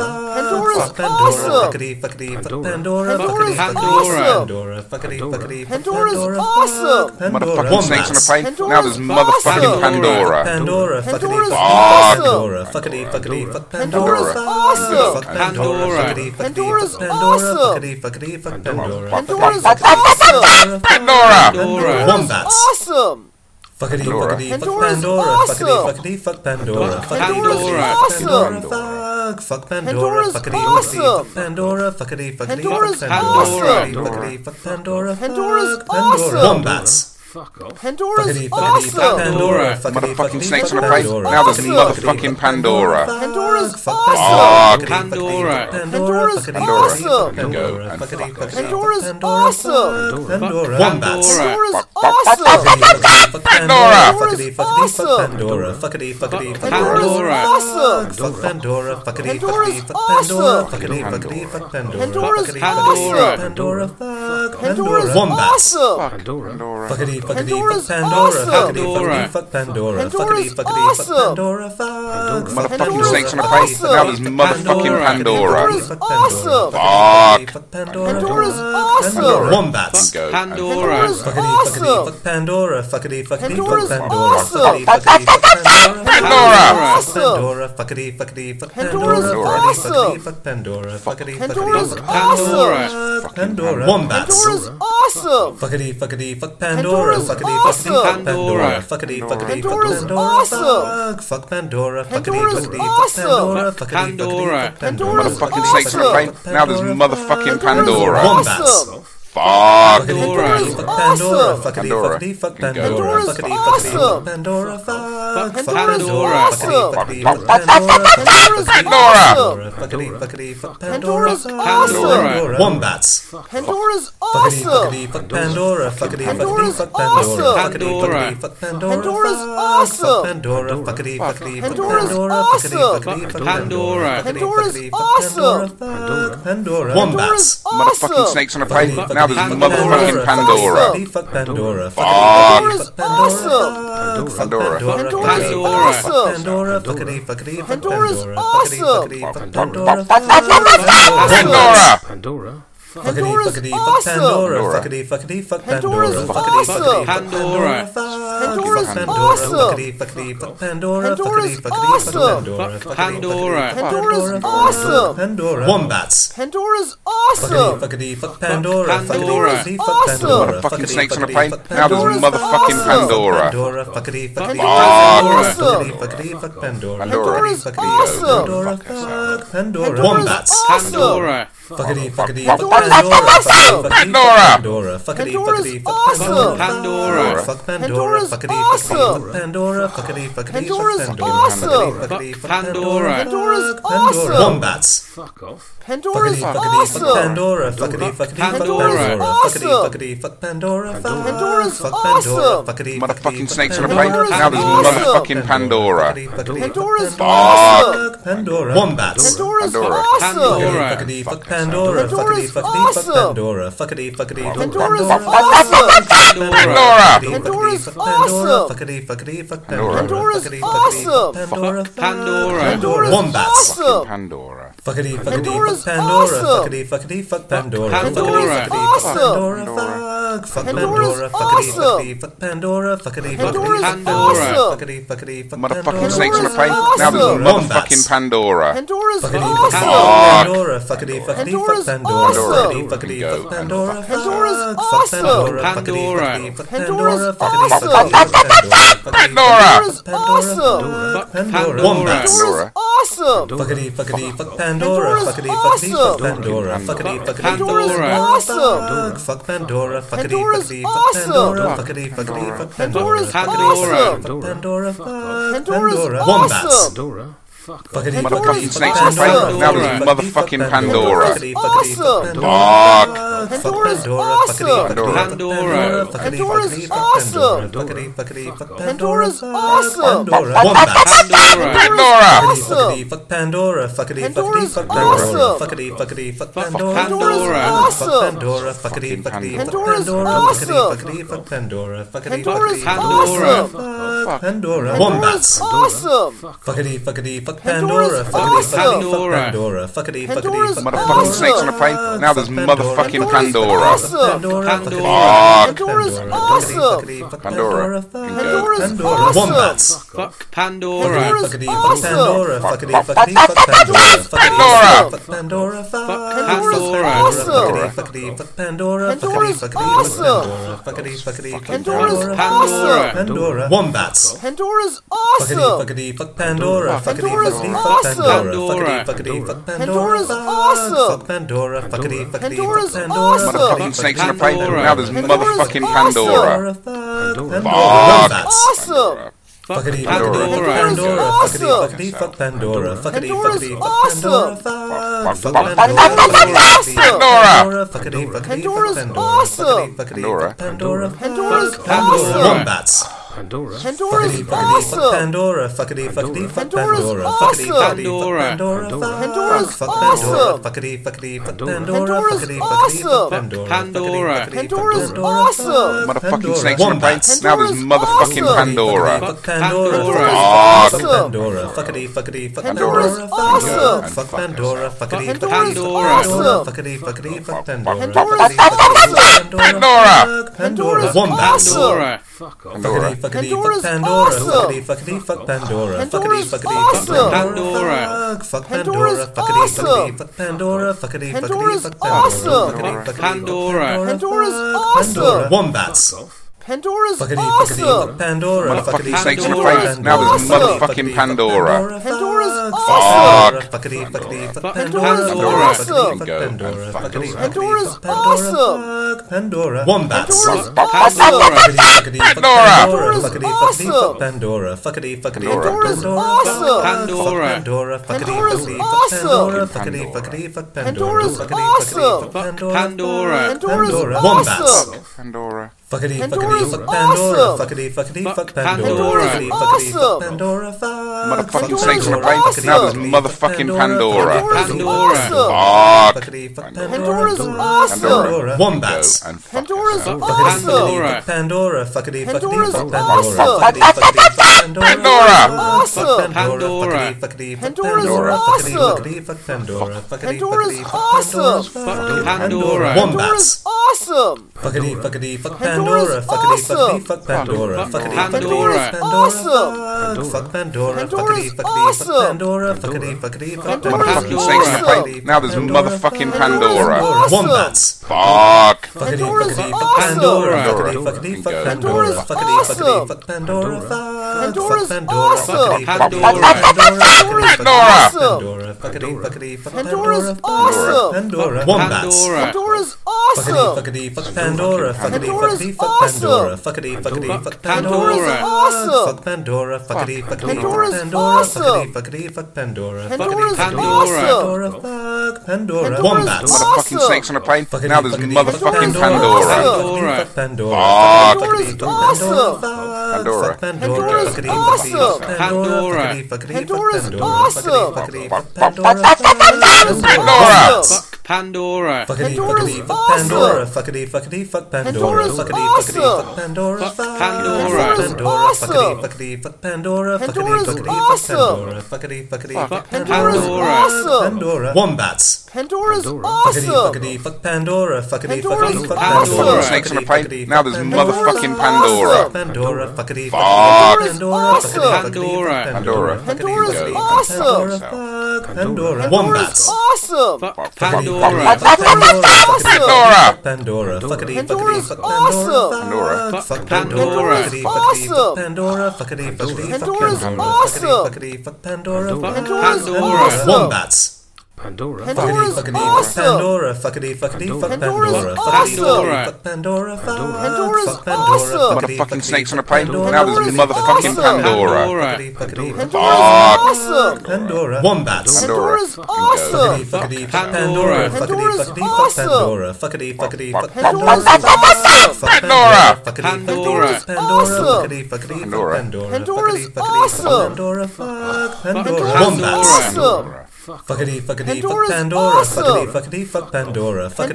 Speaker 2: Pandora. Fuckity
Speaker 8: awesome.
Speaker 2: fuckity fuck Pandora.
Speaker 8: Pandora's
Speaker 2: Fuck Pandora.
Speaker 8: awesome.
Speaker 2: Fuckity fuckity fuck Pandora. Fuckity fuckity
Speaker 3: Pandora.
Speaker 8: Pandora's
Speaker 2: fuck
Speaker 5: awesome.
Speaker 2: Pandora. Fuckity fuckity fuck Pandora. Fuck Pandora.
Speaker 6: Motherfucking
Speaker 8: Pandora's awesome.
Speaker 6: snakes on a
Speaker 2: Wombats.
Speaker 6: plane. Now there's motherfucking
Speaker 8: Awesome.
Speaker 6: Pandora.
Speaker 2: Pandora, fuckity,
Speaker 8: Pandora's
Speaker 2: fuck,
Speaker 8: awesome.
Speaker 2: Pandora, fuckity, fuckity, fuck Pandora,
Speaker 8: Pandora's awesome.
Speaker 2: fuck Pandora, fuckity, fuckity,
Speaker 8: Pandora's
Speaker 2: fuck Pandora,
Speaker 8: awesome.
Speaker 2: fuckity, fuckity, fuck Pandora,
Speaker 8: Pandora's awesome.
Speaker 6: Pandora.
Speaker 5: Pandora.
Speaker 2: wombats,
Speaker 8: Awesome.
Speaker 2: fuckity, fuckity, fuck
Speaker 8: Pandora's
Speaker 2: Pandora, fuckity,
Speaker 8: awesome.
Speaker 2: fuckity, fuck Pandora, fuckity,
Speaker 5: Pandora's
Speaker 2: fuckity, fuck
Speaker 5: awesome.
Speaker 2: Pandora, fuck, fuck Pandora,
Speaker 8: Pandora's
Speaker 2: fuckity, fuckity,
Speaker 8: awesome.
Speaker 2: fuck Pandora, fuckity, fuckity, fuck Pandora,
Speaker 8: Pandora's awesome.
Speaker 2: fuckity, fuckity, fuck Pandora, fuck
Speaker 8: Pandora's
Speaker 2: Pandora,
Speaker 8: awesome.
Speaker 2: wombats.
Speaker 3: Fuck off.
Speaker 2: E,
Speaker 8: Pandora's
Speaker 2: Fuckity, fuckity, fuck
Speaker 8: awesome.
Speaker 2: Pandora.
Speaker 6: Motherfucking snakes on a
Speaker 2: E, fuck E,
Speaker 6: plate. Now there's motherfucking Pandora.
Speaker 8: Pandora's
Speaker 2: Fuck E,
Speaker 8: awesome.
Speaker 2: Fuckity, fuckity,
Speaker 5: Pandora.
Speaker 2: fuck Pandora.
Speaker 8: Pandora's
Speaker 2: Fuckity,
Speaker 8: awesome.
Speaker 2: fuckity, fuck Pandora.
Speaker 6: Go.
Speaker 2: Fuckity, fuckity, fuck
Speaker 8: Pandora's
Speaker 2: Pandora.
Speaker 8: awesome.
Speaker 2: Fuck E, Pandora.
Speaker 5: Wombats.
Speaker 8: Pandora's
Speaker 2: Fuckity,
Speaker 8: awesome.
Speaker 2: fuckity, fuck Pandora. Fuckity, fuckity, fuck Pandora. Fuckity, fuckity, fuck
Speaker 8: Awesome. Pandora's
Speaker 5: Pandora.
Speaker 8: awesome.
Speaker 2: Fuck Pandora, fuckity, fuckity,
Speaker 8: Pandora's
Speaker 2: fuck E, Pandora, fuckity, fuckity, fuck Pandora, fuckity, fuckity, Pandora,
Speaker 5: awesome.
Speaker 8: awesome. Pandora's
Speaker 2: E, fuck Pandora,
Speaker 8: Pandora's awesome.
Speaker 3: Pandora.
Speaker 2: Fuckity, fuckity, fuck Pandora,
Speaker 8: Pandora's awesome.
Speaker 2: fuckity, fuckity, fuck Pandora, fuckity,
Speaker 8: Pandora's
Speaker 2: fuckity, fuck Pandora,
Speaker 8: awesome.
Speaker 2: fuck
Speaker 6: Motherfucking
Speaker 8: Pandora's
Speaker 6: snakes on a plane.
Speaker 8: awesome.
Speaker 6: Now there's motherfucking Pandora.
Speaker 8: Pandora's awesome.
Speaker 6: Fuck.
Speaker 2: Fuck Pandora, fuck
Speaker 8: Pandora's awesome.
Speaker 2: Pandora, wombats.
Speaker 6: Go.
Speaker 5: Pandora.
Speaker 8: Pandora's
Speaker 2: Fuckity, fuckity, fuck Pandora, fuckity, fuckity, fuck
Speaker 8: awesome. Pandora's
Speaker 2: Pandora,
Speaker 8: awesome.
Speaker 2: fuckity, fuckity, fuck Pandora,
Speaker 6: Pandora!
Speaker 8: Awesome.
Speaker 2: Pandora, fuckity, fuckity, fuck
Speaker 8: Pandora's
Speaker 2: Pandora,
Speaker 8: awesome.
Speaker 2: fuckity, fuck Pandora, fuckity,
Speaker 8: Pandora's
Speaker 2: fuckity,
Speaker 8: awesome.
Speaker 2: fuck Pandora,
Speaker 8: Pandora's awesome.
Speaker 2: Fuckity, fuckity, fuck Pandora,
Speaker 8: Pandora's
Speaker 2: fuckity,
Speaker 8: awesome.
Speaker 2: fuck Pandora,
Speaker 6: Pandora.
Speaker 2: fuckity, fuckity, fuck
Speaker 8: Pandora's
Speaker 2: Pandora,
Speaker 8: awesome.
Speaker 2: fuck, fuck Pandora, fuckity,
Speaker 8: Pandora's
Speaker 2: fuckity, fuck
Speaker 8: awesome.
Speaker 2: Pandora, fuckity,
Speaker 6: Fuck Pandora.
Speaker 2: fuckity, fuck
Speaker 8: Pandora's
Speaker 2: fuckity,
Speaker 6: Fucking sakes,
Speaker 8: Awesome.
Speaker 6: mate. Now there's motherfucking Pandora.
Speaker 2: Wombats.
Speaker 8: Awesome.
Speaker 6: Fuck.
Speaker 8: Pandora.
Speaker 2: Fuckity,
Speaker 8: Pandora's
Speaker 2: fuck Pandora,
Speaker 8: awesome.
Speaker 2: fuckity, fuckity,
Speaker 6: Pandora.
Speaker 2: fuck
Speaker 6: Can go.
Speaker 2: Pandora,
Speaker 8: Pandora's
Speaker 2: fuckity, fuckity, fuck
Speaker 8: awesome.
Speaker 2: Pandora, fuck, fuck
Speaker 8: Pandora's
Speaker 2: Pandora,
Speaker 8: awesome.
Speaker 2: fuckity, fuckity, fuck Pandora, Pandora, fuckity, fuckity, fuck
Speaker 6: Fuck
Speaker 8: Pandora's awesome.
Speaker 2: Pandora,
Speaker 8: Pandora's
Speaker 2: fuck
Speaker 6: awesome.
Speaker 2: Wombats.
Speaker 8: Pandora's
Speaker 2: Fuckity,
Speaker 8: awesome.
Speaker 2: fuckity, fuck Pandora, fuckity, fuckity,
Speaker 8: Pandora's
Speaker 2: fuck Pandora,
Speaker 8: awesome.
Speaker 2: fuckity, fuckity, fuck Pandora,
Speaker 8: Pandora's
Speaker 2: fuck,
Speaker 8: awesome.
Speaker 2: fuck Pandora, fuckity, fuckity, fuck
Speaker 8: Pandora's
Speaker 2: Pandora,
Speaker 8: awesome.
Speaker 2: fuckity, fuckity, fuck fuckity, fuck Pandora, fuck Pandora,
Speaker 6: Pandora. Motherfucking snakes
Speaker 8: Pandora's awesome. Pandora's awesome.
Speaker 6: on a plane.
Speaker 2: Fuckity,
Speaker 6: Now there's
Speaker 2: fuckity,
Speaker 6: motherfucking Pandora.
Speaker 2: Fuckity, fuck Pandora,
Speaker 6: Fuck.
Speaker 2: fuck
Speaker 8: Pandora's
Speaker 2: Pandora, fuck
Speaker 6: Pandora.
Speaker 8: Pandora's
Speaker 2: fuck
Speaker 6: Pandora.
Speaker 8: awesome.
Speaker 2: Pandora, fuckity, fuckity, fuck
Speaker 8: Pandora's
Speaker 2: Pandora,
Speaker 8: awesome.
Speaker 2: fuckity, fuckity, fuck Pandora,
Speaker 6: Pandora. Pandora.
Speaker 3: Pandora. Fuck.
Speaker 2: Fuckity,
Speaker 8: Pandora's
Speaker 2: fuckity, fuck
Speaker 8: awesome.
Speaker 2: Pandora,
Speaker 6: Pandora.
Speaker 2: fuckity, fuckity, fuck Pandora,
Speaker 8: Pandora's
Speaker 2: fuckity, fuckity,
Speaker 8: awesome.
Speaker 2: fuck Pandora,
Speaker 5: Pandora.
Speaker 2: fuckity,
Speaker 8: Pandora's
Speaker 2: fuck
Speaker 8: awesome.
Speaker 2: Pandora, fuckity, fuckity, fuck Pandora, fuckity,
Speaker 8: Pandora's
Speaker 2: fuckity, fuck
Speaker 8: awesome.
Speaker 2: Pandora, fuckity, fuckity, fuck Pandora, Pandora, wombats. Fuckity,
Speaker 5: Fuck Pandora.
Speaker 8: Pandora's awesome. Pandora's awesome.
Speaker 2: fuckity, fuck Pandora,
Speaker 5: Pandora.
Speaker 2: fuckity, fuckity, fuck Pandora, fuckity,
Speaker 6: Fucking snakes on
Speaker 8: Awesome.
Speaker 2: fuckity,
Speaker 6: a plane.
Speaker 2: fuck
Speaker 6: Now there's
Speaker 2: Pandora,
Speaker 6: motherfucking
Speaker 8: Awesome.
Speaker 6: Pandora.
Speaker 2: Pandora, fuckity, fuckity,
Speaker 8: Pandora's
Speaker 2: fuck Pandora,
Speaker 8: awesome.
Speaker 2: fuckity, fuckity, fuck Pandora, fuckity,
Speaker 6: Pandora.
Speaker 2: fuckity,
Speaker 8: Pandora's
Speaker 2: fuck
Speaker 8: awesome.
Speaker 2: Pandora,
Speaker 6: Fuck yourself.
Speaker 2: fuck Pandora,
Speaker 8: Pandora's
Speaker 2: Fuckity, fuckity, fuck
Speaker 5: Pandora.
Speaker 6: fuck,
Speaker 8: awesome. Pandora's
Speaker 2: Pandora,
Speaker 8: awesome.
Speaker 2: fuckity, fuck
Speaker 6: Pandora.
Speaker 2: Pandora, fuckity,
Speaker 8: Pandora's
Speaker 2: fuckity, fuck Pandora, fuck Pandora, fuckity, fuckity,
Speaker 5: Pandora.
Speaker 8: awesome. Pandora's awesome.
Speaker 2: fuck Pandora, fuckity, fuckity,
Speaker 8: Pandora's
Speaker 2: fuck Pandora, fuckity,
Speaker 8: awesome.
Speaker 2: fuckity, fuck
Speaker 5: Fuck Pandora.
Speaker 2: Pandora,
Speaker 8: Pandora's
Speaker 2: fuck Pandora,
Speaker 8: awesome.
Speaker 2: wombats.
Speaker 3: Fuck off.
Speaker 2: Fuckity,
Speaker 8: Pandora's
Speaker 2: fuckity, fuck Pandora,
Speaker 8: awesome.
Speaker 2: fuckity, fuckity, fuck
Speaker 5: Pandora's
Speaker 2: Pandora, fuckity, fuckity, fuck Pandora,
Speaker 8: awesome.
Speaker 2: fuck-
Speaker 8: Pandora's
Speaker 2: fuck Pandora,
Speaker 8: awesome.
Speaker 2: fuckity, fuckity,
Speaker 6: Motherfucking
Speaker 2: fuck
Speaker 6: snakes on a
Speaker 2: Pandora,
Speaker 6: plane. Now there's
Speaker 8: Pandora's
Speaker 6: motherfucking Pandora.
Speaker 2: fuckity, fuckity, fuck Pandora,
Speaker 8: Pandora's awesome.
Speaker 2: fuck Pandora, wombats.
Speaker 8: Pandora's
Speaker 6: Pandora.
Speaker 8: awesome.
Speaker 5: Pandora.
Speaker 2: Fuckity, fuck Pandora, fuckity,
Speaker 8: Pandora's
Speaker 2: fuckity, fuck
Speaker 8: awesome.
Speaker 2: Pandora, fuckity, fuckity, fuck
Speaker 8: Pandora's
Speaker 2: Pandora,
Speaker 8: awesome.
Speaker 6: Pandora.
Speaker 2: Fuckity,
Speaker 8: Pandora's
Speaker 2: fuck Pandora,
Speaker 8: awesome.
Speaker 2: fuckity, fuckity, fuck
Speaker 6: Pandora.
Speaker 2: Pandora,
Speaker 8: Pandora's
Speaker 2: fuckity, fuckity, fuck
Speaker 8: awesome.
Speaker 2: Pandora,
Speaker 5: Fuck
Speaker 2: fuck
Speaker 5: Pandora.
Speaker 2: Pandora, wombats.
Speaker 6: Fucking
Speaker 8: Awesome.
Speaker 6: Pandora.
Speaker 2: Fuckity, fuckity, fuck
Speaker 8: Pandora's
Speaker 2: Pandora,
Speaker 8: awesome.
Speaker 2: fuckity, fuckity, fuck Pandora, fuckity, fuckity,
Speaker 5: Pandora's
Speaker 2: fuck Pandora, fuck, fuck Pandora, fuckity,
Speaker 6: Pandora.
Speaker 8: awesome. Pandora's awesome.
Speaker 2: fuckity, fuck Pandora, fuckity, fuckity,
Speaker 8: Pandora's
Speaker 2: fuck
Speaker 5: awesome.
Speaker 2: Pandora, fuckity, fuckity, fuck Pandora,
Speaker 6: Motherfucking snakes on a plane.
Speaker 8: Pandora's
Speaker 6: Now there's
Speaker 8: awesome.
Speaker 6: motherfucking Pandora.
Speaker 8: Pandora's
Speaker 2: Fuckity,
Speaker 8: awesome.
Speaker 2: fuck
Speaker 6: Fuck.
Speaker 2: Pandora, fuckity, fuckity, fuck
Speaker 8: Pandora's
Speaker 2: Pandora,
Speaker 8: awesome.
Speaker 2: fuckity, fuckity,
Speaker 6: Go.
Speaker 2: fuck Pandora,
Speaker 8: Pandora's
Speaker 2: fuck
Speaker 8: awesome.
Speaker 2: Pandora,
Speaker 5: Pandora.
Speaker 2: fuckity, fuckity, fuck Pandora,
Speaker 8: Pandora's
Speaker 2: fuckity,
Speaker 8: awesome.
Speaker 2: fuckity, fuck Fuck Wombats. Fuckity,
Speaker 5: Pandora.
Speaker 6: Pandora.
Speaker 8: Pandora's awesome. Pandora's awesome.
Speaker 2: fuckity, fuck Pandora, fuckity, fuckity, fuck Pandora, fuckity, fuckity, fuck
Speaker 5: Pandora's
Speaker 2: Pandora, fuck
Speaker 8: awesome.
Speaker 2: Pandora, fuckity,
Speaker 8: Pandora's
Speaker 2: fuckity, fuck Pandora,
Speaker 8: awesome.
Speaker 2: fuckity, fuckity, fuck Pandora, fuck
Speaker 5: Pandora.
Speaker 8: Pandora's awesome.
Speaker 2: Pandora, fuck Pandora,
Speaker 8: Pandora.
Speaker 2: wombats.
Speaker 3: Pandora.
Speaker 8: Awesome.
Speaker 3: Fuck off.
Speaker 2: Fuckity,
Speaker 8: Motherfucking
Speaker 2: fuckity,
Speaker 8: snakes
Speaker 2: fuck
Speaker 8: in the
Speaker 2: Pandora,
Speaker 8: face.
Speaker 6: Now there's
Speaker 2: fuckity,
Speaker 6: motherfucking
Speaker 2: fuck
Speaker 6: Pandora.
Speaker 2: Fuckity, fuckity, fuck
Speaker 8: Awesome.
Speaker 2: Pandora, fuck
Speaker 8: Pandora's
Speaker 2: Pandora,
Speaker 8: awesome.
Speaker 2: fuckity, fuckity,
Speaker 6: Pandora.
Speaker 2: fuck Pandora,
Speaker 5: Pandora.
Speaker 2: fuckity,
Speaker 8: Pandora's
Speaker 2: fuckity, fuck
Speaker 8: awesome.
Speaker 2: Pandora, fuckity, fuckity, fuck
Speaker 8: Pandora's
Speaker 2: Pandora,
Speaker 8: awesome.
Speaker 2: fuck Pandora, wombats.
Speaker 6: Pandora.
Speaker 8: Awesome.
Speaker 2: Fuckity, fuck Pandora, fuckity, fuckity, fuck Pandora, fuckity, fuckity, fuck Pandora, fuck Pandora, fuckity, fuckity, fuck Pandora, fuckity, fuckity, fuck Pandora, fuckity, fuckity, fuck Pandora, wombats. Fuckity, fuckity, fuck Pandora, fuckity, fuckity, fuck
Speaker 5: Pandora. awesome. awesome.
Speaker 8: Pandora's awesome. awesome. Pandora's awesome. Pandora's Pandora's awesome. Pandora's
Speaker 2: Pandora, fuckity, fuckity,
Speaker 8: Pandora's
Speaker 2: fuck
Speaker 6: Motherfucking snakes on a
Speaker 8: Awesome.
Speaker 6: plane. Now there's motherfucking Pandora.
Speaker 8: Awesome.
Speaker 6: Fuck.
Speaker 8: Pandora's awesome.
Speaker 6: Pandora's
Speaker 8: Pandora's
Speaker 2: Pandora,
Speaker 8: awesome.
Speaker 2: wombats.
Speaker 5: Fuck Pandora.
Speaker 8: Pandora's
Speaker 2: Fuckity, fuck
Speaker 8: awesome.
Speaker 2: Pandora, fuckity, fuckity, fuck Pandora, fuckity, fuck
Speaker 6: Pandora.
Speaker 2: Pandora, fuck
Speaker 5: Pandora's
Speaker 2: Pandora,
Speaker 8: awesome.
Speaker 2: fuckity, fuck Pandora, fuckity,
Speaker 8: Pandora's
Speaker 2: fuckity, fuck
Speaker 8: awesome.
Speaker 2: Pandora, fuckity, fuckity, fuck
Speaker 8: Pandora's
Speaker 2: Pandora,
Speaker 5: Pandora.
Speaker 8: awesome.
Speaker 2: Pandora, wombats.
Speaker 8: Pandora's
Speaker 2: Fuckity,
Speaker 8: awesome.
Speaker 2: fuckity, fuck Pandora, fuckity,
Speaker 8: Pandora's
Speaker 2: fuckity, fuck
Speaker 8: awesome.
Speaker 2: Pandora,
Speaker 5: Pandora.
Speaker 2: fuckity, fuckity, fuck Pandora,
Speaker 8: Pandora's awesome.
Speaker 2: fuck Pandora, fuckity, fuckity, fuck
Speaker 8: Pandora's
Speaker 2: Pandora,
Speaker 8: awesome.
Speaker 2: fucking
Speaker 6: Motherfucking snakes on a plane. Now there's
Speaker 8: Pandora's
Speaker 6: motherfucking
Speaker 8: awesome.
Speaker 6: Pandora.
Speaker 2: Pandora,
Speaker 6: Fuck.
Speaker 2: wombats.
Speaker 8: Awesome.
Speaker 5: Fuck
Speaker 2: Fuckity,
Speaker 5: Pandora.
Speaker 2: fuckity, fuck Pandora, fuckity, fuckity, fuck Pandora,
Speaker 8: Pandora's awesome.
Speaker 2: fuckity,
Speaker 8: Pandora's
Speaker 2: fuckity, fuck
Speaker 8: awesome.
Speaker 2: Pandora, fuck,
Speaker 6: Fuck,
Speaker 2: fuck
Speaker 6: fuck,
Speaker 2: Pandora,
Speaker 8: Pandora's
Speaker 2: fuckity, fuck Pandora, fuckity, fuckity, fuck
Speaker 8: awesome. Pandora's
Speaker 2: Pandora,
Speaker 8: awesome.
Speaker 2: fuckity, fuckity,
Speaker 6: Pandora.
Speaker 2: fuck Pandora,
Speaker 8: Pandora's
Speaker 2: fuck Pandora,
Speaker 8: awesome.
Speaker 2: wombats.
Speaker 3: Pandora.
Speaker 8: Pandora's
Speaker 2: Fuckity, fuckity, E, fuck
Speaker 8: awesome.
Speaker 2: Pandora, E, fuckity, fuckity, fuck
Speaker 8: Pandora's
Speaker 2: Pandora, E,
Speaker 8: awesome.
Speaker 2: fuckity, fuckity, fuck Pandora, fuck Pandora, fuckity,
Speaker 5: Pandora.
Speaker 8: Pandora's awesome.
Speaker 2: fuckity, E, fuck
Speaker 3: Pandora.
Speaker 2: Pandora,
Speaker 8: Pandora's
Speaker 2: fuckity, fuckity, fuck Pandora, fuckity, fuckity, fuck Pandora, E, fuck Pandora.
Speaker 5: Pandora.
Speaker 6: Motherfucking
Speaker 8: awesome. Pandora's awesome.
Speaker 6: snakes on a plane.
Speaker 2: Wombats.
Speaker 6: Now there's motherfucking
Speaker 8: Awesome.
Speaker 6: Pandora.
Speaker 2: Fuck Pandora.
Speaker 8: Pandora's
Speaker 2: Fuck
Speaker 8: awesome.
Speaker 2: Pandora. Fuckity fuckity fuck
Speaker 8: Pandora's
Speaker 2: Pandora.
Speaker 8: awesome.
Speaker 2: Fuck Pandora. Fuckity fuck
Speaker 8: Pandora's
Speaker 2: Pandora.
Speaker 8: awesome.
Speaker 2: Fuckity fuckity fuck Pandora.
Speaker 6: Pandora's
Speaker 2: Fuckity, fuckity, fuck Pandora.
Speaker 6: Pandora.
Speaker 2: Fuck Pandora.
Speaker 8: Pandora.
Speaker 2: Wombats.
Speaker 8: Awesome.
Speaker 5: Pandora.
Speaker 3: Fuck off.
Speaker 2: Fuckity
Speaker 6: Pandora.
Speaker 2: fuckity
Speaker 8: Pandora's
Speaker 2: fuck Pandora.
Speaker 8: awesome.
Speaker 2: Fuckity fuckity fuck Pandora. Fuckity
Speaker 8: Pandora's
Speaker 2: fuckity fuck
Speaker 8: awesome.
Speaker 2: Pandora. Fuck Pandora.
Speaker 8: Pandora's
Speaker 2: Fuckity fuckity
Speaker 8: awesome.
Speaker 2: fuck Pandora. Fuckity fuckity
Speaker 8: Pandora's
Speaker 2: fuck
Speaker 8: awesome.
Speaker 2: Pandora. Fuckity, fuckity, fuck
Speaker 5: Pandora.
Speaker 8: Pandora's
Speaker 2: Fuck Pandora.
Speaker 8: awesome.
Speaker 2: Wombats.
Speaker 3: Off.
Speaker 8: Pandora's
Speaker 2: Fuckity fuckity fuck
Speaker 8: awesome.
Speaker 2: Pandora. Fuckity
Speaker 5: Motherfucking snakes in the
Speaker 2: fuck
Speaker 5: face.
Speaker 2: Pandora.
Speaker 8: Now there's
Speaker 2: Fuckity,
Speaker 6: motherfucking
Speaker 2: fuckity, fuck
Speaker 6: Pandora.
Speaker 8: Pandora's
Speaker 2: Fuck
Speaker 8: awesome.
Speaker 2: Pandora. Fuckity fuckity fuck
Speaker 5: Fuck
Speaker 2: Pandora.
Speaker 5: Pandora.
Speaker 8: Awesome.
Speaker 2: Fuckity, fuck
Speaker 6: Go and
Speaker 2: Pandora.
Speaker 6: fuck
Speaker 2: Fuckity,
Speaker 6: yourself.
Speaker 2: fuckity,
Speaker 8: Pandora's
Speaker 2: fuck Pandora.
Speaker 8: awesome.
Speaker 2: Fuck Pandora. Wombats.
Speaker 8: Pandora's awesome.
Speaker 2: Fuckity, fuckity, fuck E, Pandora.
Speaker 8: Pandora's
Speaker 2: Fuckity, fuckity, fuck
Speaker 8: awesome.
Speaker 2: Pandora. Fuckity, fuckity, E, fuck
Speaker 8: Pandora's
Speaker 2: Pandora.
Speaker 5: Pandora.
Speaker 8: awesome.
Speaker 2: Fuck Pandora. Fuckity,
Speaker 8: Pandora's
Speaker 2: fuckity, fuck Pandora.
Speaker 6: awesome.
Speaker 2: Fuckity, fuckity, fuck E, Pandora.
Speaker 8: Pandora's
Speaker 2: Fuckity, fuckity, fuck
Speaker 8: awesome.
Speaker 5: Fuck
Speaker 2: Pandora. E, Fuck Pandora.
Speaker 5: Pandora.
Speaker 8: Pandora's awesome.
Speaker 2: Wombats.
Speaker 6: Pandora.
Speaker 2: Fuckity, fuckity, fuck Pandora.
Speaker 8: Pandora's
Speaker 2: E, Fuckity, fuckity, fuck Pandora. Fuckity, fuckity,
Speaker 5: Fuck Pandora.
Speaker 8: awesome.
Speaker 2: E, fuck Pandora. Fuck
Speaker 6: Motherfucking
Speaker 8: Awesome. Pandora's
Speaker 6: snakes in the face.
Speaker 8: awesome.
Speaker 6: Now there's motherfucking Pandora.
Speaker 8: Pandora's
Speaker 2: E,
Speaker 5: Pandora.
Speaker 8: awesome.
Speaker 6: Fuck.
Speaker 2: Fuckity, E, fuck
Speaker 6: Pandora.
Speaker 8: Pandora's
Speaker 2: Pandora.
Speaker 8: awesome.
Speaker 2: Pandora. Wombats.
Speaker 6: Go and fuck
Speaker 8: Pandora's
Speaker 6: yourself.
Speaker 8: awesome.
Speaker 5: Pandora.
Speaker 2: Pandora, fuckity, fuckity,
Speaker 8: Pandora's
Speaker 2: fuck
Speaker 8: awesome.
Speaker 2: Pandora, fuckity, fuckity, fuck Pandora,
Speaker 6: Pandora.
Speaker 8: Awesome.
Speaker 2: Pandora,
Speaker 5: Pandora.
Speaker 2: fuckity, fuckity, fuck
Speaker 8: Pandora's
Speaker 2: Pandora,
Speaker 8: awesome.
Speaker 2: fuckity, fuckity, fuck Pandora, fuckity,
Speaker 8: Pandora's
Speaker 2: fuckity, fuck
Speaker 8: awesome.
Speaker 2: Pandora,
Speaker 5: Fuck Pandora.
Speaker 2: Wombats.
Speaker 8: Awesome.
Speaker 2: Fuckity, fuckity, fuck Pandora,
Speaker 8: Pandora's
Speaker 2: fuckity, fuckity,
Speaker 8: awesome.
Speaker 2: fuck Pandora,
Speaker 5: Fuck
Speaker 2: fuckity,
Speaker 5: Pandora.
Speaker 2: fuckity, fuck Pandora,
Speaker 8: Awesome.
Speaker 2: fuck, fuck Pandora,
Speaker 8: Pandora's
Speaker 2: fuckity, fucking fuck
Speaker 8: awesome.
Speaker 2: Pandora, fuckity, fuckity, fuck
Speaker 8: Pandora's
Speaker 6: Motherfucking snakes in the
Speaker 8: awesome.
Speaker 6: face. Now there's motherfucking
Speaker 8: Pandora.
Speaker 6: Pandora.
Speaker 8: awesome.
Speaker 2: Wombats.
Speaker 6: Fuck.
Speaker 2: Fuckity,
Speaker 8: Pandora's
Speaker 2: fuckity, fuck
Speaker 8: awesome.
Speaker 2: Pandora,
Speaker 6: Pandora.
Speaker 2: fuckity, fucking fuck Pandora,
Speaker 6: Pandora's
Speaker 2: fuckity, fuckity,
Speaker 8: awesome.
Speaker 2: fuck Pandora, fuck, fuck
Speaker 8: Pandora's
Speaker 2: Pandora,
Speaker 8: awesome.
Speaker 2: fuckity, fuck
Speaker 5: Pandora.
Speaker 2: Pandora, fuckity,
Speaker 6: Pandora.
Speaker 2: fuck Pandora, fuckity, fuckity, fuck
Speaker 8: Pandora's
Speaker 2: Pandora,
Speaker 8: awesome.
Speaker 2: Pandora,
Speaker 5: Pandora.
Speaker 8: Pandora's
Speaker 2: Fuckity, fuckity,
Speaker 8: awesome.
Speaker 2: fuck Pandora, fuckity, fuckity, fuck Pandora, fuckity, fuckity,
Speaker 8: Pandora's awesome.
Speaker 2: fuck Pandora,
Speaker 5: Pandora's
Speaker 8: awesome.
Speaker 2: fuck Pandora, fuckity, fuckity, fuck
Speaker 8: Pandora's
Speaker 2: Pandora, fuckity,
Speaker 8: awesome.
Speaker 2: fuckity, fuck Pandora,
Speaker 8: Pandora's
Speaker 2: fuckity,
Speaker 5: Pandora.
Speaker 8: awesome.
Speaker 2: Pandora, fuck Pandora, Wombats.
Speaker 8: Pandora's
Speaker 6: Motherfucking
Speaker 8: Awesome.
Speaker 6: snakes on a plane.
Speaker 2: Fuckity,
Speaker 6: Now there's
Speaker 2: fuckity,
Speaker 6: motherfucking
Speaker 8: Pandora.
Speaker 2: Pandora.
Speaker 5: Pandora.
Speaker 6: Pandora. Fuck.
Speaker 8: Pandora's
Speaker 2: Fuckity,
Speaker 8: awesome.
Speaker 2: Pandora. fuck Pandora.
Speaker 6: Pandora's
Speaker 2: Fuckity, fuckity,
Speaker 8: awesome.
Speaker 2: fuck
Speaker 5: Pandora.
Speaker 2: Fuckity, fuckity, fuck
Speaker 8: Pandora's
Speaker 2: Pandora.
Speaker 8: awesome.
Speaker 2: Fuckity, fuckity, fuck Pandora.
Speaker 6: Pandora. Pandora.
Speaker 8: Awesome.
Speaker 5: Fuck Pandora.
Speaker 2: Fuckity,
Speaker 8: Pandora's
Speaker 2: fuckity, fuck
Speaker 8: awesome.
Speaker 2: Pandora. Fuckity, fuckity, fuck Pandora.
Speaker 8: Pandora's
Speaker 2: Fuckity, fuckity,
Speaker 8: awesome.
Speaker 2: fuck Pandora.
Speaker 5: Fuck
Speaker 2: Fuck Pandora.
Speaker 5: Pandora.
Speaker 8: Pandora's
Speaker 2: Fuckity,
Speaker 8: awesome.
Speaker 2: fuckity, fuck Pandora. Fuckity, fuckity, fuck Pandora. Fuckity,
Speaker 8: Pandora's awesome.
Speaker 2: fuckity,
Speaker 6: Fuck
Speaker 2: fuck
Speaker 5: Pandora's
Speaker 2: Pandora.
Speaker 8: awesome.
Speaker 2: Pandora. Wombats.
Speaker 8: Pandora's
Speaker 3: Pandora.
Speaker 2: Fuckity,
Speaker 8: awesome.
Speaker 2: fuckity, fuck Pandora. Fuckity,
Speaker 8: Pandora's
Speaker 2: fuckity, fuck
Speaker 5: awesome.
Speaker 2: Pandora.
Speaker 5: Motherfucking
Speaker 6: snakes on a
Speaker 2: Fuckity,
Speaker 6: plane.
Speaker 2: fuckity,
Speaker 6: Now
Speaker 2: fuck
Speaker 6: there's
Speaker 2: Pandora.
Speaker 6: motherfucking
Speaker 8: Pandora.
Speaker 2: Pandora, fuckity,
Speaker 6: Fuck.
Speaker 2: fucking Pandora,
Speaker 8: Awesome.
Speaker 2: Pandora, fucking
Speaker 6: Pandora.
Speaker 8: Pandora's
Speaker 2: fucking
Speaker 8: awesome.
Speaker 2: Pandora, fuck Pandora, wombats.
Speaker 8: Awesome.
Speaker 5: Fuck
Speaker 2: Fuck
Speaker 5: Pandora.
Speaker 2: Pandora, Pandora, fuckity, fuckity,
Speaker 8: Pandora's
Speaker 2: fuck
Speaker 8: awesome.
Speaker 2: Pandora,
Speaker 6: Pandora.
Speaker 2: fuck
Speaker 5: Fuck
Speaker 2: Pandora,
Speaker 5: Pandora.
Speaker 2: fuckity, fuckity, fuck
Speaker 8: Awesome.
Speaker 2: Pandora, fuckity, fuckity, fuck
Speaker 8: Pandora's
Speaker 2: Pandora,
Speaker 8: awesome.
Speaker 2: fuckity, fuckity, fuck Pandora, fuck
Speaker 3: Pandora.
Speaker 8: Pandora's
Speaker 5: Pandora.
Speaker 8: awesome.
Speaker 2: wombats.
Speaker 3: Pandora.
Speaker 8: Pandora.
Speaker 2: Fuckity,
Speaker 8: Pandora's
Speaker 2: fuckity, fuck Pandora, fuckity,
Speaker 8: awesome.
Speaker 2: fuckity, fuck
Speaker 8: Pandora's
Speaker 2: Pandora, fuckity,
Speaker 8: awesome.
Speaker 2: fuckity, fuck Pandora, fuck fuck Pandora, fuckity,
Speaker 6: Motherfucking
Speaker 8: Pandora's awesome.
Speaker 2: fuckity,
Speaker 6: snakes on a
Speaker 2: fuck
Speaker 6: plane.
Speaker 2: Pandora,
Speaker 6: Now there's
Speaker 8: Pandora's
Speaker 6: motherfucking
Speaker 8: awesome.
Speaker 6: Pandora.
Speaker 5: Pandora.
Speaker 2: Pandora.
Speaker 8: Pandora's awesome.
Speaker 2: Pandora. Wombats.
Speaker 8: Pandora's
Speaker 6: Fucking go.
Speaker 8: awesome.
Speaker 2: Fuckity, fuckity, fuck
Speaker 5: Fuck
Speaker 2: Pandora. Fuckity, fuckity,
Speaker 5: Pandora.
Speaker 8: Pandora's
Speaker 2: fuck
Speaker 8: awesome.
Speaker 2: Pandora. Fuckity, fuckity, fuck
Speaker 6: Fuck
Speaker 2: Pandora.
Speaker 8: Pandora's awesome.
Speaker 2: Fuck
Speaker 6: Pandora.
Speaker 2: Fuckity,
Speaker 5: Pandora.
Speaker 2: fuckity, fuck Pandora.
Speaker 8: awesome.
Speaker 2: Fuckity, fuckity, fuck
Speaker 6: Pandora.
Speaker 2: Pandora.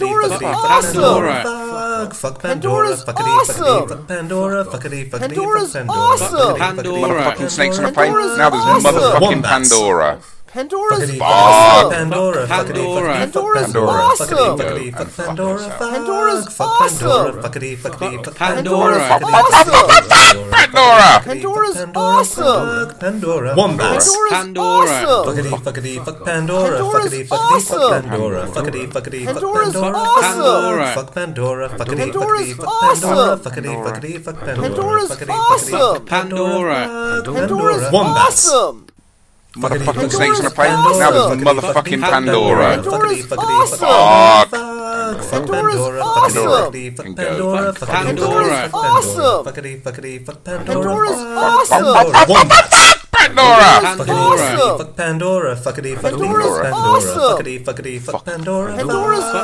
Speaker 8: Pandora's
Speaker 2: Fuckity, fuckity, fuck
Speaker 8: awesome.
Speaker 2: Pandora. Fuck Pandora.
Speaker 5: Pandora.
Speaker 2: Wombats.
Speaker 8: Awesome.
Speaker 2: Fuckity, fuckity, fuck
Speaker 8: Pandora's
Speaker 2: Pandora. Fuckity, fuckity, fuck Pandora. Fuckity, fuckity, fuck Pandora. Fuck, fuck Pandora. Fuckity, fuckity, fuck Pandora. Fucking fuck Pandora.
Speaker 8: awesome. Pandora's awesome. Pandora's awesome. Pandora's
Speaker 2: Fuckity, fuck
Speaker 8: awesome.
Speaker 2: Pandora.
Speaker 5: Pandora.
Speaker 6: Motherfucking snakes on a plane.
Speaker 8: Pandora's
Speaker 6: Now there's
Speaker 8: awesome.
Speaker 6: motherfucking
Speaker 2: Wombats.
Speaker 6: Pandora.
Speaker 8: Pandora's
Speaker 2: Fuckity, fuck
Speaker 8: awesome.
Speaker 2: Pandora, fuckity, fuckity, fuck Pandora, fuckity, fuckity,
Speaker 5: Fuck Pandora.
Speaker 6: Go
Speaker 8: Pandora's awesome.
Speaker 6: and
Speaker 2: fuck
Speaker 6: fuck
Speaker 2: Pandora,
Speaker 6: yourself.
Speaker 2: fuck-
Speaker 8: Pandora's
Speaker 2: fuck
Speaker 8: awesome.
Speaker 2: Pandora, fuckity, fuckity, fuck
Speaker 5: Pandora.
Speaker 2: fuck fuck Pandora, wombats.
Speaker 6: Pandora.
Speaker 8: Awesome. Pandora's awesome.
Speaker 5: Pandora.
Speaker 6: Oh,
Speaker 8: awesome.
Speaker 2: Fuckity, fuckity, fuck Pandora,
Speaker 8: Pandora's
Speaker 2: fuckity, fuckity, fuck
Speaker 8: awesome.
Speaker 2: Pandora, fuckity, fuckity, fuck
Speaker 8: Pandora's
Speaker 2: Pandora,
Speaker 8: awesome.
Speaker 2: fuck Pandora, fuckity,
Speaker 8: Pandora's
Speaker 2: fuckity, fuck Pandora,
Speaker 8: awesome.
Speaker 2: fuckity, fuckity, fuck Pandora,
Speaker 8: Pandora's
Speaker 2: fuckity, fuckity, fuck
Speaker 8: awesome.
Speaker 5: Pandora.
Speaker 2: fuck
Speaker 8: Pandora's
Speaker 2: Pandora, wombats.
Speaker 8: awesome.
Speaker 6: Motherfucking
Speaker 8: Pandora's
Speaker 6: snakes on a plane.
Speaker 8: awesome.
Speaker 6: Now there's
Speaker 2: Fucking
Speaker 6: motherfucking Pandora.
Speaker 8: Pandora's
Speaker 6: Fuck.
Speaker 8: awesome. Pandora's awesome.
Speaker 6: Fucking
Speaker 2: Pandora.
Speaker 6: go.
Speaker 2: Fuck
Speaker 5: Pandora.
Speaker 2: Pandora. Pandora.
Speaker 8: Awesome.
Speaker 2: Fuckity, fuckity, fuck
Speaker 8: Pandora's
Speaker 2: Pandora.
Speaker 8: awesome.
Speaker 2: Pandora. Wombats.
Speaker 6: Pandora.
Speaker 5: Pandora.
Speaker 2: Fuckity, fuck Pandora. Fuckity, fuckity,
Speaker 8: Pandora's
Speaker 2: fuck Pandora.
Speaker 8: awesome.
Speaker 2: Fuckity, fuckity, fuck Pandora.
Speaker 8: Pandora's
Speaker 2: Fuck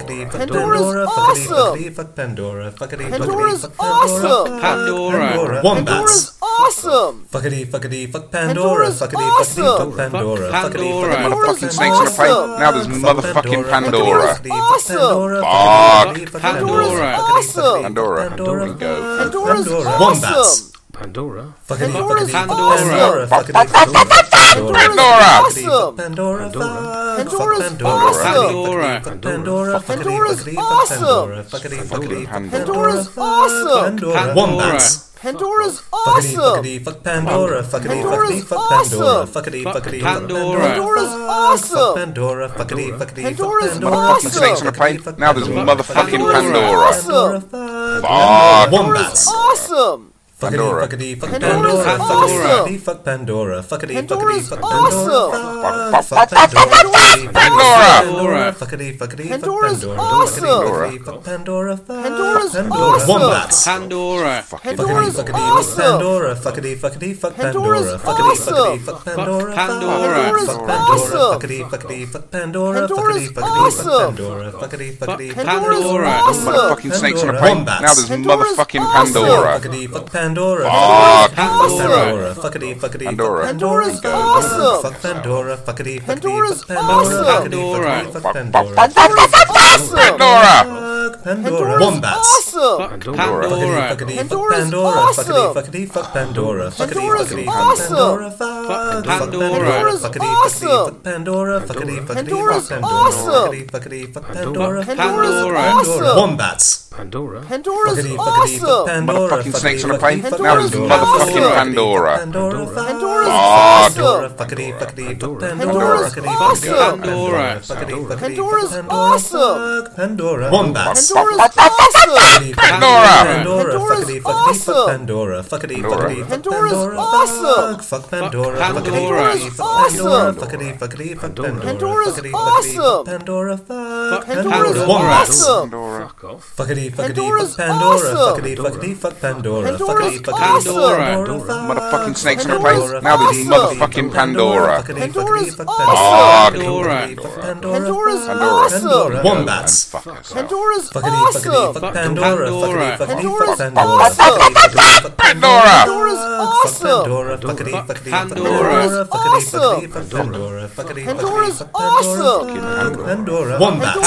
Speaker 5: awesome.
Speaker 2: Fuckity, fuckity, fuck Pandora. Fuckity, fuckity,
Speaker 8: Pandora's awesome.
Speaker 2: fuck Pandora. Fuckity, fuckity,
Speaker 8: Pandora's
Speaker 2: fuck Pandora.
Speaker 8: awesome.
Speaker 5: Pandora.
Speaker 2: Pandora.
Speaker 8: Pandora's awesome.
Speaker 2: Fuckity, fuckity, fuck Pandora. Fuckity, fuckity, fuck
Speaker 8: awesome.
Speaker 2: Pandora.
Speaker 5: Fuck
Speaker 2: Fuckity,
Speaker 5: Pandora.
Speaker 2: fuckity, fuck
Speaker 8: Pandora's
Speaker 6: Motherfucking snakes on a plane.
Speaker 8: awesome.
Speaker 6: Now there's motherfucking Pandora.
Speaker 8: Awesome.
Speaker 6: Fuck.
Speaker 5: Pandora.
Speaker 8: Awesome.
Speaker 6: Pandora.
Speaker 2: Pandora.
Speaker 6: Go.
Speaker 8: Pandora's
Speaker 2: Wombats.
Speaker 8: awesome.
Speaker 3: Pandora.
Speaker 2: Fucking
Speaker 8: Pandora's
Speaker 2: fucking
Speaker 8: awesome.
Speaker 2: Pandora. Fucking Pandora.
Speaker 6: Pandora!
Speaker 8: Awesome.
Speaker 2: Pandora. fuck,
Speaker 8: Pandora's
Speaker 2: fuck Fuck
Speaker 5: awesome.
Speaker 3: Pandora.
Speaker 2: Pandora. Fuck
Speaker 8: Pandora's
Speaker 2: fuckity, fuck
Speaker 8: awesome.
Speaker 2: Pandora. Fuckity, fuckity, fuck
Speaker 6: Pandora.
Speaker 8: Pandora's
Speaker 2: fuck
Speaker 8: awesome.
Speaker 2: Pandora.
Speaker 5: Pandora.
Speaker 2: Wombats.
Speaker 8: Pandora's
Speaker 2: Fuckity,
Speaker 8: awesome.
Speaker 2: fuckity, fuck Pandora. Fuckity,
Speaker 8: Pandora's
Speaker 2: fuckity, fuck Pandora.
Speaker 8: awesome.
Speaker 2: Fuckity,
Speaker 5: Fuck
Speaker 2: fuckity, fuck
Speaker 5: Pandora.
Speaker 8: Pandora's
Speaker 2: Fuck, Fuck
Speaker 8: awesome.
Speaker 2: Pandora. Fuckity, fuckity, fuck
Speaker 8: Pandora's
Speaker 2: Pandora.
Speaker 8: awesome.
Speaker 6: Snakes on a plane.
Speaker 2: Fuck
Speaker 6: Now there's
Speaker 2: Pandora.
Speaker 6: motherfucking
Speaker 5: Pandora's
Speaker 6: Pandora.
Speaker 8: awesome.
Speaker 2: Fuck.
Speaker 6: Fuck.
Speaker 8: Pandora's
Speaker 2: Wombats.
Speaker 8: awesome.
Speaker 6: Pandora.
Speaker 2: Fuckity, fuckity, fuck
Speaker 8: Pandora's
Speaker 2: Pandora.
Speaker 8: awesome.
Speaker 2: Fuckity, fuck Pandora. Fuckity, fuckity,
Speaker 8: Pandora's
Speaker 2: fuck
Speaker 8: awesome.
Speaker 2: Pandora. Fuck Pandora.
Speaker 5: Pandora.
Speaker 2: Fuckity, fuckity, fuck
Speaker 8: Pandora's
Speaker 2: Pandora.
Speaker 8: awesome.
Speaker 2: Fuckity, fuckity, fuck Pandora. Fuck
Speaker 8: Pandora's
Speaker 2: Pandora.
Speaker 8: awesome.
Speaker 2: Wombats.
Speaker 5: Pandora.
Speaker 2: Fuckity,
Speaker 8: Pandora's
Speaker 2: fuckity, fuck
Speaker 8: awesome.
Speaker 2: Pandora. Fuckity, fuckity, fuck
Speaker 8: Pandora's
Speaker 2: Pandora. Fuckity, fuckity,
Speaker 8: awesome.
Speaker 2: fuck Pandora.
Speaker 5: Pandora's
Speaker 2: Fuck Pandora.
Speaker 8: awesome.
Speaker 2: Fuckity, fuckity, fuck Pandora.
Speaker 8: Pandora's
Speaker 2: Fuckity, fuckity, fuck
Speaker 8: awesome.
Speaker 2: Pandora. Fuckity, fuckity, fuck
Speaker 8: Pandora's
Speaker 5: Pandora.
Speaker 8: awesome.
Speaker 6: Motherfucking snakes on a
Speaker 2: Pandora.
Speaker 6: plane.
Speaker 2: Wombats.
Speaker 6: Now there's
Speaker 8: Pandora's
Speaker 6: motherfucking
Speaker 8: awesome.
Speaker 6: Pandora.
Speaker 2: Fuckity, fuck Pandora.
Speaker 6: Fuck.
Speaker 5: Pandora.
Speaker 2: Pandora, fuckity, fuckity,
Speaker 6: Pandora.
Speaker 2: fuck
Speaker 8: Pandora's
Speaker 2: Pandora.
Speaker 8: awesome.
Speaker 2: Fuck Pandora, fuckity, fuckity,
Speaker 8: Pandora's
Speaker 2: fuck Pandora,
Speaker 8: awesome.
Speaker 2: fuckity, fuckity, fuck
Speaker 6: Pandora.
Speaker 2: Pandora.
Speaker 8: Pandora's awesome.
Speaker 6: Pandora.
Speaker 2: Fuck Pandora,
Speaker 8: Pandora's
Speaker 2: wombats.
Speaker 8: awesome.
Speaker 2: Fuckity,
Speaker 5: Pandora.
Speaker 2: fuckity, fuck
Speaker 8: Pandora's
Speaker 2: Pandora, fuckity,
Speaker 8: awesome.
Speaker 2: fuckity, fuck Pandora, fuckity,
Speaker 8: Pandora's
Speaker 2: fuckity, fuck
Speaker 8: awesome.
Speaker 2: Pandora, fuck fuck Pandora,
Speaker 8: Pandora's
Speaker 2: fuckity, fuckity,
Speaker 8: awesome.
Speaker 2: fuck Pandora, fuckity, fuckity, fuck
Speaker 8: Pandora's
Speaker 2: Pandora,
Speaker 8: awesome.
Speaker 2: fuckity, fuckity, fuck Pandora, fuck
Speaker 5: Pandora.
Speaker 8: Pandora's
Speaker 2: Pandora,
Speaker 8: awesome.
Speaker 2: wombats.
Speaker 3: Pandora.
Speaker 8: Pandora's
Speaker 2: Fuckity, fuckity, fuck
Speaker 8: awesome.
Speaker 2: e- Pandora,
Speaker 6: Motherfucking
Speaker 2: fuckity,
Speaker 6: snakes on a
Speaker 2: fuckity,
Speaker 6: plane.
Speaker 2: fuck
Speaker 6: Now there's
Speaker 8: Pandora.
Speaker 6: motherfucking
Speaker 2: Pandora.
Speaker 6: Pandora.
Speaker 2: Pandora.
Speaker 8: Pandora's
Speaker 2: Pandora,
Speaker 8: awesome.
Speaker 2: fuckity, fuckity, fuck
Speaker 3: Pandora.
Speaker 2: Pandora,
Speaker 8: Pandora's
Speaker 2: fuckity, fuck
Speaker 8: awesome.
Speaker 2: Pandora,
Speaker 5: Pandora.
Speaker 2: fuckity, fuckity, fuck
Speaker 8: Pandora's
Speaker 2: Pandora,
Speaker 8: awesome.
Speaker 2: fuck Pandora, wombats.
Speaker 8: Pandora's awesome.
Speaker 2: Fuckity, fuckity,
Speaker 6: Pandora.
Speaker 2: Pandora,
Speaker 8: Pandora's
Speaker 2: fuckity, fuckity, fuck
Speaker 8: awesome.
Speaker 2: Pandora, fuckity,
Speaker 6: Pandora.
Speaker 2: fuckity, fuck
Speaker 8: Pandora's
Speaker 2: Pandora,
Speaker 8: awesome.
Speaker 2: fuck, fuck Pandora, fuckity,
Speaker 5: Pandora's
Speaker 2: fuckity, fuck Pandora,
Speaker 8: awesome.
Speaker 2: fuckity, fuckity, fuck Pandora,
Speaker 3: Pandora.
Speaker 8: Pandora's
Speaker 2: fuckity, fuckity, fuck
Speaker 8: awesome.
Speaker 2: Pandora, fuck
Speaker 8: Pandora's
Speaker 2: Pandora, wombats.
Speaker 8: awesome.
Speaker 3: Fuck off.
Speaker 2: Fuckity, fuckity, fuck
Speaker 8: Pandora's
Speaker 2: Pandora,
Speaker 8: awesome.
Speaker 2: fuckity, fuckity, fuck Pandora,
Speaker 8: Pandora's
Speaker 2: fuckity, fuckity, fuck
Speaker 5: awesome.
Speaker 2: Pandora,
Speaker 6: Motherfucking snakes on a
Speaker 8: Pandora's
Speaker 6: plane. Now there's
Speaker 8: awesome.
Speaker 6: motherfucking Pandora.
Speaker 2: Fuckity,
Speaker 8: Pandora's
Speaker 2: fuckity, fuck
Speaker 6: awesome.
Speaker 2: Fuckity, fuck
Speaker 6: Pandora.
Speaker 8: Pandora's
Speaker 6: Pandora.
Speaker 8: awesome.
Speaker 2: Wombats.
Speaker 6: Fuck yourself.
Speaker 8: Pandora's
Speaker 2: Fuckity, fuckity, fuck
Speaker 8: awesome.
Speaker 2: Pandora, fuckity,
Speaker 5: Pandora.
Speaker 2: fuckity, fuck
Speaker 8: Pandora's
Speaker 2: Pandora,
Speaker 8: awesome.
Speaker 2: fuckity, fuckity, fuck
Speaker 6: Pandora.
Speaker 8: Pandora's
Speaker 2: Fuck
Speaker 8: awesome.
Speaker 2: Pandora, fuckity,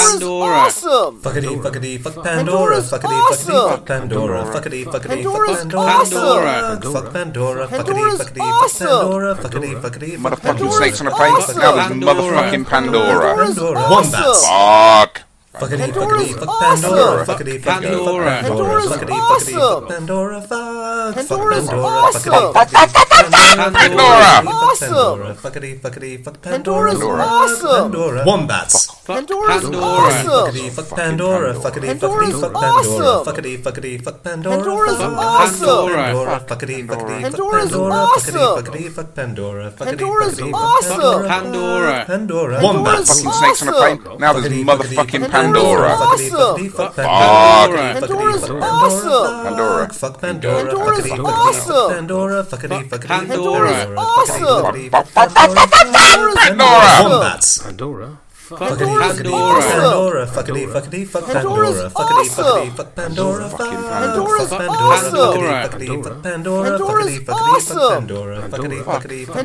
Speaker 2: fuckity, fuck
Speaker 5: Pandora's
Speaker 2: Pandora, fuckity,
Speaker 8: awesome.
Speaker 2: fuckity, fuck Pandora, fuckity,
Speaker 8: Pandora's
Speaker 2: fuckity, fuck Pandora,
Speaker 8: awesome.
Speaker 2: fuck Pandora,
Speaker 8: Pandora's
Speaker 5: Pandora.
Speaker 8: awesome.
Speaker 2: Fuckity, fuckity, fuck Pandora, fuckity, fuckity, fuck Pandora, fuckity, fuckity, fuck Pandora, fuck Pandora, fuckity, fuckity, fuck Pandora, fuckity, fuckity, fuck Pandora,
Speaker 5: awesome.
Speaker 6: Motherfucking
Speaker 8: Pandora's Pandora's awesome.
Speaker 6: snakes on a plane. Now there's
Speaker 5: Pandora.
Speaker 6: motherfucking Pandora.
Speaker 8: Pandora's
Speaker 2: Pandora.
Speaker 8: awesome.
Speaker 6: Fuck.
Speaker 2: Fuckity,
Speaker 8: Pandora's
Speaker 2: fuckity, fuck
Speaker 8: awesome.
Speaker 2: Pandora, fuckity, fuckity,
Speaker 5: Pandora.
Speaker 2: fuck Pandora, fuckity,
Speaker 8: Pandora's
Speaker 2: fuckity, fuck
Speaker 8: awesome.
Speaker 2: Pandora, fuck, fuck
Speaker 8: Pandora's
Speaker 2: Pandora, fuckity,
Speaker 8: awesome.
Speaker 2: fuckity, fuck
Speaker 5: Pandora.
Speaker 2: fuck Pandora, fuckity, fuckity, fuck Pandora, fuck
Speaker 8: Awesome. Pandora's awesome.
Speaker 2: Pandora, wombats.
Speaker 8: Pandora's
Speaker 5: Pandora.
Speaker 8: awesome.
Speaker 2: Fuckity, fuck
Speaker 6: Fucking
Speaker 2: Pandora,
Speaker 6: Pandora.
Speaker 2: fuckity, fuckity,
Speaker 8: Pandora's
Speaker 2: fuck Pandora, fuckity, fuckity, fuck Pandora,
Speaker 8: awesome. Pandora's
Speaker 2: fuck
Speaker 8: awesome.
Speaker 2: Pandora, fuckity, fuckity, fuck
Speaker 8: Pandora's
Speaker 2: Pandora, fuckity, fuckity, fuck
Speaker 8: awesome.
Speaker 2: Pandora, fuckity,
Speaker 8: Pandora's
Speaker 2: fuckity, fuck
Speaker 8: awesome.
Speaker 5: Pandora.
Speaker 2: Pandora,
Speaker 6: Wombats. Fucking snakes on a plane. Now there's
Speaker 2: Fuckity,
Speaker 6: motherfucking
Speaker 2: fuckity,
Speaker 6: Pandora.
Speaker 8: Pandora.
Speaker 2: Fuckity, fuckity, fuck Pandora.
Speaker 6: Pandora.
Speaker 2: Fuckity,
Speaker 8: Pandora's
Speaker 2: fuckity,
Speaker 8: awesome.
Speaker 6: Pandora.
Speaker 2: Fuck Pandora.
Speaker 8: Pandora's
Speaker 2: Fuckity,
Speaker 8: awesome.
Speaker 2: fuckity, fuck Pandora. Fuckity, fuckity, fuck
Speaker 5: Pandora's
Speaker 8: awesome.
Speaker 2: Fuckity, fuckity, fuck Pandora.
Speaker 6: Pandora.
Speaker 2: Wombats.
Speaker 3: Pandora. Fuck
Speaker 2: Fuckity,
Speaker 8: Pandora's
Speaker 2: fuckity, fuck
Speaker 5: awesome.
Speaker 2: Pandora. Fuckity, fuckity, fuck Pandora.
Speaker 8: Pandora's
Speaker 2: Fuckity, fuckity,
Speaker 8: awesome.
Speaker 2: fuck Pandora. Fuck
Speaker 6: Fucking
Speaker 2: Pandora.
Speaker 8: Pandora's
Speaker 2: Fuck
Speaker 8: awesome.
Speaker 2: Pandora. Fuckity, fuckity, fuck Pandora. Fuckity, fuckity, fuck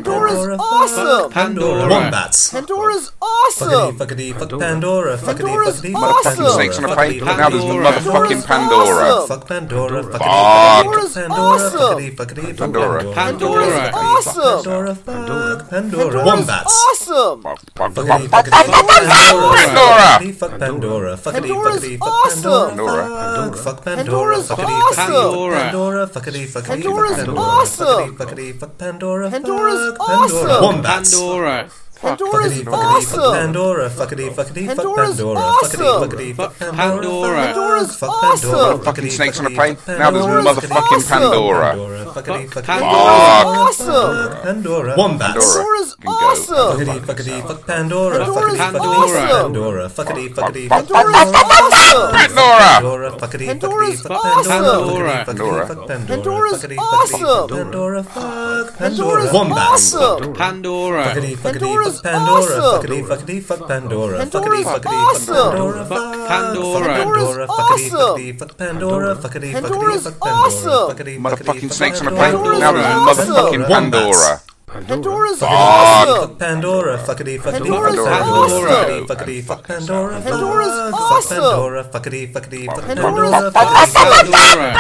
Speaker 8: awesome.
Speaker 2: Pandora. Fucking fuckity, fuck Pandora. Pandora.
Speaker 5: Pandora.
Speaker 8: Pandora's awesome.
Speaker 2: Wombats.
Speaker 8: Pandora's
Speaker 2: Fuckity,
Speaker 8: awesome.
Speaker 2: fuckity, fuck Pandora. Fuckity,
Speaker 8: Pandora's
Speaker 2: fuckity, fuck
Speaker 8: awesome.
Speaker 2: Pandora.
Speaker 6: Motherfucking snakes on a plane.
Speaker 5: Pandora.
Speaker 6: Now there's motherfucking
Speaker 8: Pandora's
Speaker 6: Pandora.
Speaker 8: awesome.
Speaker 2: Fuck Pandora. Fuckity,
Speaker 6: Fuck.
Speaker 2: fuckity, fuck Pandora.
Speaker 8: Awesome.
Speaker 2: Fuckity, fuckity, fuck
Speaker 6: Pandora.
Speaker 5: Pandora.
Speaker 8: Awesome.
Speaker 2: Pandora, fuck Pandora. Wombats.
Speaker 8: Awesome.
Speaker 2: Fuckity, fuckity, fuck
Speaker 6: Pandora.
Speaker 2: Pandora. Fuckity, fuck Pandora. Fuckity, fuckity,
Speaker 8: Pandora's
Speaker 2: fuck
Speaker 8: awesome.
Speaker 2: Pandora.
Speaker 6: Pandora.
Speaker 2: Fuck, Fuck Pandora. Fuckity, fuckity, fuck Pandora. Fuckity, fuckity, fuck Pandora. Fuckity, fuckity, fuck Pandora. Fuck Pandora. Wombats. Fuckity, fuckity, fuck Pandora. Fuckity, fuckity, fuck Pandora. Fuckity, fuckity, fuck Pandora. Fuck Pandora. Fuckity, fuckity, fuck Pandora. Pandora. Fuckity, fuckity, fuck Pandora. Wombats.
Speaker 5: awesome. Pandora. Fuck Pandora. Fuck
Speaker 6: Fucking snakes on a plane. Now there's motherfucking Pandora. Fuck.
Speaker 8: Pandora's Pandora's awesome. Pandora's awesome. Pandora's awesome. Pandora's awesome. Pandora's awesome. awesome. Awesome. Pandora's
Speaker 6: Can go.
Speaker 8: awesome.
Speaker 2: Fuckity, fuckity, fuck Pandora. Fuckity,
Speaker 8: Pandora's
Speaker 2: fuckity,
Speaker 5: awesome.
Speaker 2: fuck Pandora. Fuckity, fuckity, fuck
Speaker 8: Pandora's awesome.
Speaker 6: Pandora.
Speaker 2: Pandora. Fuckity, fuckity,
Speaker 8: Pandora's
Speaker 2: fuck Pandora.
Speaker 5: awesome.
Speaker 2: Fuckity, fuck Pandora. Fuckity, fuckity, fuck Pandora. Fuck Pandora. Wombats. Fuckity, fuckity, fuck Pandora. Fuckity, fuckity, fuck Pandora. Fuckity, fuckity, fuck Pandora. Fuck Pandora. Fuckity, fuckity, fuck Pandora. Fuckity, fuckity, fuck Pandora. Fuckity, fuckity,
Speaker 5: Pandora. Fuck Pandora.
Speaker 8: Pandora's awesome. Pandora's awesome. Pandora's awesome. Pandora's awesome. Pandora's Pandora's awesome.
Speaker 6: Motherfucking
Speaker 2: fuck
Speaker 6: snakes on a plane.
Speaker 8: Pandora.
Speaker 6: Now there's motherfucking
Speaker 2: Wombats.
Speaker 6: Pandora.
Speaker 3: Pandora.
Speaker 8: Pandora's awesome!
Speaker 2: Pandora, fuckity, fuckity,
Speaker 8: Pandora's
Speaker 2: fuck
Speaker 8: awesome.
Speaker 2: Pandora, fuckity, fuck Pandora,
Speaker 8: Pandora's
Speaker 2: fuck
Speaker 8: awesome.
Speaker 2: Pandora, fuckity, fuckity, fuck Pandora,
Speaker 8: Pandora's awesome.
Speaker 6: Pandora!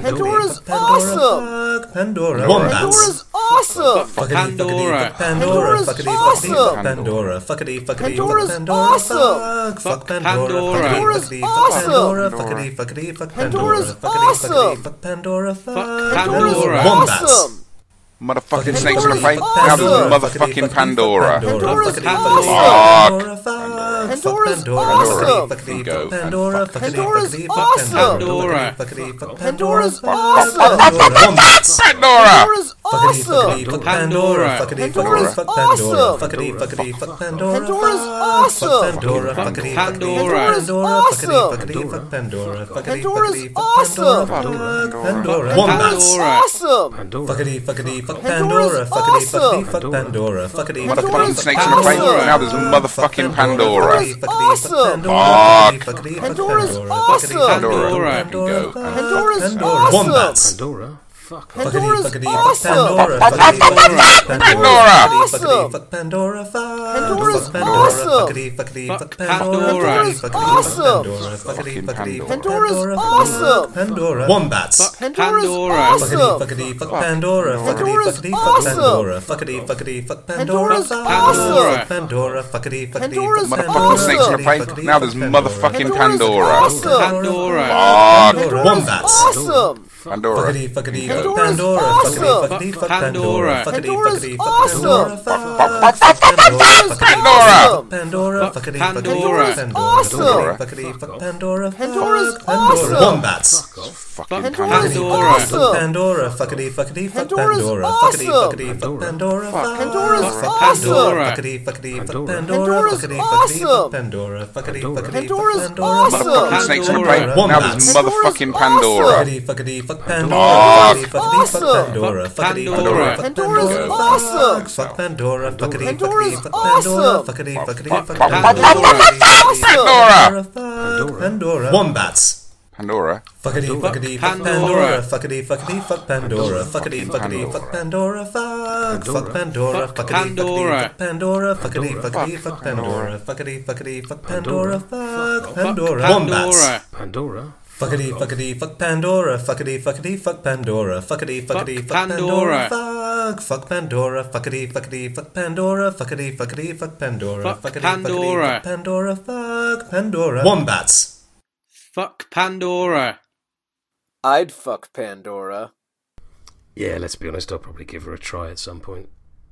Speaker 8: Pandora's
Speaker 2: awesome. Fuck Pandora,
Speaker 8: Pandora's awesome!
Speaker 2: Fuckity, fuckity,
Speaker 5: Pandora.
Speaker 2: fuck Pandora,
Speaker 8: Pandora's
Speaker 2: fuckity, fuckity, fuck
Speaker 8: awesome.
Speaker 2: Pandora, fuckity, fuckity, fuck
Speaker 8: Pandora's
Speaker 2: Pandora,
Speaker 8: awesome.
Speaker 2: fuck, fuck Pandora, fuckity,
Speaker 5: Pandora.
Speaker 2: fuckity, fuck Pandora, fuckity, fuckity, fuck Pandora, fuckity, fuckity, fuck Pandora,
Speaker 8: Pandora's awesome. Pandora's awesome.
Speaker 2: fuck
Speaker 5: Pandora's
Speaker 2: Pandora.
Speaker 8: Awesome!
Speaker 6: Motherfucking
Speaker 2: Fucking
Speaker 6: snakes on the
Speaker 8: Pandora's
Speaker 6: plane.
Speaker 8: awesome.
Speaker 6: Have
Speaker 2: Fuckity,
Speaker 6: motherfucking
Speaker 2: fuckity,
Speaker 6: Pandora.
Speaker 8: Pandora's
Speaker 2: fuck
Speaker 8: awesome.
Speaker 2: Pandora, fuck, fuck
Speaker 8: Pandora's
Speaker 2: Pandora,
Speaker 8: awesome.
Speaker 2: fuckity,
Speaker 6: Go.
Speaker 2: fuck Pandora, fuckity,
Speaker 8: Pandora's
Speaker 2: fuckity, fuck
Speaker 8: awesome.
Speaker 2: Pandora,
Speaker 5: Pandora.
Speaker 2: fuckity, fuck
Speaker 8: Pandora's
Speaker 2: Pandora,
Speaker 8: awesome.
Speaker 2: fuck Pandora, wombats.
Speaker 6: Pandora!
Speaker 8: Pandora's
Speaker 2: Fuckity,
Speaker 8: awesome!
Speaker 2: fuckity, fuck Pandora.
Speaker 5: Pandora.
Speaker 2: Fuckity, fuckity, fuck
Speaker 8: Pandora's awesome.
Speaker 2: Pandora. Fuckity, fuckity, fuck Pandora.
Speaker 8: Pandora's
Speaker 2: Fuck
Speaker 8: awesome.
Speaker 2: Pandora.
Speaker 5: Fuck
Speaker 2: Fuckity, fuckity,
Speaker 5: Pandora.
Speaker 2: fuck Pandora.
Speaker 8: Pandora's
Speaker 2: Fuckity,
Speaker 8: awesome.
Speaker 2: fuckity, fuck Pandora. Fuckity,
Speaker 8: Pandora's
Speaker 2: fuckity, fuck Pandora. Fuck Pandora. Wombats. Fuckity, fuckity, fuck Pandora. Fuckity, fuckity, fuck Pandora. Fuckity,
Speaker 5: Pandora.
Speaker 6: Motherfucking
Speaker 3: Pandora.
Speaker 8: awesome. Awesome! Pandora's awesome. Pandora's
Speaker 6: snakes on the plane.
Speaker 8: awesome.
Speaker 6: Now there's
Speaker 2: Fuck Fuckity, fuckity,
Speaker 6: motherfucking Pandora. Fuck.
Speaker 8: Pandora's awesome.
Speaker 2: fuck
Speaker 8: Pandora's
Speaker 2: Pandora.
Speaker 8: awesome.
Speaker 2: Fuckity, fuck
Speaker 6: Pandora. Go.
Speaker 2: Fuck
Speaker 8: Pandora's
Speaker 2: Pandora.
Speaker 8: awesome.
Speaker 2: Wombats.
Speaker 3: Pandora. Fuck.
Speaker 8: Pandora's
Speaker 2: Fuckity, fuckity,
Speaker 8: awesome.
Speaker 2: Fuck Pandora. Fuck
Speaker 6: Pandora.
Speaker 2: Fuckity, fuck Pandora. Fuck Pandora.
Speaker 8: Pandora's awesome.
Speaker 2: Fuckity, fuckity, fuck
Speaker 5: Fuck
Speaker 2: Pandora.
Speaker 5: Pandora.
Speaker 2: Fuckity, fuckity, fuck
Speaker 8: Awesome.
Speaker 2: Pandora. Fuckity,
Speaker 6: Fucking
Speaker 2: fuckity, fuck Pandora. Fuckity,
Speaker 8: Pandora. Pandora's awesome.
Speaker 2: fuck Pandora. Wombats.
Speaker 8: Pandora's
Speaker 5: Pandora.
Speaker 2: Fuckity, fuckity, fuck Pandora.
Speaker 8: awesome!
Speaker 2: Fuckity,
Speaker 8: Pandora's
Speaker 2: fuckity, fuck
Speaker 8: awesome.
Speaker 2: Pandora. Fuckity, fuckity, fuck Pandora.
Speaker 8: Pandora's
Speaker 2: Fuck
Speaker 8: awesome.
Speaker 2: Pandora. Fuckity, fuckity,
Speaker 8: Pandora's
Speaker 2: fuck
Speaker 6: Motherfucking snakes on the plane. Now there's motherfucking
Speaker 8: Awesome.
Speaker 6: Pandora.
Speaker 8: Pandora's awesome!
Speaker 5: Pandora.
Speaker 6: Fuck.
Speaker 2: Pandora. Wombats.
Speaker 8: Awesome!
Speaker 6: Pandora.
Speaker 2: Fuckity, fuckity, fuck
Speaker 8: Pandora's
Speaker 2: Pandora.
Speaker 8: awesome.
Speaker 2: Fuckity, fuckity, fuck
Speaker 5: Fuck
Speaker 2: Pandora.
Speaker 5: Pandora.
Speaker 2: Fuckity,
Speaker 8: Pandora's
Speaker 2: fuckity, fuck
Speaker 8: awesome.
Speaker 2: Pandora. Fuck
Speaker 8: Pandora's
Speaker 6: Pandora.
Speaker 2: Pandora.
Speaker 8: awesome!
Speaker 5: Fuck
Speaker 2: Fuckity,
Speaker 5: Pandora.
Speaker 2: fuckity, fuck Pandora.
Speaker 8: Awesome.
Speaker 2: Fuckity, fuck Pandora. Fuck
Speaker 8: Pandora's
Speaker 2: Pandora.
Speaker 8: awesome.
Speaker 2: Wombats.
Speaker 6: Fucking
Speaker 8: Pandora's
Speaker 6: Pandora.
Speaker 8: awesome!
Speaker 2: Pandora. Fuckity, fuckity, fuck
Speaker 8: Pandora's
Speaker 2: Pandora.
Speaker 8: awesome.
Speaker 2: Fuckity, fuckity, fuck Pandora.
Speaker 8: Pandora's
Speaker 2: Fuck
Speaker 8: awesome.
Speaker 2: Pandora. Fuckity, fuckity, fuck
Speaker 3: Pandora.
Speaker 2: Pandora.
Speaker 8: Pandora's
Speaker 2: Fuckity, fuckity, fuck
Speaker 8: awesome.
Speaker 2: Pandora. Fuckity, fuckity, fuck
Speaker 8: Pandora's
Speaker 2: Pandora.
Speaker 8: awesome.
Speaker 6: Motherfucking snakes on the plane.
Speaker 5: Pandora.
Speaker 6: Now there's
Speaker 8: Wombats.
Speaker 6: motherfucking Pandora.
Speaker 2: Fuckity, fuckity, fuck Pandora. Fuckity, fuckity, fuck
Speaker 8: Awesome.
Speaker 2: Pandora.
Speaker 5: Fuck
Speaker 2: Fuckity,
Speaker 5: Pandora.
Speaker 2: fuck
Speaker 8: Pandora's
Speaker 2: Pandora.
Speaker 8: awesome.
Speaker 2: Fuck Pandora. Fuckity,
Speaker 8: Pandora's
Speaker 2: fuckity, fuck Pandora.
Speaker 8: awesome.
Speaker 2: Fuckity, fuckity, fuck
Speaker 5: Pandora.
Speaker 8: Awesome!
Speaker 6: Pandora.
Speaker 2: Fuck Pandora. Wombats.
Speaker 6: Pandora.
Speaker 2: Fuckity, fuckity, fuck Pandora. Fuckity, fuckity, fuck Pandora. Fuckity, fuckity, fuck Pandora. Fuck, fuck Pandora. Fuckity, fuckity, fuck Pandora. Fuckity, fuckity, fuck Pandora. Fuckity, fuckity, fuck Pandora. Fuck Pandora. Wombats.
Speaker 5: Pandora. Fuck Pandora. Pandora.
Speaker 3: Pandora.
Speaker 2: Fuckity fuckity fuck Pandora, fuckity fuckity fuck Pandora, fuckity fuckity fuck,
Speaker 5: Fuck
Speaker 2: Pandora,
Speaker 5: Pandora.
Speaker 2: fuck fuck Pandora, fuckity fuckity fuck Pandora, fuckity fuckity fuck Pandora,
Speaker 5: Fuck
Speaker 2: fuckity fuckity
Speaker 5: Pandora.
Speaker 2: fuck Pandora, fuck Pandora. Wombats.
Speaker 5: Fuck Pandora.
Speaker 8: I'd fuck Pandora.
Speaker 3: Yeah, let's be honest. I'll probably give her a try at some point.